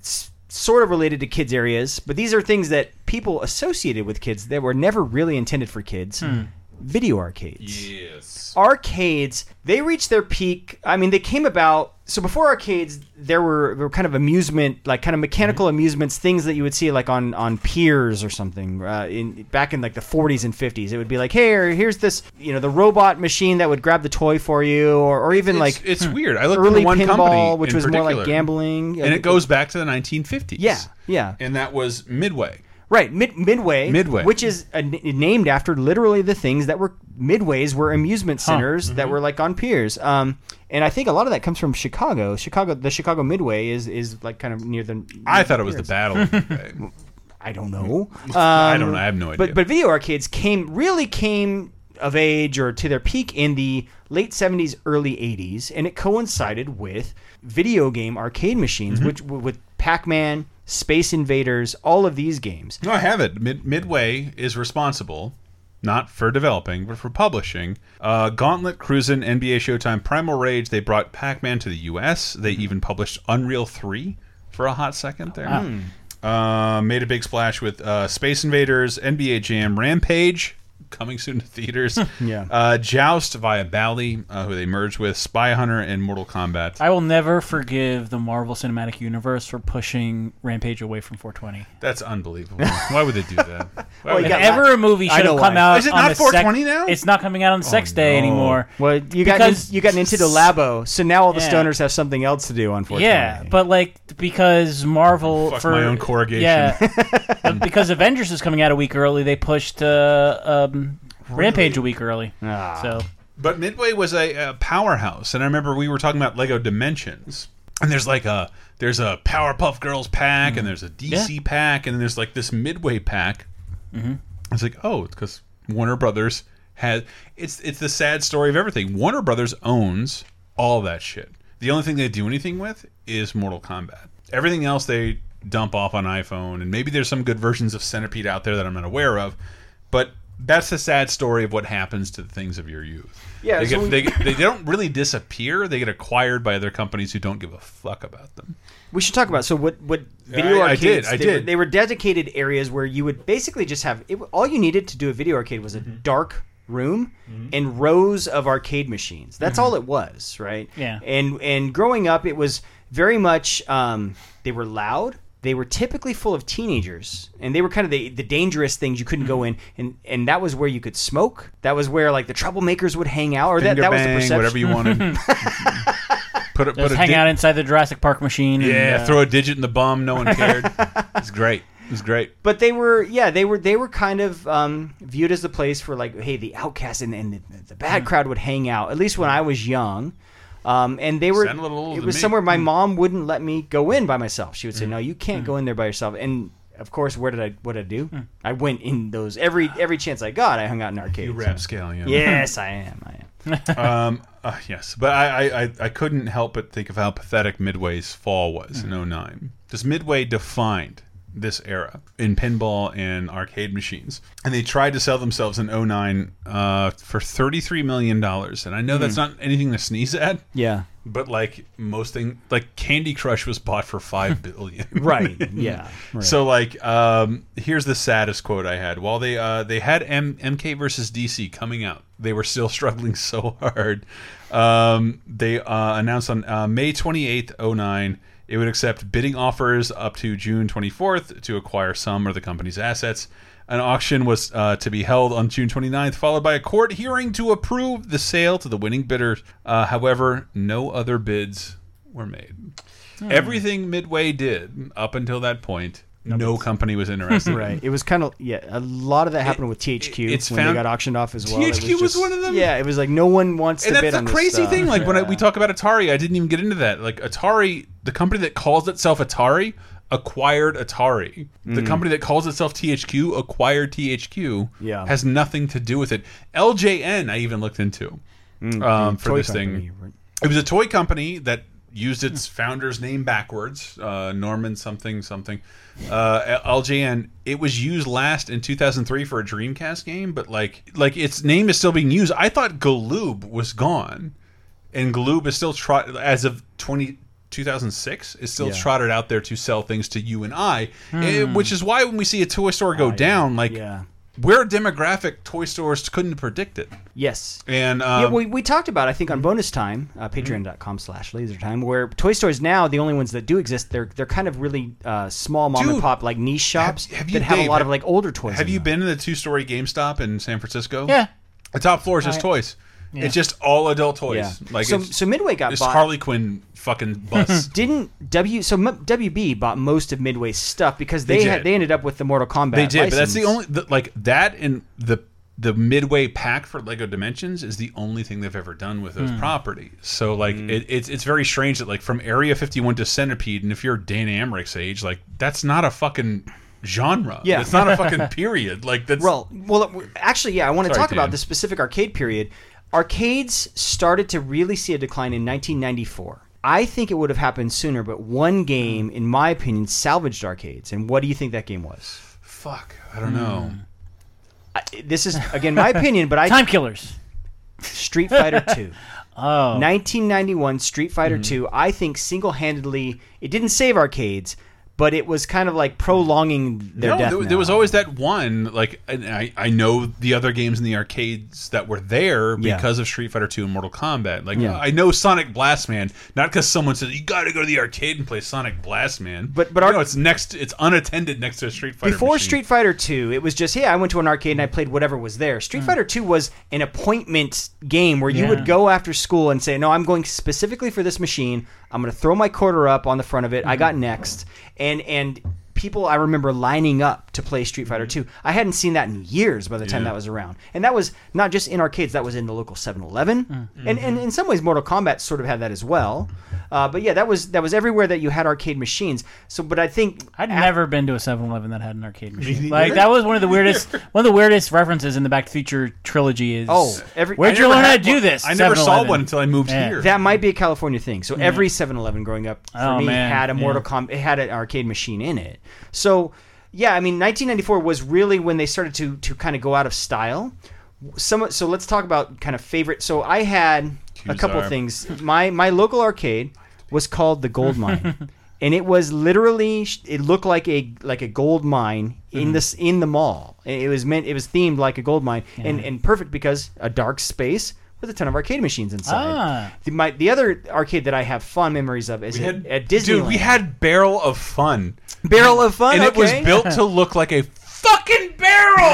Speaker 2: s- sort of related to kids areas. But these are things that people associated with kids that were never really intended for kids.
Speaker 3: Hmm.
Speaker 2: Video arcades. Yes. Arcades. They reached their peak. I mean, they came about. So before arcades, there were, were kind of amusement, like kind of mechanical
Speaker 1: Mm-hmm.
Speaker 2: amusements, things that you would see like on on piers or something. Uh, in back in like the 40s and 50s, it would be like, hey, here's this, you know, the robot machine that would grab the toy for you, or, or even
Speaker 1: It's-
Speaker 2: like
Speaker 1: it's weird. I looked
Speaker 2: early
Speaker 1: into one
Speaker 2: pinball,
Speaker 1: company
Speaker 2: which
Speaker 1: in
Speaker 2: was more like
Speaker 1: particular.
Speaker 2: gambling,
Speaker 1: And it goes back to the 1950s.
Speaker 2: Yeah, yeah.
Speaker 1: And that was Midway.
Speaker 2: Right, mid, midway,
Speaker 1: Midway.
Speaker 2: which is uh, n- named after literally the things that were midways were amusement centers
Speaker 1: Mm-hmm.
Speaker 2: that were like on piers. Um, and I think a lot of that comes from Chicago. Chicago, the Chicago Midway is is like kind of near the.
Speaker 1: I thought it was the battle. of Midway.
Speaker 2: I don't know.
Speaker 1: I
Speaker 2: Um,
Speaker 1: don't know. I have no idea.
Speaker 2: But but video arcades came really came of age or to their peak in the late 70s early 80s and it coincided with video game arcade machines
Speaker 1: Mhm.
Speaker 2: which with Pac-Man, Space Invaders, all of these games.
Speaker 1: No, I have it. Mid- Midway is responsible, not for developing, but for publishing. Uh, Gauntlet, Cruisin', NBA Showtime, Primal Rage. They brought Pac-Man to the U.S. They even published Unreal Three for a hot second there.
Speaker 2: Wow.
Speaker 1: Uh, made a big splash with uh, Space Invaders, NBA Jam, Rampage, coming soon to theaters.
Speaker 2: Yeah.
Speaker 1: Uh, Joust via Bally, uh, who they merged with Spy Hunter and Mortal Kombat.
Speaker 3: I will never forgive the Marvel Cinematic Universe for pushing Rampage away from 420.
Speaker 1: That's unbelievable. why would they do that? Why
Speaker 3: Well,
Speaker 1: would
Speaker 3: if
Speaker 1: they-
Speaker 3: ever a movie should have come out.
Speaker 1: Is it
Speaker 3: on
Speaker 1: not
Speaker 3: the
Speaker 1: 420
Speaker 3: sec-
Speaker 1: now?
Speaker 3: It's not coming out on
Speaker 2: Oh,
Speaker 3: Sex Day anymore.
Speaker 2: Well, you got
Speaker 3: Because-
Speaker 2: nin- you got Nintendo Labo, so now all the
Speaker 3: Yeah.
Speaker 2: stoners have something else to do. Unfortunately,
Speaker 3: Yeah, but like because Marvel
Speaker 2: Fuck
Speaker 3: for
Speaker 2: my own corrugation.
Speaker 3: Yeah, But because Avengers is coming out a week early, they pushed uh, um, Rampage a week early.
Speaker 2: Ah.
Speaker 3: So
Speaker 1: But Midway was a, a powerhouse, and I remember we were talking about Lego Dimensions, and there's like a there's a Powerpuff Girls pack, and there's a DC pack, and then there's like this Midway pack.
Speaker 3: Mhm.
Speaker 1: It's like oh, it's because Warner Brothers has it's it's the sad story of everything. Warner Brothers owns all that shit. The only thing they do anything with is Mortal Kombat. Everything else they dump off on iPhone, and maybe there's some good versions of Centipede out there that I'm not aware of, but that's the sad story of what happens to the things of your youth.
Speaker 2: Yeah,
Speaker 1: they,
Speaker 2: so
Speaker 1: get,
Speaker 2: we-
Speaker 1: they, get- they don't really disappear. They get acquired by other companies who don't give a fuck about them.
Speaker 2: we should talk about so what what video
Speaker 1: I- I
Speaker 2: arcades.
Speaker 1: did, I
Speaker 2: they, Were,
Speaker 1: did.
Speaker 2: they were dedicated areas where you would basically just have it, all you needed to do a video arcade was a dark room and rows of arcade machines. That's
Speaker 3: Mhm.
Speaker 2: all it was, right?
Speaker 3: Yeah.
Speaker 2: And and growing up, it was very much um, they were loud. They were typically full of teenagers, and they were kind of the, the dangerous things you couldn't go in, and, and that was where you could smoke. That was where like the troublemakers would hang out, or that, that was the
Speaker 1: Finger bang,
Speaker 2: perception.
Speaker 1: whatever you wanted. Put a, put
Speaker 3: just
Speaker 1: a
Speaker 3: hang
Speaker 1: di-
Speaker 3: out inside the Jurassic Park machine. and,
Speaker 1: Yeah,
Speaker 3: uh,
Speaker 1: throw a digit in the bum. No one cared. it's great. It's great.
Speaker 2: but they were yeah they were they were kind of um, viewed as the place for like hey the outcasts and, and the, the bad
Speaker 1: Hmm.
Speaker 2: crowd would hang out at least when i was young um, and they were
Speaker 1: Sound Hmm. a little older
Speaker 2: it
Speaker 1: than
Speaker 2: was
Speaker 1: me. Hmm.
Speaker 2: somewhere my mom wouldn't let me go in by myself she would say no you can't go in there by yourself and of course where did i what did i do i went in those every every chance i got i hung out in arcades
Speaker 1: Hmm. You rapscallion.
Speaker 2: yes i am i am
Speaker 1: um, uh, yes, but I, I- I, I couldn't help but think of how pathetic Midway's fall was in 09. Because Midway defined this era in pinball and arcade machines. And they tried to sell themselves in 09 uh, for $33 million. And I know that's
Speaker 2: Mm.
Speaker 1: not anything to sneeze at.
Speaker 2: Yeah.
Speaker 1: But like most thing, like Candy Crush was bought for five billion.
Speaker 2: Right, yeah, right.
Speaker 1: So like, um, here's the saddest quote I had. While they uh, they had M- MK versus DC coming out, they were still struggling so hard. Um, they uh, announced on uh, May 28th, 09, it would accept bidding offers up to June 24th to acquire some or the company's assets. An auction was uh, to be held on June 29th, followed by a court hearing to approve the sale to the winning bidders. Uh, however, no other bids were made.
Speaker 2: Hmm.
Speaker 1: Everything Midway did up until that point, no, company was interested.
Speaker 2: right. It was kind of yeah. A lot of that happened with THQ
Speaker 1: it's
Speaker 2: when they
Speaker 1: found-
Speaker 2: got auctioned off as well. It
Speaker 1: THQ was one of them?
Speaker 2: Yeah, it was like no one wants
Speaker 1: and
Speaker 2: to bid
Speaker 1: that's
Speaker 2: on
Speaker 1: the
Speaker 2: this
Speaker 1: crazy
Speaker 2: stuff.
Speaker 1: thing. Like when I,
Speaker 2: Yeah.
Speaker 1: we talk about Atari, I didn't even get into that. Like Atari, the company that calls itself Atari acquired Atari. The
Speaker 2: Mhm.
Speaker 1: company that calls itself THQ acquired THQ.
Speaker 2: Yeah.
Speaker 1: has nothing to do with it. LJN, I even looked into um, for
Speaker 2: Mm. Toy
Speaker 1: this
Speaker 2: company,
Speaker 1: thing. It was a toy company that used its founder's name backwards, uh, Norman something something. Uh, L- LJN. It was used last in 2003 for a Dreamcast game, but like like its name is still being used. I thought Galoob was gone, and Galoob is still try as of 20. 2006 is still
Speaker 2: Yeah.
Speaker 1: trotted out there to sell things to you and I, eh,
Speaker 2: Hmm.
Speaker 1: which is why when we see a toy store go down, like we're a demographic toy stores couldn't predict it.
Speaker 2: Yes.
Speaker 1: And
Speaker 2: yeah,
Speaker 1: um, Mm-hmm.
Speaker 2: we, we talked about I think on bonus time, uh, patreon.com slash laser time, where toy stores now the only ones that do exist they're they're kind of really uh, small mom and
Speaker 1: Dude,
Speaker 2: pop like niche shops
Speaker 1: have you-
Speaker 2: that have
Speaker 1: Dave,
Speaker 2: a lot
Speaker 1: have-
Speaker 2: of like older toys.
Speaker 1: Have you been in the two-story GameStop in San Francisco?
Speaker 2: Yeah.
Speaker 1: The top floor is just
Speaker 2: I-
Speaker 1: toys.
Speaker 2: Yeah.
Speaker 1: It's just all adult toys.
Speaker 2: Yeah.
Speaker 1: Like
Speaker 2: So-
Speaker 1: it's,
Speaker 2: so Midway got
Speaker 1: it's
Speaker 2: bought-
Speaker 1: Harley Quinn fucking bus.
Speaker 2: Didn't W so M- WB bought most of Midway's stuff because
Speaker 1: They
Speaker 2: they had,
Speaker 1: did.
Speaker 2: they ended up with the Mortal Kombat.
Speaker 1: they did, but that's the
Speaker 2: license.
Speaker 1: only the, like that and the the Midway pack for Lego Dimensions is the only thing they've ever done with those
Speaker 2: Hmm.
Speaker 1: properties. So like it, it's it's very strange that like from Area 51 to Centipede, and if you're Dan Amrick's age, like that's not a fucking genre.
Speaker 2: Yeah.
Speaker 1: it's not a fucking period. Like that's well,
Speaker 2: well, actually, yeah, I want to
Speaker 1: Sorry,
Speaker 2: talk
Speaker 1: Dan.
Speaker 2: about the specific arcade period. Arcades started to really see a decline in 1994. I think it would have happened sooner, but one game, in my opinion, salvaged arcades. And what do you think that game was?
Speaker 1: fuck. I don't
Speaker 2: hmm.
Speaker 1: know.
Speaker 2: I, this is again my opinion, but I
Speaker 3: Time Killers,
Speaker 2: Street Fighter Two.
Speaker 3: Oh.
Speaker 2: 1991 Street Fighter
Speaker 1: Mm-hmm.
Speaker 3: Mhm.
Speaker 2: 2. I think single-handedly it didn't save arcades, but it was kind of like prolonging their
Speaker 1: no,
Speaker 2: death.
Speaker 1: there,
Speaker 2: knell.
Speaker 1: there was always that one. Like and I, I know the other games in the arcades that were there
Speaker 2: Yeah.
Speaker 1: because of Street Fighter Two and Mortal Kombat. Like
Speaker 2: Yeah.
Speaker 1: I know Sonic Blast Man, not because someone said you got to go to the arcade and play Sonic Blast Man. But but no, it's next. It's unattended next to a Street Fighter.
Speaker 2: Before
Speaker 1: machine.
Speaker 2: Street Fighter 2, it was just, yeah, I went to an arcade and I played whatever was there. Street
Speaker 1: Hmm.
Speaker 2: Fighter 2 was an appointment game where you
Speaker 3: Yeah.
Speaker 2: would go after school and say, no, I'm going specifically for this machine. I'm going to throw my quarter up on the front of it.
Speaker 1: Hmm.
Speaker 2: I got next. And, and, People I remember lining up to play Street Fighter
Speaker 1: Hmm.
Speaker 2: 2. I hadn't seen that in years by the time
Speaker 3: Yeah.
Speaker 2: that was around. And that was not just in arcades, that was in the local 7-Eleven.
Speaker 1: Hmm.
Speaker 2: And,
Speaker 1: Mm-hmm.
Speaker 2: and in some ways Mortal Kombat sort of had that as well. Uh, but yeah, that was that was everywhere that you had arcade machines. So but I think
Speaker 3: I'd never been to a 7-Eleven that had an arcade machine.
Speaker 2: neither.
Speaker 3: Like that was one of the weirdest, one of the weirdest references in the Back to the Future trilogy. Is
Speaker 2: Oh, every,
Speaker 3: where'd you learn how to do this? 7-Eleven. Yeah.
Speaker 2: That might be a California thing. So
Speaker 3: Yeah.
Speaker 2: every 7-Eleven growing up for
Speaker 3: Oh,
Speaker 2: me
Speaker 3: man.
Speaker 2: had a
Speaker 3: Yeah.
Speaker 2: Mortal Kombat. It had an arcade machine in it. So yeah, I mean, 1994 was really when they started to to kind of go out of style. Some so let's talk about kind of favorite. So I had a couple
Speaker 3: Qzar.
Speaker 2: things. My my local arcade was called the Gold Mine. And it was literally, it looked like a like a gold mine in
Speaker 3: Mhm.
Speaker 2: this in the mall. It it was meant, it was themed like a gold mine, and
Speaker 3: Yeah.
Speaker 2: and perfect because a dark space with a ton of arcade machines inside.
Speaker 3: Ah.
Speaker 2: The, my, the other arcade that I have fond memories of is
Speaker 1: We
Speaker 2: at,
Speaker 1: had-
Speaker 2: at Disneyland.
Speaker 1: Dude, we had Barrel of Fun.
Speaker 2: Barrel of Fun,
Speaker 1: and it was
Speaker 2: okay.
Speaker 1: built to look like a fucking barrel.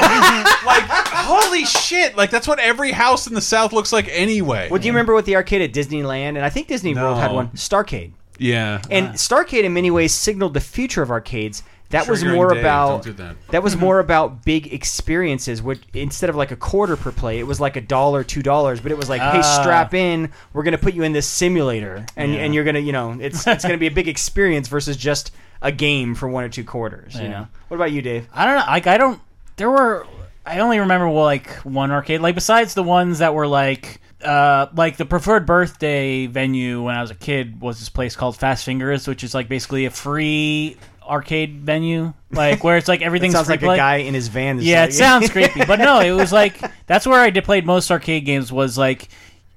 Speaker 1: like holy shit! Like that's what every house in the South looks like anyway.
Speaker 2: Well, do you remember what the arcade at Disneyland and I think Disney World had
Speaker 1: No.
Speaker 2: one, Starcade.
Speaker 1: Yeah.
Speaker 3: Ah.
Speaker 2: And Starcade in many ways signaled the future of arcades. That was
Speaker 1: Triggering
Speaker 2: more
Speaker 1: Dave,
Speaker 2: about
Speaker 1: don't do that.
Speaker 2: was more about big experiences. Which instead of like a quarter per play, it was like a dollar, two dollars. But it was like, hey,
Speaker 3: Ah.
Speaker 2: strap in. We're gonna put you in this simulator, and
Speaker 3: Yeah.
Speaker 2: and you're gonna, you know, it's it's gonna be a big experience versus just a game for one or two quarters. You
Speaker 3: Yeah.
Speaker 2: know, what about you, Dave?
Speaker 3: I don't know. Like I don't. There were. I only remember well, like one arcade. Like besides the ones that were like. Uh, like the preferred birthday venue when I was a kid was this place called Fast Fingers, which is like basically a free arcade venue, like where it's like
Speaker 2: That
Speaker 3: everything's
Speaker 2: sounds
Speaker 3: free
Speaker 2: like
Speaker 3: play.
Speaker 2: a guy in his van. that's
Speaker 3: Yeah,
Speaker 2: like-
Speaker 3: it sounds creepy, but no, it was like that's where I did played most arcade games. Was like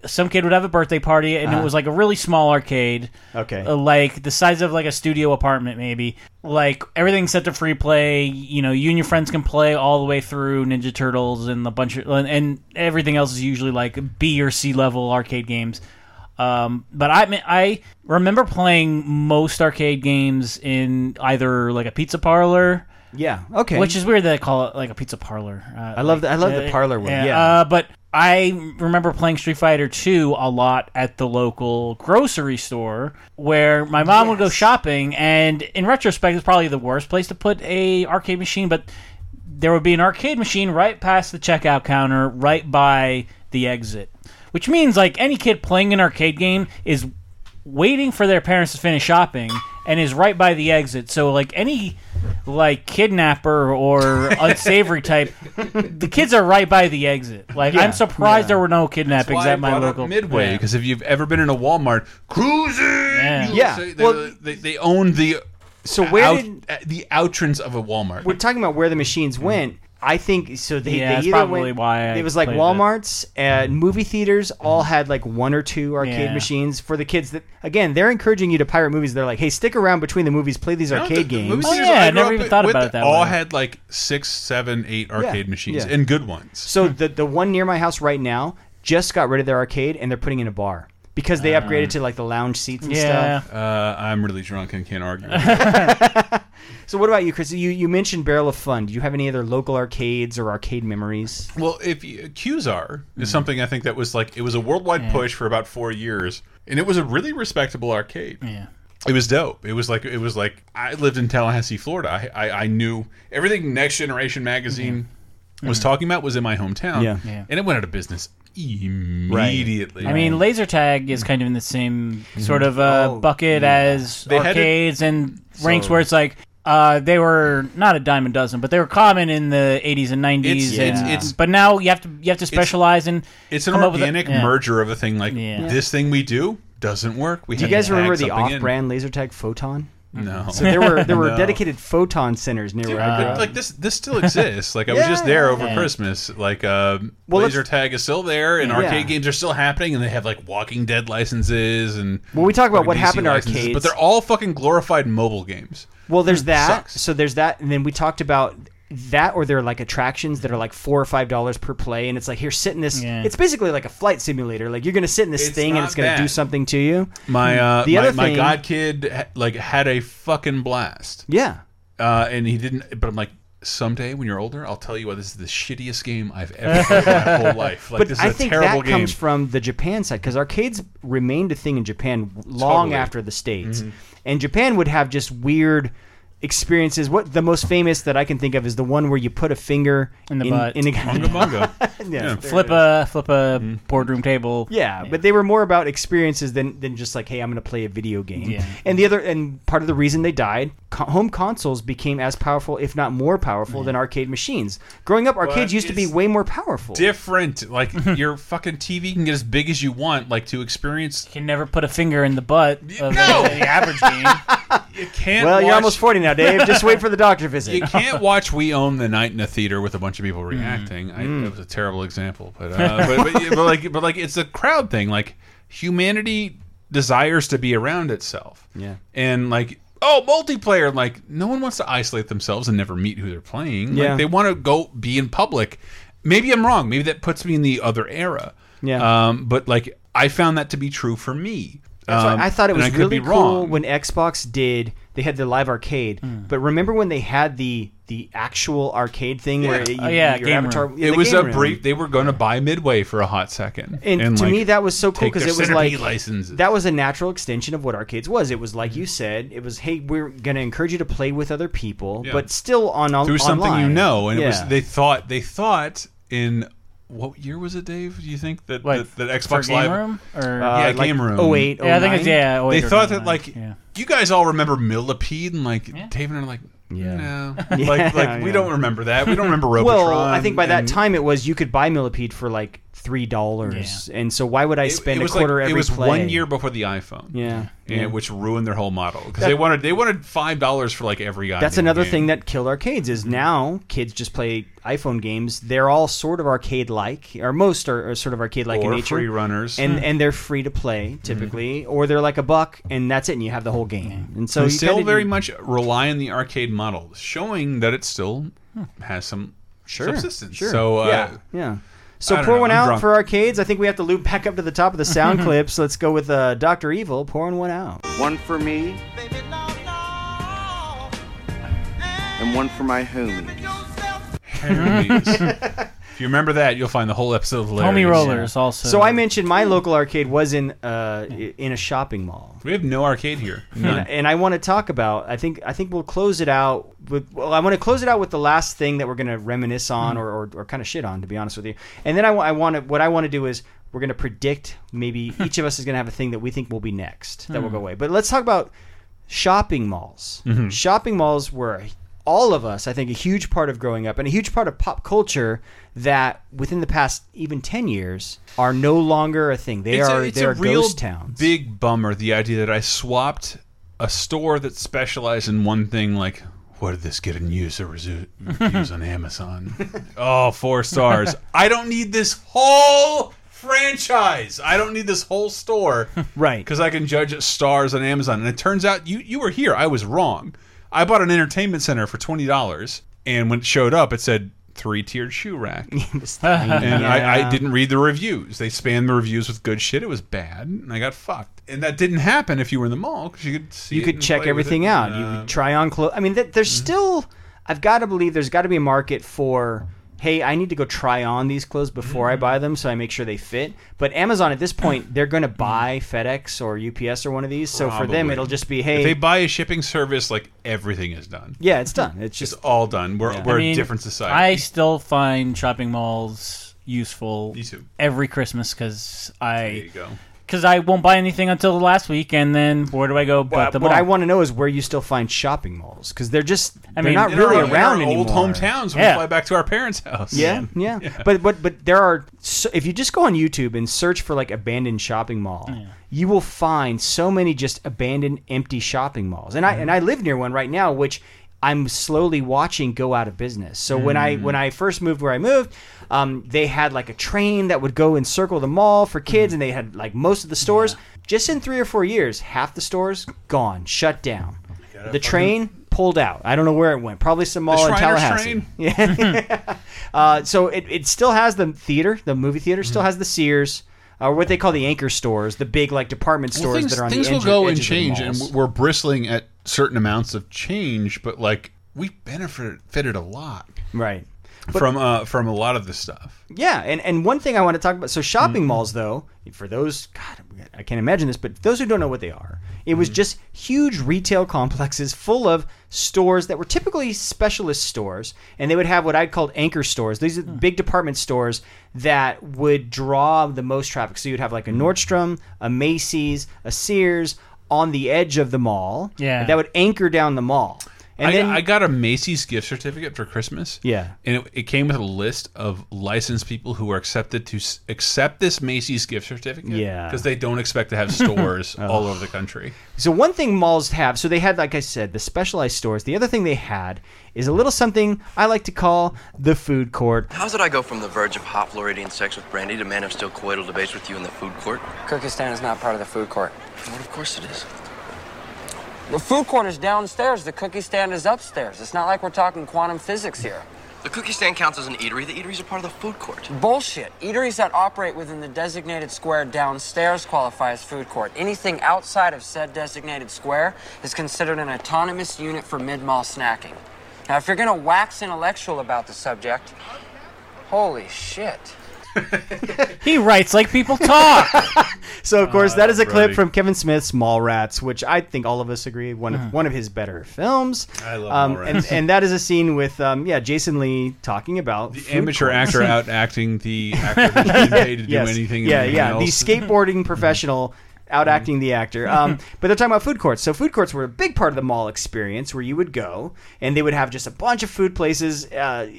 Speaker 3: some kid would have a birthday party, and it
Speaker 2: Uh-huh.
Speaker 3: was like a really small arcade,
Speaker 2: Okay.
Speaker 3: uh, like the size of like a studio apartment, maybe. Like everything's set to free play. You know, you and your friends can play all the way through Ninja Turtles and a bunch of and, and everything else is usually like B or C level arcade games. Um, but I mean, I remember playing most arcade games in either like a pizza parlor
Speaker 2: Yeah. Okay.
Speaker 3: Which is weird that I call it like a pizza parlor. Uh,
Speaker 2: I love the- I love the parlor one, yeah.
Speaker 3: Uh, but I remember playing Street Fighter Two a lot at the local grocery store where my mom would go shopping, and in retrospect, it's probably the worst place to put a arcade machine, but. There would be an arcade machine right past the checkout counter, right by the exit. Which means, like, any kid playing an arcade game is waiting for their parents to finish shopping and is right by the exit. So like any like kidnapper or unsavory type, the kids are right by the exit. Like
Speaker 1: Yeah.
Speaker 3: I'm surprised there were no kidnappings
Speaker 1: That's why I
Speaker 3: at my
Speaker 1: brought up
Speaker 3: local
Speaker 1: Midway because if you've ever been in a Walmart, cruising, yeah,
Speaker 2: Yeah.
Speaker 1: they,
Speaker 2: Well-
Speaker 1: they, they own the
Speaker 2: So where
Speaker 1: out-
Speaker 2: did-
Speaker 1: uh, the outrance of a Walmart.
Speaker 2: We're talking about where the machines went. I think so. They,
Speaker 3: Yeah,
Speaker 2: they
Speaker 3: that's
Speaker 2: either
Speaker 3: probably
Speaker 2: went,
Speaker 3: why I
Speaker 2: it was like
Speaker 3: played Mm-hmm.
Speaker 2: WalMarts and movie theaters all had like one or two arcade
Speaker 3: Yeah.
Speaker 2: machines for the kids. That again, they're encouraging you to pirate movies. They're like, hey, stick around between the movies, play these
Speaker 1: No,
Speaker 2: arcade
Speaker 1: the- the
Speaker 2: games. Oh,
Speaker 1: movie theaters I grew up with All had like six, seven, eight arcade
Speaker 2: Yeah,
Speaker 1: machines
Speaker 2: yeah.
Speaker 1: and good ones.
Speaker 3: Hmm.
Speaker 2: So the the one near my house right now just got rid of their arcade and they're putting in a bar because they
Speaker 3: Uh.
Speaker 2: upgraded to like the lounge seats and stuff.
Speaker 1: Uh, I'm really drunk and can't argue.
Speaker 2: So what about you, Chris? You you mentioned Barrel of Fun. Do you have any other local arcades or arcade memories?
Speaker 1: Well, if you, Qzar is something I think that was like it was a worldwide push for about four years, and it was a really respectable arcade.
Speaker 3: Yeah.
Speaker 1: It was dope. It was like it was like I lived in Tallahassee, Florida. I I, I knew everything Next Generation magazine was
Speaker 3: Mhm.
Speaker 1: talking about was in my hometown.
Speaker 2: Mm-hmm. Yeah.
Speaker 3: Yeah.
Speaker 1: and it went out of business immediately.
Speaker 3: I mean, laser tag
Speaker 1: Mm.
Speaker 3: is kind of in the same
Speaker 2: Mm-hmm.
Speaker 3: sort of uh, bucket as
Speaker 1: Oh, They had it-
Speaker 3: arcades and ranks
Speaker 1: So-
Speaker 3: where it's like uh, they were not a dime a dozen, but they were common in the 80s and 90s.
Speaker 1: It's- it's-
Speaker 3: and- uh,
Speaker 1: it's-
Speaker 3: but now you have to you have to specialize and
Speaker 1: it's an
Speaker 3: come up with a-
Speaker 1: organic
Speaker 3: yeah.
Speaker 1: merger of a thing like
Speaker 3: Yeah.
Speaker 1: this thing we do doesn't work. We
Speaker 2: Do you
Speaker 1: have to
Speaker 2: guys remember
Speaker 1: add
Speaker 2: the
Speaker 1: something in.
Speaker 2: off-brand laser tag Photon?
Speaker 1: No.
Speaker 2: So there were there were
Speaker 1: No.
Speaker 2: dedicated photon centers near where I grew
Speaker 1: But,
Speaker 2: up.
Speaker 1: like this this still exists like i was just there over
Speaker 2: Yeah.
Speaker 1: christmas like uh,
Speaker 2: Well, let's-
Speaker 1: laser tag is still there and
Speaker 2: Yeah.
Speaker 1: arcade games are still happening and they have like walking dead licenses and
Speaker 2: Well, we talk about
Speaker 1: fucking
Speaker 2: what
Speaker 1: DC
Speaker 2: happened to
Speaker 1: licenses,
Speaker 2: arcades.
Speaker 1: but they're all fucking glorified mobile games
Speaker 2: Well, there's that.
Speaker 1: Sucks.
Speaker 2: So there's that, and then we talked about that, or there are like attractions that are like four or five dollars per play, and it's like here sit in this. It's basically like a flight simulator. Like you're gonna sit in this
Speaker 1: It's
Speaker 2: thing, and
Speaker 1: not
Speaker 2: it's gonna
Speaker 1: bad.
Speaker 2: do something to you.
Speaker 1: my uh
Speaker 2: Hmm. the
Speaker 1: my,
Speaker 2: other
Speaker 1: my
Speaker 2: thing,
Speaker 1: god kid ha- like had a fucking blast
Speaker 2: yeah
Speaker 1: uh and he didn't but i'm like Someday, when you're older, I'll tell you why this is the shittiest game I've ever played in my whole life. Like,
Speaker 2: but
Speaker 1: this is
Speaker 2: I
Speaker 1: a
Speaker 2: think
Speaker 1: terrible
Speaker 2: that
Speaker 1: game.
Speaker 2: comes from the Japan side because arcades remained a thing in Japan long
Speaker 1: Totally.
Speaker 2: after the states,
Speaker 1: Mm-hmm.
Speaker 2: and Japan would have just weird experiences. What the most famous that I can think of is the one where you put a finger
Speaker 3: in the butt.
Speaker 2: in a
Speaker 1: Bungo.
Speaker 2: Yeah.
Speaker 3: Flip a flip a
Speaker 2: Mm-hmm.
Speaker 3: boardroom table.
Speaker 2: Yeah, but they were more about experiences than than just like, hey, I'm going to play a video game.
Speaker 3: Yeah.
Speaker 2: And the other and part of the reason they died, co- home consoles became as powerful, if not more powerful, than arcade machines. Growing up, arcades used to be
Speaker 1: it's
Speaker 2: way more powerful.
Speaker 1: Different. Like your fucking TV can get as big as you want. Like to experience. uh,
Speaker 3: You can never put a finger in the butt of
Speaker 1: No!
Speaker 3: the average game.
Speaker 1: You can't.
Speaker 2: well, you're
Speaker 1: watch-
Speaker 2: almost forty now, Dave. just wait for the doctor visit.
Speaker 1: You can't watch We Own the Night in a theater with a bunch of people reacting. I,
Speaker 2: Mm.
Speaker 1: That was a terrible example, but, uh, but, but but like but like it's a crowd thing. Like humanity desires to be around itself,
Speaker 2: Yeah.
Speaker 1: and like oh multiplayer, like no one wants to isolate themselves and never meet who they're playing.
Speaker 2: Yeah.
Speaker 1: Like they want to go be in public. Maybe I'm wrong. Maybe that puts me in the other era.
Speaker 2: Yeah.
Speaker 1: Um, but like I found that to be true for me.
Speaker 2: That's why
Speaker 1: Um,
Speaker 2: I thought it
Speaker 1: and
Speaker 2: was
Speaker 1: could
Speaker 2: really
Speaker 1: be
Speaker 2: cool when Xbox did. They had the live arcade, but remember when they had the the actual arcade thing where you, your avatar? Oh, yeah,
Speaker 1: it
Speaker 2: the
Speaker 1: was
Speaker 2: game
Speaker 1: a
Speaker 2: room.
Speaker 1: brief. They were going to buy Midway for a hot second,
Speaker 2: And, to
Speaker 1: like,
Speaker 2: me, that was so cool
Speaker 1: take
Speaker 2: because
Speaker 1: their
Speaker 2: it was
Speaker 1: centipede
Speaker 2: like
Speaker 1: licenses. Mm-hmm.
Speaker 2: that was a natural extension of what arcades was. It was like you said, it was hey, we're gonna encourage you to play with other people,
Speaker 1: Yeah.
Speaker 2: but still on, on
Speaker 1: through something you
Speaker 2: online.
Speaker 1: know, and it was
Speaker 2: Yeah.
Speaker 1: they thought they thought in what year was it, Dave? Do you think that that, that Xbox
Speaker 3: for
Speaker 1: Live
Speaker 3: Game Room? Or-
Speaker 1: yeah,
Speaker 3: Uh, like
Speaker 1: Game Room
Speaker 3: 08, Yeah, I think it's- 09. yeah, 08
Speaker 1: they
Speaker 3: or
Speaker 1: thought that
Speaker 3: 09,
Speaker 1: like
Speaker 3: yeah.
Speaker 1: you guys all remember Millipede and like Dave and I are like. No, like like we
Speaker 2: Yeah.
Speaker 1: don't remember that. We don't remember Robotron.
Speaker 2: Well, I think by that
Speaker 1: and-
Speaker 2: time it was you could buy Millipede for like three dollars, and so why would I spend
Speaker 1: it was
Speaker 2: a quarter
Speaker 1: like,
Speaker 2: every
Speaker 1: It was
Speaker 2: play?
Speaker 1: one year before the iPhone.
Speaker 2: Yeah.
Speaker 1: and,
Speaker 2: Yeah.
Speaker 1: which ruined their whole model because
Speaker 2: That-
Speaker 1: they wanted they wanted five dollars for like every.
Speaker 2: That's
Speaker 1: goddamn
Speaker 2: another
Speaker 1: game. Mm-hmm.
Speaker 2: thing that killed arcades is now kids just play iPhone games. They're all sort of arcade like, or most are, are sort of arcade like in
Speaker 1: Or
Speaker 2: nature.
Speaker 1: free runners.
Speaker 2: and
Speaker 1: Hmm.
Speaker 2: and they're free to
Speaker 1: Mm-hmm.
Speaker 2: play typically, or they're like a buck, and that's it, and you have the whole game. And so
Speaker 1: we
Speaker 2: you
Speaker 1: still
Speaker 2: kinda-
Speaker 1: very much rely on the arcade model, showing that it still has some subsistence.
Speaker 2: Sure.
Speaker 1: So uh,
Speaker 2: yeah, yeah. So
Speaker 1: I don't
Speaker 2: pour
Speaker 1: know,
Speaker 2: one
Speaker 1: I'm
Speaker 2: out
Speaker 1: drunk.
Speaker 2: for arcades. I think we have to loop back up to the top of the sound clips. Let's go with uh, Doctor Evil pouring one out.
Speaker 19: One for me. And and one for my homies.
Speaker 1: if you remember that, you'll find the whole episode hilarious. Uh,
Speaker 2: So I mentioned my local arcade was in uh, i- in a shopping mall.
Speaker 1: We have no arcade here. None.
Speaker 2: And, and I want to talk about. I think I think we'll close it out with. Well, I want to close it out with the last thing that we're going to reminisce on
Speaker 1: Mm-hmm.
Speaker 2: or, or, or kind of shit on, to be honest with you. And then I, wa- I want to. What I want to do is we're going to predict. Maybe each of us is going to have a thing that we think will be next that will
Speaker 3: Hmm.
Speaker 1: Mm.
Speaker 2: go away. But let's talk about shopping malls.
Speaker 1: Mm-hmm.
Speaker 3: Mhm.
Speaker 2: Shopping malls were all of us, I think, a huge part of growing up and a huge part of pop culture that within the past even ten years are no longer a thing. They
Speaker 1: it's
Speaker 2: are
Speaker 1: a, it's
Speaker 2: they
Speaker 1: a
Speaker 2: are
Speaker 1: real
Speaker 2: ghost towns.
Speaker 1: Big bummer. The idea that I swapped a store that specialized in one thing, like what did this get in user resu- reviews on Amazon? oh, four stars. I don't need this whole franchise. I don't need this whole store.
Speaker 2: right.
Speaker 1: Because I can judge it stars on Amazon. And it turns out you you were here. I was wrong. I bought an entertainment center for twenty dollars, and when it showed up, it said three tiered shoe rack. and I, I didn't read the reviews. They spammed the reviews with good shit. It was bad, and I got fucked. And that didn't happen if you were in the mall because you could see.
Speaker 2: you
Speaker 1: it
Speaker 2: could
Speaker 1: and
Speaker 2: check
Speaker 1: play with
Speaker 2: everything
Speaker 1: it.
Speaker 2: out.
Speaker 1: Mm-hmm. Uh,
Speaker 2: you could try on clothes. I mean, th- there's still. I've got to believe there's got to be a market for. Hey, I need to go try on these clothes before I
Speaker 1: Mm-hmm.
Speaker 2: buy them, so I make sure they fit. But Amazon at this point, they're going to buy FedEx or UPS or one of these. So for them,
Speaker 1: Probably.
Speaker 2: it'll just be
Speaker 1: if
Speaker 2: hey,
Speaker 1: they buy a shipping service, like everything is done.
Speaker 2: yeah, it's done. It's
Speaker 1: just all done. We're
Speaker 3: I
Speaker 1: we're
Speaker 3: mean,
Speaker 1: a different society.
Speaker 3: I still find shopping malls useful every Christmas because I because I won't buy anything until the last week, and then where do I go?
Speaker 2: But
Speaker 3: But the
Speaker 2: what
Speaker 3: mall.
Speaker 2: I want to know is where you still find shopping malls because they're just
Speaker 3: I
Speaker 2: I
Speaker 3: mean,
Speaker 2: mean, not
Speaker 3: in our-
Speaker 2: really
Speaker 3: in our
Speaker 2: around
Speaker 3: old
Speaker 2: anymore.
Speaker 1: hometowns, we
Speaker 2: Yeah.
Speaker 1: fly back to our parents' house.
Speaker 2: Yeah, yeah, But but but there are so, if you just go on YouTube and search for like abandoned shopping mall, you will find so many just abandoned empty shopping malls. And I and I live near one right now which I'm slowly watching go out of business. So when I
Speaker 3: Mm.
Speaker 2: when I first moved where I moved, um, they had like a train that would go and circle the mall for kids, and they had like most of the stores. Just in three or four years, half the stores gone, shut down. The train pulled out. I don't know where it went. Probably some mall in
Speaker 1: Shriners
Speaker 2: Tallahassee.
Speaker 1: train?
Speaker 2: Yeah. uh, so it, it still has the theater, the movie theater still
Speaker 1: Mm-hmm.
Speaker 2: has the Sears, or what they call the anchor stores, the big like department stores
Speaker 1: Well, things,
Speaker 2: that are on
Speaker 1: things
Speaker 2: the
Speaker 1: will
Speaker 2: edge-
Speaker 1: go and
Speaker 2: edges of the
Speaker 1: change, and
Speaker 2: malls.
Speaker 1: we're bristling at certain amounts of change, but like we benefited fitted a lot,
Speaker 2: right,
Speaker 1: from uh, from a lot of this stuff.
Speaker 2: Yeah, and, and one thing I want to talk about so shopping
Speaker 1: Mm-hmm.
Speaker 2: malls though, for those God, I can't imagine this, but those who don't know what they are, it
Speaker 1: Mm-hmm.
Speaker 2: was just huge retail complexes full of stores that were typically specialist stores, and they would have what I'd call anchor stores. These are
Speaker 1: Hmm.
Speaker 2: big department stores that would draw the most traffic. So you'd have
Speaker 1: Mm-hmm.
Speaker 2: like a Nordstrom, a Macy's, a Sears on the edge of the mall.
Speaker 1: Yeah.
Speaker 2: That would anchor down the mall. And
Speaker 1: I,
Speaker 2: then
Speaker 1: I got a Macy's gift certificate for Christmas.
Speaker 2: Yeah.
Speaker 1: and it, it came with a list of licensed people who are accepted to s- accept this Macy's gift certificate.
Speaker 2: Yeah. Oh.
Speaker 1: because they don't expect to have stores all over the country.
Speaker 2: So one thing malls have, so they had, like I said, the specialized stores. The other thing they had is a little something I like to call the food court.
Speaker 20: How's it I go from the verge of hot Floridian sex with Brandy to man of still coital debates with you in the food court?
Speaker 21: Kyrgyzstan is not part of the food court.
Speaker 20: Well, of course it is.
Speaker 21: The food court is downstairs. The cookie stand is upstairs. It's not like we're talking quantum physics here.
Speaker 20: The cookie stand counts as an eatery. The eateries are part of the food court.
Speaker 21: Bullshit. Eateries that operate within the designated square downstairs qualify as food court. Anything outside of said designated square is considered an autonomous unit for mid-mall snacking. Now, if you're gonna wax intellectual about the subject, holy shit.
Speaker 3: he writes like people talk.
Speaker 2: So of course
Speaker 3: Ah,
Speaker 2: that is a clip
Speaker 3: Brody.
Speaker 2: from Kevin Smith's Mallrats, which I think all of us agree one of one of his better films. I
Speaker 1: love
Speaker 2: and,
Speaker 1: Mallrats.
Speaker 2: and that is a scene with um, yeah Jason Lee talking about
Speaker 1: The
Speaker 2: food
Speaker 1: amateur
Speaker 2: courts.
Speaker 1: actor out acting the actor that they to do
Speaker 2: Yes.
Speaker 1: anything. and
Speaker 2: Yeah,
Speaker 1: anything
Speaker 2: yeah.
Speaker 1: else.
Speaker 2: The skateboarding professional out acting the actor. Um, but they're talking about food courts. So food courts were a big part of the mall experience where you would go and they would have just a bunch of food places. Uh,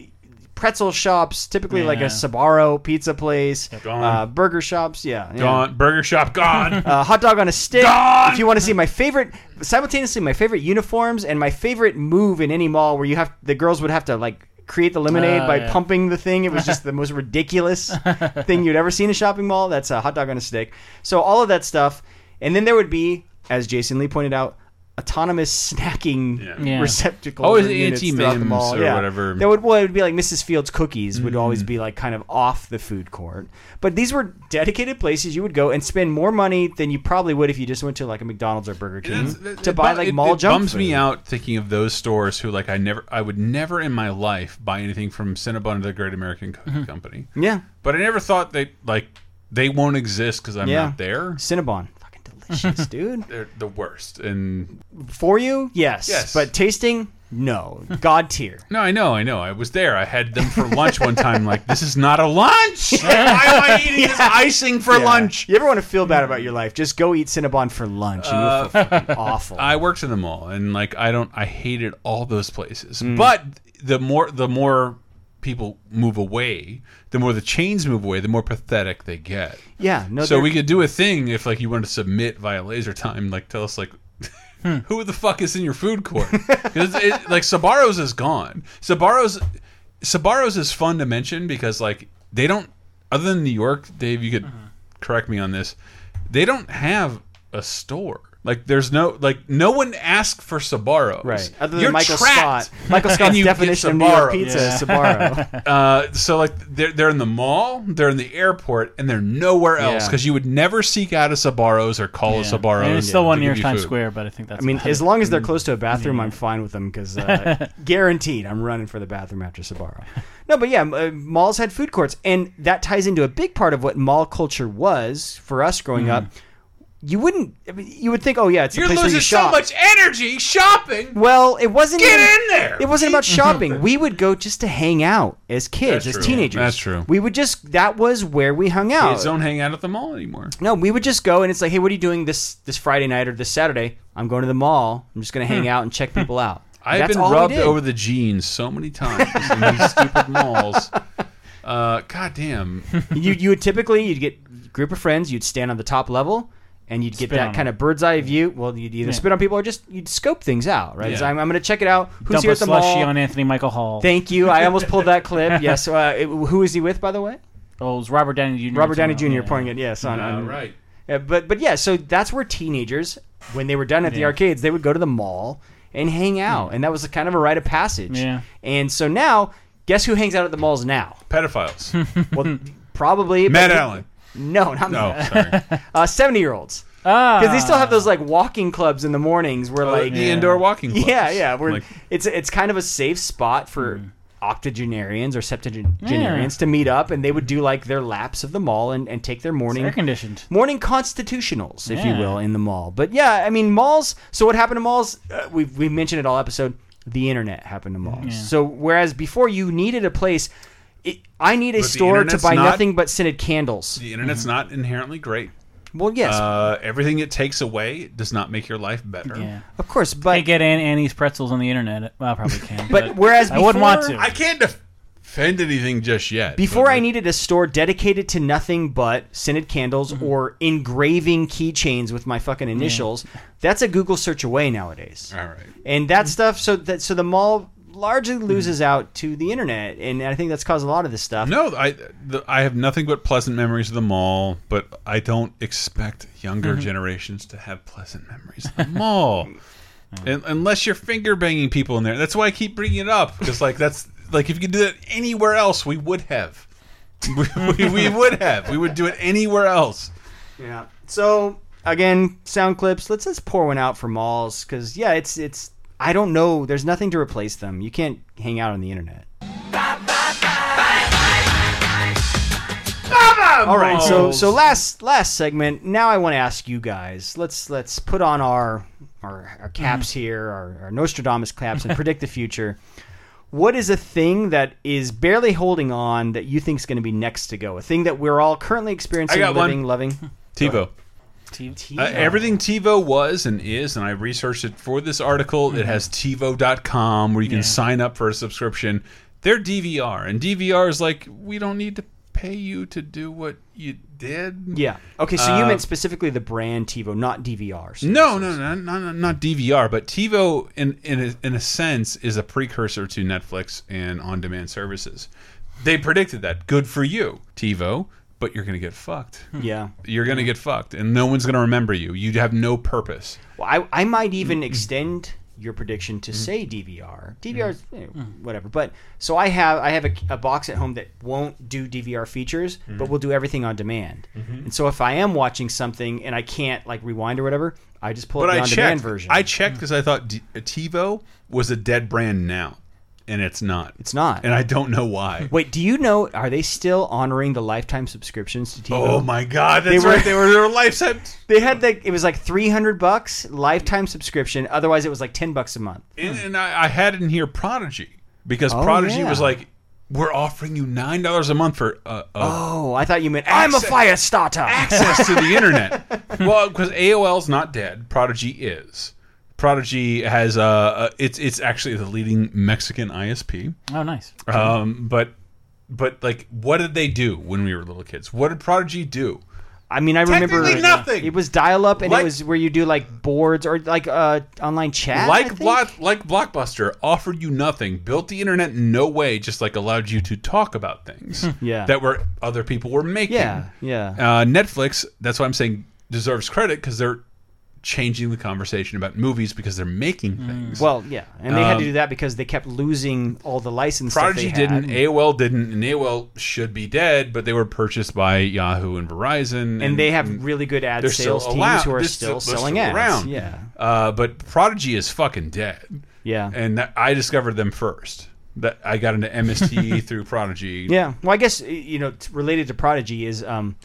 Speaker 2: Pretzel shops, typically like a
Speaker 1: Yeah.
Speaker 2: Sabaro pizza place,
Speaker 1: Gone.
Speaker 2: uh, burger shops, yeah, yeah.
Speaker 1: Gone. Burger shop gone.
Speaker 2: Uh, hot dog on a stick. If you want to see my favorite, simultaneously my favorite uniforms and my favorite move in any mall, where you have the girls would have to like create the lemonade
Speaker 3: Oh,
Speaker 2: by
Speaker 3: yeah.
Speaker 2: pumping the thing. It was just the most ridiculous thing you'd ever see in a shopping mall. That's a hot dog on a stick. So all of that stuff, and then there would be, as Jason Lee pointed out, autonomous snacking
Speaker 1: Yeah.
Speaker 2: receptacle.
Speaker 1: Always
Speaker 2: or units
Speaker 1: anti-mims
Speaker 2: throughout the mall.
Speaker 1: or
Speaker 2: Yeah.
Speaker 1: whatever.
Speaker 2: That would well, it would be like Mrs. Fields cookies would
Speaker 1: Mm.
Speaker 2: always be like kind of off the food court. But these were dedicated places you would go and spend more money than you probably would if you just went to like a McDonald's or Burger King Mm-hmm. to
Speaker 1: It
Speaker 2: buy
Speaker 1: bu-
Speaker 2: like
Speaker 1: it,
Speaker 2: mall
Speaker 1: it
Speaker 2: junk
Speaker 1: bums
Speaker 2: food.
Speaker 1: me out thinking of those stores who like I never I would never in my life buy anything from Cinnabon or the Great American Co-
Speaker 2: Mhm.
Speaker 1: Company.
Speaker 2: Yeah.
Speaker 1: But I never thought they like they won't exist because I'm
Speaker 2: Yeah.
Speaker 1: not there.
Speaker 2: Cinnabon, fucking delicious, dude.
Speaker 1: They're the worst. And
Speaker 2: For you, yes.
Speaker 1: Yes.
Speaker 2: But tasting, no. God tier.
Speaker 1: no, I know, I know. I was there. I had them for lunch one time. Like this is not a lunch. Why am I eating this icing for lunch?
Speaker 2: You ever want to feel bad about your life? Just go eat Cinnabon for lunch. and you'll feel fucking awful.
Speaker 1: Uh, I worked in the mall, and like I don't, I hated all those places. But the more the more people move away, the more the chains move away, the more pathetic they get.
Speaker 2: Yeah, no,
Speaker 1: So
Speaker 2: they're-
Speaker 1: we could do a thing if like you wanted to submit via laser time, like tell us like.
Speaker 2: Hmm.
Speaker 1: Who the fuck is in your food court? Because it, like Sabaros is gone. Sabaros, Sabaros is fun to mention because like they don't. Other than New York, Dave, you could
Speaker 2: Mm-hmm.
Speaker 1: correct me on this. They don't have a store. Like there's no like no one asked for Sabaros.
Speaker 2: Right. Other than
Speaker 1: You're
Speaker 2: Michael
Speaker 1: trapped
Speaker 2: Scott. Michael
Speaker 1: and
Speaker 2: Scott's
Speaker 1: you get
Speaker 2: definition of New York
Speaker 1: Sbarro's.
Speaker 2: pizza is Sbarro.
Speaker 1: uh, so like they're they're in the mall, they're in the airport, and they're nowhere else
Speaker 2: Yeah.
Speaker 1: because you would never seek out a Sabaros or call a Sabaros.
Speaker 3: There's still
Speaker 1: to
Speaker 3: one
Speaker 1: give
Speaker 3: near
Speaker 1: you
Speaker 3: Times
Speaker 1: food.
Speaker 3: Square, but I think that's.
Speaker 2: I mean,
Speaker 3: about
Speaker 2: as
Speaker 3: it.
Speaker 2: long as they're close to a bathroom, I'm fine with them because uh, guaranteed I'm running for the bathroom after Sabaro. No, but yeah, m- uh, malls had food courts, and that ties into a big part of what mall culture was for us growing
Speaker 1: Hmm.
Speaker 2: up. You wouldn't, I mean, you would think, oh yeah, it's a
Speaker 1: You're
Speaker 2: place where you
Speaker 1: losing so
Speaker 2: shop.
Speaker 1: much energy shopping.
Speaker 2: Well, it wasn't.
Speaker 1: Get
Speaker 2: even-
Speaker 1: in there!
Speaker 2: It wasn't about shopping. we would go just to hang out as kids,
Speaker 1: That's
Speaker 2: as
Speaker 1: true.
Speaker 2: teenagers.
Speaker 1: That's true.
Speaker 2: We would just. That was where we hung out.
Speaker 1: Kids don't hang out at the mall anymore.
Speaker 2: No, we would just go and it's like, hey, what are you doing this this Friday night or this Saturday? I'm going to the mall. I'm just going to hang
Speaker 3: Hmm.
Speaker 2: out and check people out.
Speaker 1: I've
Speaker 2: That's
Speaker 1: been
Speaker 2: all we
Speaker 1: rubbed
Speaker 2: did.
Speaker 1: over the jeans so many times in these stupid malls. Uh, God damn.
Speaker 2: you you would typically you'd get group of friends. You'd stand on the top level. And you'd get
Speaker 1: Spit on
Speaker 2: that kind of bird's eye view. Well, you'd either
Speaker 3: Yeah.
Speaker 2: spit on people or just you'd scope things out, right?
Speaker 3: Yeah.
Speaker 2: So I'm, I'm going to check it out. Who's
Speaker 3: Dump
Speaker 2: here
Speaker 3: a
Speaker 2: at the
Speaker 3: slushie
Speaker 2: mall?
Speaker 3: on Anthony Michael Hall.
Speaker 2: Thank you. I almost pulled that clip. Yes. Uh, it- who is he with, by the way?
Speaker 3: Oh, it was Robert Downey Jr.
Speaker 2: Robert Downey Jr.
Speaker 3: Someone- yeah.
Speaker 2: pouring it. Yes. On,
Speaker 3: Ah,
Speaker 2: on-
Speaker 3: right.
Speaker 2: Yeah, Uh, but but yeah. So that's where teenagers, when they were done at the
Speaker 3: Yeah. Hmm.
Speaker 2: arcades, they would go to the mall and hang out, and that was a kind of a rite of passage.
Speaker 3: Yeah.
Speaker 2: And so now, guess who hangs out at the malls now?
Speaker 1: Pedophiles.
Speaker 3: Hmm.
Speaker 2: well, probably but
Speaker 1: Matt
Speaker 2: who-
Speaker 1: Allen.
Speaker 2: No, not
Speaker 1: No,
Speaker 2: Matt. Uh, Seventy-year-olds.
Speaker 3: Ah.
Speaker 2: Because they still have those like walking clubs in the mornings where
Speaker 1: Oh,
Speaker 2: like
Speaker 1: the indoor walking clubs.
Speaker 2: Yeah, yeah. Where
Speaker 1: Like-
Speaker 2: it's it's kind of a safe spot
Speaker 3: Hmm.
Speaker 2: for octogenarians or septuagenarians to meet up, and they would do like their laps of the mall and, and take their morning
Speaker 3: air conditioned
Speaker 2: morning constitutionals, if
Speaker 3: Yeah.
Speaker 2: you will, in the mall. But yeah, I mean malls. So what happened to malls? Uh, we we mentioned it all episode. The internet happened to malls.
Speaker 3: Yeah.
Speaker 2: So whereas before you needed a place. It, I need a
Speaker 1: But the
Speaker 2: store to
Speaker 1: internet's
Speaker 2: buy
Speaker 1: not-
Speaker 2: nothing but scented candles.
Speaker 1: The internet's not inherently great.
Speaker 2: Well, yes.
Speaker 1: Uh, everything it takes away does not make your life better.
Speaker 3: Yeah.
Speaker 2: Of course, but
Speaker 3: can't get Aunt Annie's pretzels on the internet. Well, I probably can.
Speaker 2: But whereas
Speaker 3: I wouldn't want
Speaker 2: before-
Speaker 3: to.
Speaker 1: I can't defend anything just yet.
Speaker 2: Before I needed a store dedicated to nothing but scented candles
Speaker 3: Mm-hmm.
Speaker 2: or engraving keychains with my fucking initials. That's a Google search away nowadays.
Speaker 1: All right.
Speaker 2: And that stuff so that so the mall largely loses out to the internet and I think that's caused a lot of this stuff.
Speaker 1: No, I the, I have nothing but pleasant memories of the mall, but I don't expect younger
Speaker 2: Mhm.
Speaker 1: generations to have pleasant memories of the mall. Un- unless you're finger banging people in there. That's why I keep bringing it up because like that's like if you could do that anywhere else, we would have. We, we, we would have. We would do it anywhere else.
Speaker 2: Yeah. So again, sound clips. Let's just pour one out for malls because yeah, it's it's. I don't know. There's nothing to replace them. You can't hang out on the internet. All right. So so last last segment. Now I want to ask you guys. Let's let's put on our our, our caps
Speaker 1: Mm-hmm.
Speaker 2: here, our, our Nostradamus caps, and predict the future. What is a thing that is barely holding on that you think is going to be next to go? A thing that we're all currently experiencing,
Speaker 1: got one.
Speaker 2: living, loving.
Speaker 1: TiVo. Uh, everything TiVo was and is, and I researched it for this article. It has TiVo.com where you can sign up for a subscription. They're DVR, and DVR is like we don't need to pay you to do what you did.
Speaker 2: Yeah. Okay, so you
Speaker 1: Uh,
Speaker 2: meant specifically the brand TiVo, not DVR.
Speaker 1: No, no, no, no, no, not DVR, but TiVo in in a, in a sense is a precursor to Netflix and on-demand services. They predicted that. Good for you, TiVo. but you're going to get fucked.
Speaker 2: Yeah.
Speaker 1: You're going to get fucked, and no one's going to remember you. You have no purpose.
Speaker 2: Well, I, I might
Speaker 1: Mm-hmm.
Speaker 2: even extend your prediction to say DVR. DVR
Speaker 1: Mm-hmm.
Speaker 2: is you know, whatever. But so I have I have a, a box at home that won't do DVR features, but
Speaker 1: Mm-hmm.
Speaker 2: will do everything on demand. And so if I am watching something and I can't like rewind or whatever, I just pull
Speaker 1: But
Speaker 2: up the
Speaker 1: I
Speaker 2: on demand
Speaker 1: checked.
Speaker 2: version.
Speaker 1: I checked because I thought D- TiVo was a dead brand now, and it's not.
Speaker 2: It's not.
Speaker 1: And I don't know why.
Speaker 2: Wait, do you know? Are they still honoring the lifetime subscriptions to TiVo?
Speaker 1: Oh my God, that's right, they were lifetime.
Speaker 2: They had the. It was like three hundred bucks lifetime subscription. Otherwise, it was like ten bucks a month.
Speaker 1: And, and I, I had in here Prodigy because
Speaker 2: Oh,
Speaker 1: Prodigy was
Speaker 2: yeah.
Speaker 1: like, "We're offering you nine dollars a month for." Uh, uh,
Speaker 2: Oh, I thought you meant I'm a
Speaker 1: Access-
Speaker 2: fire starter.
Speaker 1: access to the internet. Well, because AOL's not dead, Prodigy is. Prodigy has uh, uh, it's it's actually the leading Mexican ISP.
Speaker 3: Oh, nice.
Speaker 1: Um, but but like, what did they do when we were little kids? What did Prodigy do?
Speaker 2: I mean, I remember
Speaker 1: Technically nothing.
Speaker 2: It was dial up, and
Speaker 1: Like-
Speaker 2: it was where you do like boards or like uh, online chat. I
Speaker 1: like
Speaker 2: think?
Speaker 1: block, like Blockbuster offered you nothing, built the internet in no way, just like allowed you to talk about things
Speaker 2: Yeah.
Speaker 1: that were other people were making.
Speaker 2: Yeah, yeah.
Speaker 1: Uh, Netflix, that's why I'm saying deserves credit because they're changing the conversation about movies because they're making things.
Speaker 2: Mm. Well, yeah, and they had
Speaker 1: Um,
Speaker 2: to do that because they kept losing all the licenses.
Speaker 1: Prodigy
Speaker 2: they had.
Speaker 1: didn't, AOL didn't, and AOL should be dead, but they were purchased by Yahoo and Verizon, and,
Speaker 2: and they have really good ad
Speaker 1: they're
Speaker 2: sales
Speaker 1: still
Speaker 2: teams
Speaker 1: allowed-
Speaker 2: who are
Speaker 1: they're
Speaker 2: still,
Speaker 1: they're
Speaker 2: selling
Speaker 1: still
Speaker 2: ads.
Speaker 1: Around.
Speaker 2: Yeah,
Speaker 1: Uh, but Prodigy is fucking dead.
Speaker 2: Yeah.
Speaker 1: And that, I discovered them first. That I got into MST through Prodigy.
Speaker 2: yeah. Well, I guess you know, t- related to Prodigy is um,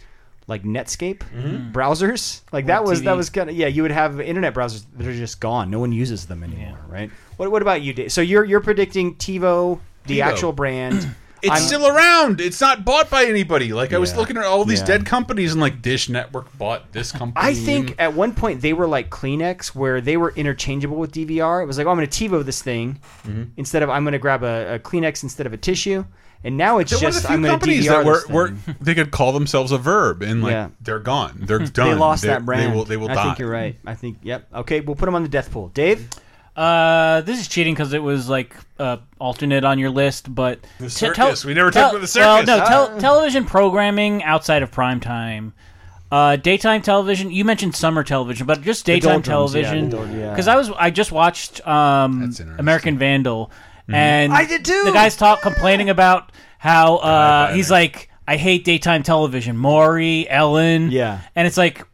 Speaker 2: like Netscape
Speaker 1: Mm-hmm.
Speaker 2: browsers. Like that
Speaker 3: Or
Speaker 2: was that
Speaker 3: TV.
Speaker 2: was kind of yeah. You would have internet browsers that are just gone. No one uses them anymore, right? What What about you? Dave? So you're you're predicting TiVo, the
Speaker 1: TiVo.
Speaker 2: actual brand.
Speaker 1: It's
Speaker 2: I'm-
Speaker 1: still around. It's not bought by anybody. Like I was
Speaker 2: Yeah.
Speaker 1: looking at all these
Speaker 2: Yeah.
Speaker 1: dead companies and like Dish Network bought this company.
Speaker 2: I think at one point they were like Kleenex, where they were interchangeable with DVR. It was like, oh, I'm going to TiVo this thing
Speaker 1: Mhm.
Speaker 2: instead of I'm going to grab a, a Kleenex instead of a tissue. And now it's
Speaker 1: They're one of
Speaker 2: just
Speaker 1: the few
Speaker 2: I'm going to
Speaker 1: companies
Speaker 2: DVR
Speaker 1: that were,
Speaker 2: this thing.
Speaker 1: were they could call themselves a verb and like
Speaker 2: Yeah.
Speaker 1: they're gone. They're done.
Speaker 2: They lost
Speaker 1: They're-
Speaker 2: that brand.
Speaker 1: They will. They will
Speaker 2: I
Speaker 1: die.
Speaker 2: think you're right. I think. Yep. Okay, we'll put them on the death pool. Dave.
Speaker 3: Uh, this is cheating because it was like uh, alternate on your list, but
Speaker 1: The
Speaker 3: te-
Speaker 1: circus. We never
Speaker 3: tell-
Speaker 1: talked about the
Speaker 3: Well, no,
Speaker 1: circus. Ah.
Speaker 3: tel- television programming outside of prime time. Uh, daytime television. You mentioned summer television, but just daytime
Speaker 2: doldrums, yeah, the
Speaker 3: television.
Speaker 2: dol- yeah.
Speaker 3: I was, I just watched um, American Vandal, and
Speaker 2: Mm-hmm. I did too!
Speaker 3: The guys talk complaining about how uh, he's like, I hate daytime television. Maury, Ellen,
Speaker 2: yeah,
Speaker 3: and it's like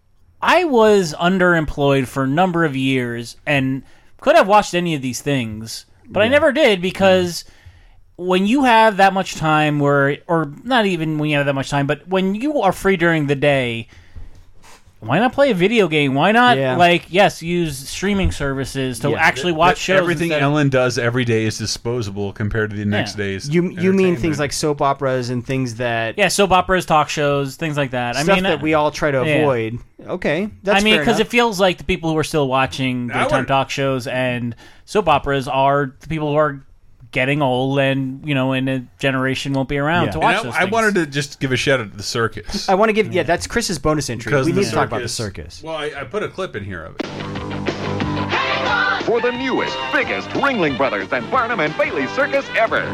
Speaker 3: I was underemployed for a number of years and could have watched any of these things, but I never did because when you have that much time where or not even when you have that much time, but when you are free during the day, why not play a video game? Why not
Speaker 1: Yeah.
Speaker 3: like yes, use streaming services to
Speaker 1: Yeah.
Speaker 3: actually
Speaker 1: That-
Speaker 3: watch
Speaker 1: that
Speaker 3: shows?
Speaker 1: Everything
Speaker 3: instead of-
Speaker 1: Ellen does every day is disposable compared to the next day's.
Speaker 2: You you mean
Speaker 1: entertainment.
Speaker 2: things like soap operas and things that
Speaker 3: yeah, soap operas, talk shows, things like that.
Speaker 2: stuff
Speaker 3: I mean,
Speaker 2: that we all try to
Speaker 3: yeah.
Speaker 2: avoid. Okay, that's
Speaker 3: I mean,
Speaker 2: because
Speaker 3: it feels like the people who are still watching
Speaker 2: I
Speaker 3: daytime
Speaker 2: would-
Speaker 3: talk shows and soap operas are the people who are getting old, and you know, in a generation won't be around to
Speaker 1: And
Speaker 3: watch
Speaker 1: I,
Speaker 3: those
Speaker 1: I
Speaker 3: things.
Speaker 1: wanted to just give a shout out to the circus
Speaker 2: I want to give yeah. that's Chris's bonus entry.
Speaker 1: because
Speaker 2: We
Speaker 1: the
Speaker 2: need to talk about the
Speaker 1: circus-
Speaker 2: circus.
Speaker 1: Well, I, I put a clip in here of it.
Speaker 13: For the newest, biggest Ringling Brothers and Barnum and Bailey circus ever.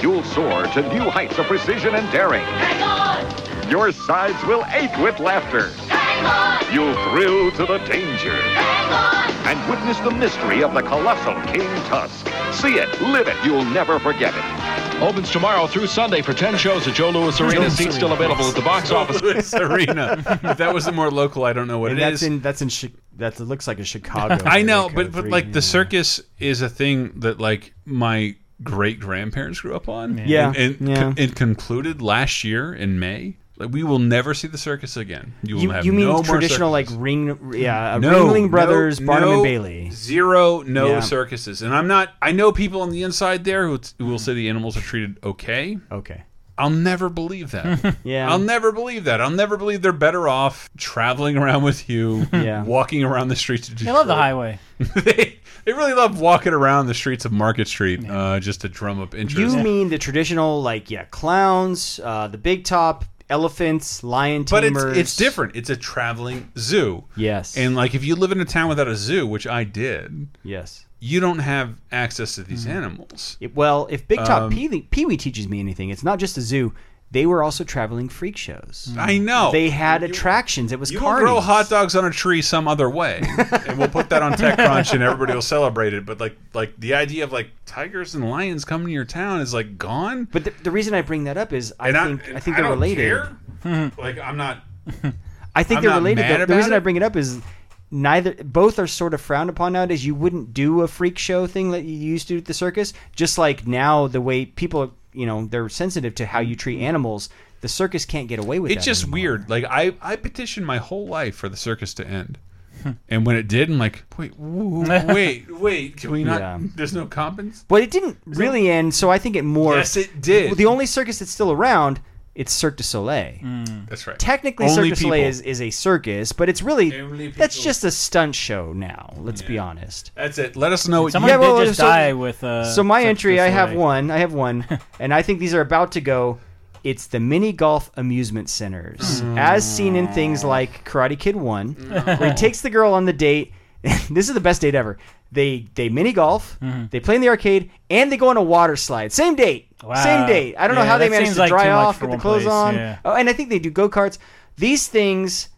Speaker 13: You'll soar to new heights of precision and daring. Your sides will ache with laughter. You'll thrill to the danger. And witness the mystery of the colossal King Tusk. See it, live it, you'll never forget it.
Speaker 19: Opens tomorrow through Sunday for 10 shows at Joe Louis Arena. Seats still available at the box
Speaker 1: Joe
Speaker 19: office.
Speaker 1: Louis Arena. If that was the more local, I don't know what
Speaker 2: and
Speaker 1: it
Speaker 2: that's
Speaker 1: is.
Speaker 2: in that's in chi- that looks like a Chicago.
Speaker 1: I know,
Speaker 2: like, uh,
Speaker 1: but but
Speaker 2: three-
Speaker 1: like the circus is a thing that like my great grandparents grew up on.
Speaker 2: Yeah.
Speaker 1: and, and
Speaker 2: Yeah.
Speaker 1: con- it concluded last year in May. Like we will never see the circus again. You will
Speaker 2: you,
Speaker 1: have
Speaker 2: you mean
Speaker 1: no more
Speaker 2: traditional
Speaker 1: circus.
Speaker 2: like ring yeah uh,
Speaker 1: No,
Speaker 2: Ringling
Speaker 1: no,
Speaker 2: Brothers, Barnum
Speaker 1: no,
Speaker 2: and Bailey.
Speaker 1: Zero, no
Speaker 2: Yeah.
Speaker 1: circuses. And I'm not, I know people on the inside there who, who will say the animals are treated okay.
Speaker 2: Okay.
Speaker 1: I'll never believe that.
Speaker 2: Yeah.
Speaker 1: I'll never believe that. I'll never believe they're better off traveling around with you,
Speaker 3: Yeah.
Speaker 1: walking around the streets of
Speaker 3: They love the
Speaker 1: Detroit.
Speaker 3: highway.
Speaker 1: They really love walking around the streets of Market Street uh, just to drum up interest.
Speaker 2: You mean the traditional like yeah clowns, uh, the big top, elephants, lion
Speaker 1: but
Speaker 2: tamers.
Speaker 1: it's, it's different. It's a traveling zoo.
Speaker 2: Yes.
Speaker 1: And like if you live in a town without a zoo, which I did,
Speaker 2: yes.
Speaker 1: you don't have
Speaker 2: Mm.
Speaker 1: access to these animals.
Speaker 2: Well, if Big Top
Speaker 1: Um,
Speaker 2: Pee Pee Wee teaches me anything, it's not just a zoo. They were also traveling freak shows.
Speaker 1: I know.
Speaker 2: They had attractions. It was
Speaker 1: Mm. Oh, You will
Speaker 2: carnies.
Speaker 1: grow hot dogs on a tree some other way, and we'll put that on TechCrunch, and everybody will celebrate it. But like, like the idea of like tigers and lions coming to your town is like gone.
Speaker 2: But the, the reason I bring that up is I
Speaker 1: And I-
Speaker 2: think I,
Speaker 1: and
Speaker 2: think
Speaker 1: I
Speaker 2: they're
Speaker 1: don't
Speaker 2: related.
Speaker 1: care. like, I'm not.
Speaker 2: I think
Speaker 1: I'm
Speaker 2: they're
Speaker 1: not
Speaker 2: related.
Speaker 1: mad
Speaker 2: The, the
Speaker 1: about
Speaker 2: reason
Speaker 1: it.
Speaker 2: I bring it up is neither both are sort of frowned upon nowadays. You wouldn't do a freak show thing that you used to at the circus. Just like now, the way people you know they're sensitive to how you treat animals. The circus can't get away with
Speaker 1: Mm-hmm. It's
Speaker 2: that
Speaker 1: just weird. Like I, I petitioned my whole life for the circus to end,
Speaker 2: Hmm.
Speaker 1: and when it did, I'm like, wait, w- w- wait, wait, can we not?
Speaker 2: Yeah.
Speaker 1: There's no compens.
Speaker 2: But it didn't really end, so I think it more.
Speaker 1: Yes, it did.
Speaker 2: The only circus that's still around, it's Cirque du Soleil.
Speaker 1: That's right.
Speaker 2: Technically,
Speaker 1: Mm. Only
Speaker 2: Cirque du Soleil
Speaker 1: people.
Speaker 2: is, is a circus, but it's really
Speaker 1: Only
Speaker 2: that's
Speaker 1: people.
Speaker 2: just a stunt show now. Let's be honest.
Speaker 1: That's it. Let us know. what
Speaker 2: Someone Yeah, did well, just so- die
Speaker 3: with. Uh,
Speaker 2: so my
Speaker 3: Cirque du
Speaker 2: entry, I have
Speaker 3: Soleil.
Speaker 2: one. I have one, and I think these are about to go. It's the mini golf amusement centers, as seen in things like Karate Kid One, where he takes the girl on the date. this is the best date ever. They they mini golf,
Speaker 3: Mm-hmm.
Speaker 2: they play in the arcade, and they go on a water slide. Same date, same
Speaker 3: Wow.
Speaker 2: date. I don't know
Speaker 3: Yeah,
Speaker 2: how they
Speaker 3: that
Speaker 2: managed
Speaker 3: seems
Speaker 2: to
Speaker 3: like
Speaker 2: dry
Speaker 3: too much
Speaker 2: off, get
Speaker 3: for
Speaker 2: the
Speaker 3: one
Speaker 2: clothes
Speaker 3: place,
Speaker 2: on.
Speaker 3: yeah.
Speaker 2: Oh, and I think they do go karts. These things,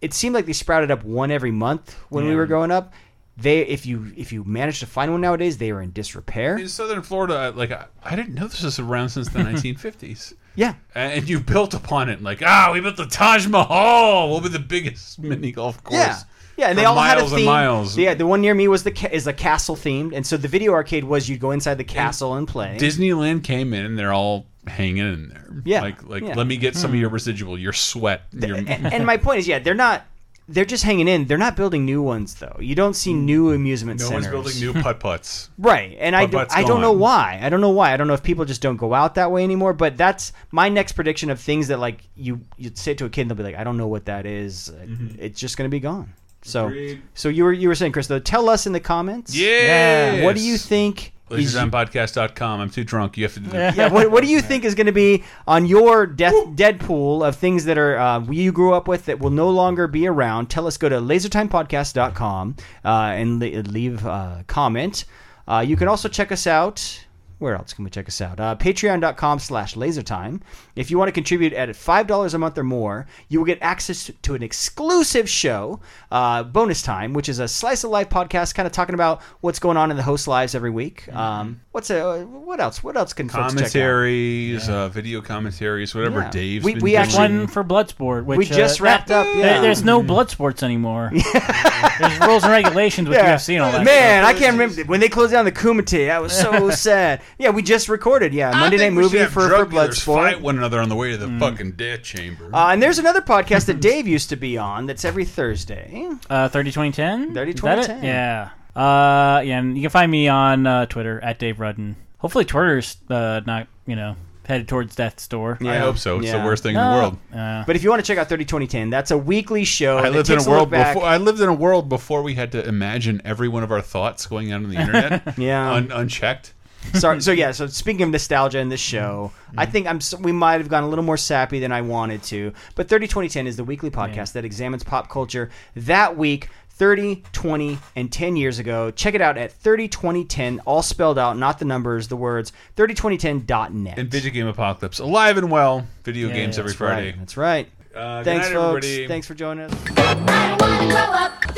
Speaker 2: it seemed like they sprouted up one every month when we
Speaker 1: Yeah.
Speaker 2: were growing up. They if you if you manage to find one nowadays, they are in disrepair.
Speaker 1: in Southern Florida, like I, I didn't know this was around since the 1950s.
Speaker 2: Yeah.
Speaker 1: and you built upon it, like ah, we built the Taj Mahal. We'll be the biggest mini golf course.
Speaker 2: Yeah, yeah, and they
Speaker 1: for
Speaker 2: all had a
Speaker 1: miles
Speaker 2: theme.
Speaker 1: and miles.
Speaker 2: Yeah, the one near me was the ca- is a castle themed, and so the video arcade was you'd go inside the castle and play.
Speaker 1: Disneyland came in, and they're all hanging in there.
Speaker 2: Yeah.
Speaker 1: like like
Speaker 2: Yeah. Hmm.
Speaker 1: let me get some of your residual, your sweat, your
Speaker 2: and my point is, yeah, they're not. They're just hanging in. They're not building new ones though. You don't see new amusement
Speaker 1: Mm. no one's
Speaker 2: centers.
Speaker 1: building new putt putts.
Speaker 2: Right, and I, do,
Speaker 1: Putt-putt's
Speaker 2: I don't know
Speaker 1: gone.
Speaker 2: why. I don't know why. I don't know if people just don't go out that way anymore. But that's my next prediction of things that like you you say to a kid, and they'll be like, I don't know what that is. It's just going to be gone. So
Speaker 1: Mm-hmm. Agreed.
Speaker 2: so you were you were saying, Chris, though, tell us in the comments.
Speaker 1: Yes.
Speaker 2: What do you think? is-
Speaker 1: Lasertimepodcast.com. I'm too drunk. You have to do that.
Speaker 2: yeah, what, what do you think is going to be on your death Deadpool of things that are uh, you grew up with that will no longer be around? Tell us. Go to lasertimepodcast.com uh, and le- leave a comment. Uh, you can also check us out. Where else can we check us out? Uh, Patreon.com slash lasertime. If you want to contribute at $5 a month or more, you will get access to an exclusive show, uh, Bonus Time, which is a slice of life podcast kind of talking about what's going on in the host lives every week. Um, what's a, What else? What else can folks check out?
Speaker 1: Commentaries, uh, video commentaries, whatever
Speaker 2: Yeah.
Speaker 1: Dave's
Speaker 2: We-
Speaker 1: been
Speaker 2: we
Speaker 1: doing.
Speaker 2: actually-
Speaker 3: One for Bloodsport, which
Speaker 2: We just
Speaker 3: uh,
Speaker 2: wrapped
Speaker 3: that-
Speaker 2: up,
Speaker 3: there-
Speaker 2: yeah.
Speaker 3: there's no Bloodsports anymore. there's rules and regulations with
Speaker 2: Yeah.
Speaker 3: UFC and all that.
Speaker 2: Man, I can't remember when they closed down the Kumite. I was so sad. Yeah, we just recorded. Yeah,
Speaker 1: I
Speaker 2: Monday Night
Speaker 1: think we should
Speaker 2: Movie
Speaker 1: have
Speaker 2: for, for
Speaker 1: drug dealers
Speaker 2: Bloodsport. Mm.
Speaker 1: Fight one another on the way to the fucking death chamber.
Speaker 2: Uh, and there's another podcast that Dave used to be on. That's every Thursday.
Speaker 3: Uh, 30 2010? 30
Speaker 2: 2010.
Speaker 3: Yeah. Uh, yeah, and you can find me on uh, Twitter at Dave Rudden. Hopefully, Twitter's uh, not, you know, headed towards death's door.
Speaker 1: I hope so. It's
Speaker 2: Yeah.
Speaker 1: the worst thing in the world.
Speaker 3: Uh,
Speaker 2: But if you want to check out 30 2010, that's a weekly show.
Speaker 1: I
Speaker 2: that
Speaker 1: lived in a
Speaker 2: takes look
Speaker 1: world
Speaker 2: back.
Speaker 1: before. I lived in a world before we had to imagine every one of our thoughts going out on the internet.
Speaker 2: Yeah.
Speaker 1: un- unchecked.
Speaker 2: Sorry. So yeah. So speaking of nostalgia in this show, I
Speaker 1: Mm-hmm.
Speaker 2: think I'm. s- We might have gone a little more sappy than I wanted to. But 30 2010 is the weekly podcast that examines pop culture that week. 30, 20, and 10 years ago. Check it out at 302010, all spelled out, not the numbers, the words, 302010.net.
Speaker 1: And video game apocalypse, alive and well. Video
Speaker 2: Yeah,
Speaker 1: games every
Speaker 2: that's right,
Speaker 1: Friday.
Speaker 2: That's right.
Speaker 1: Uh, good
Speaker 2: Thanks,
Speaker 1: night,
Speaker 2: folks.
Speaker 1: everybody.
Speaker 2: Thanks for joining us.
Speaker 5: I wanna grow up.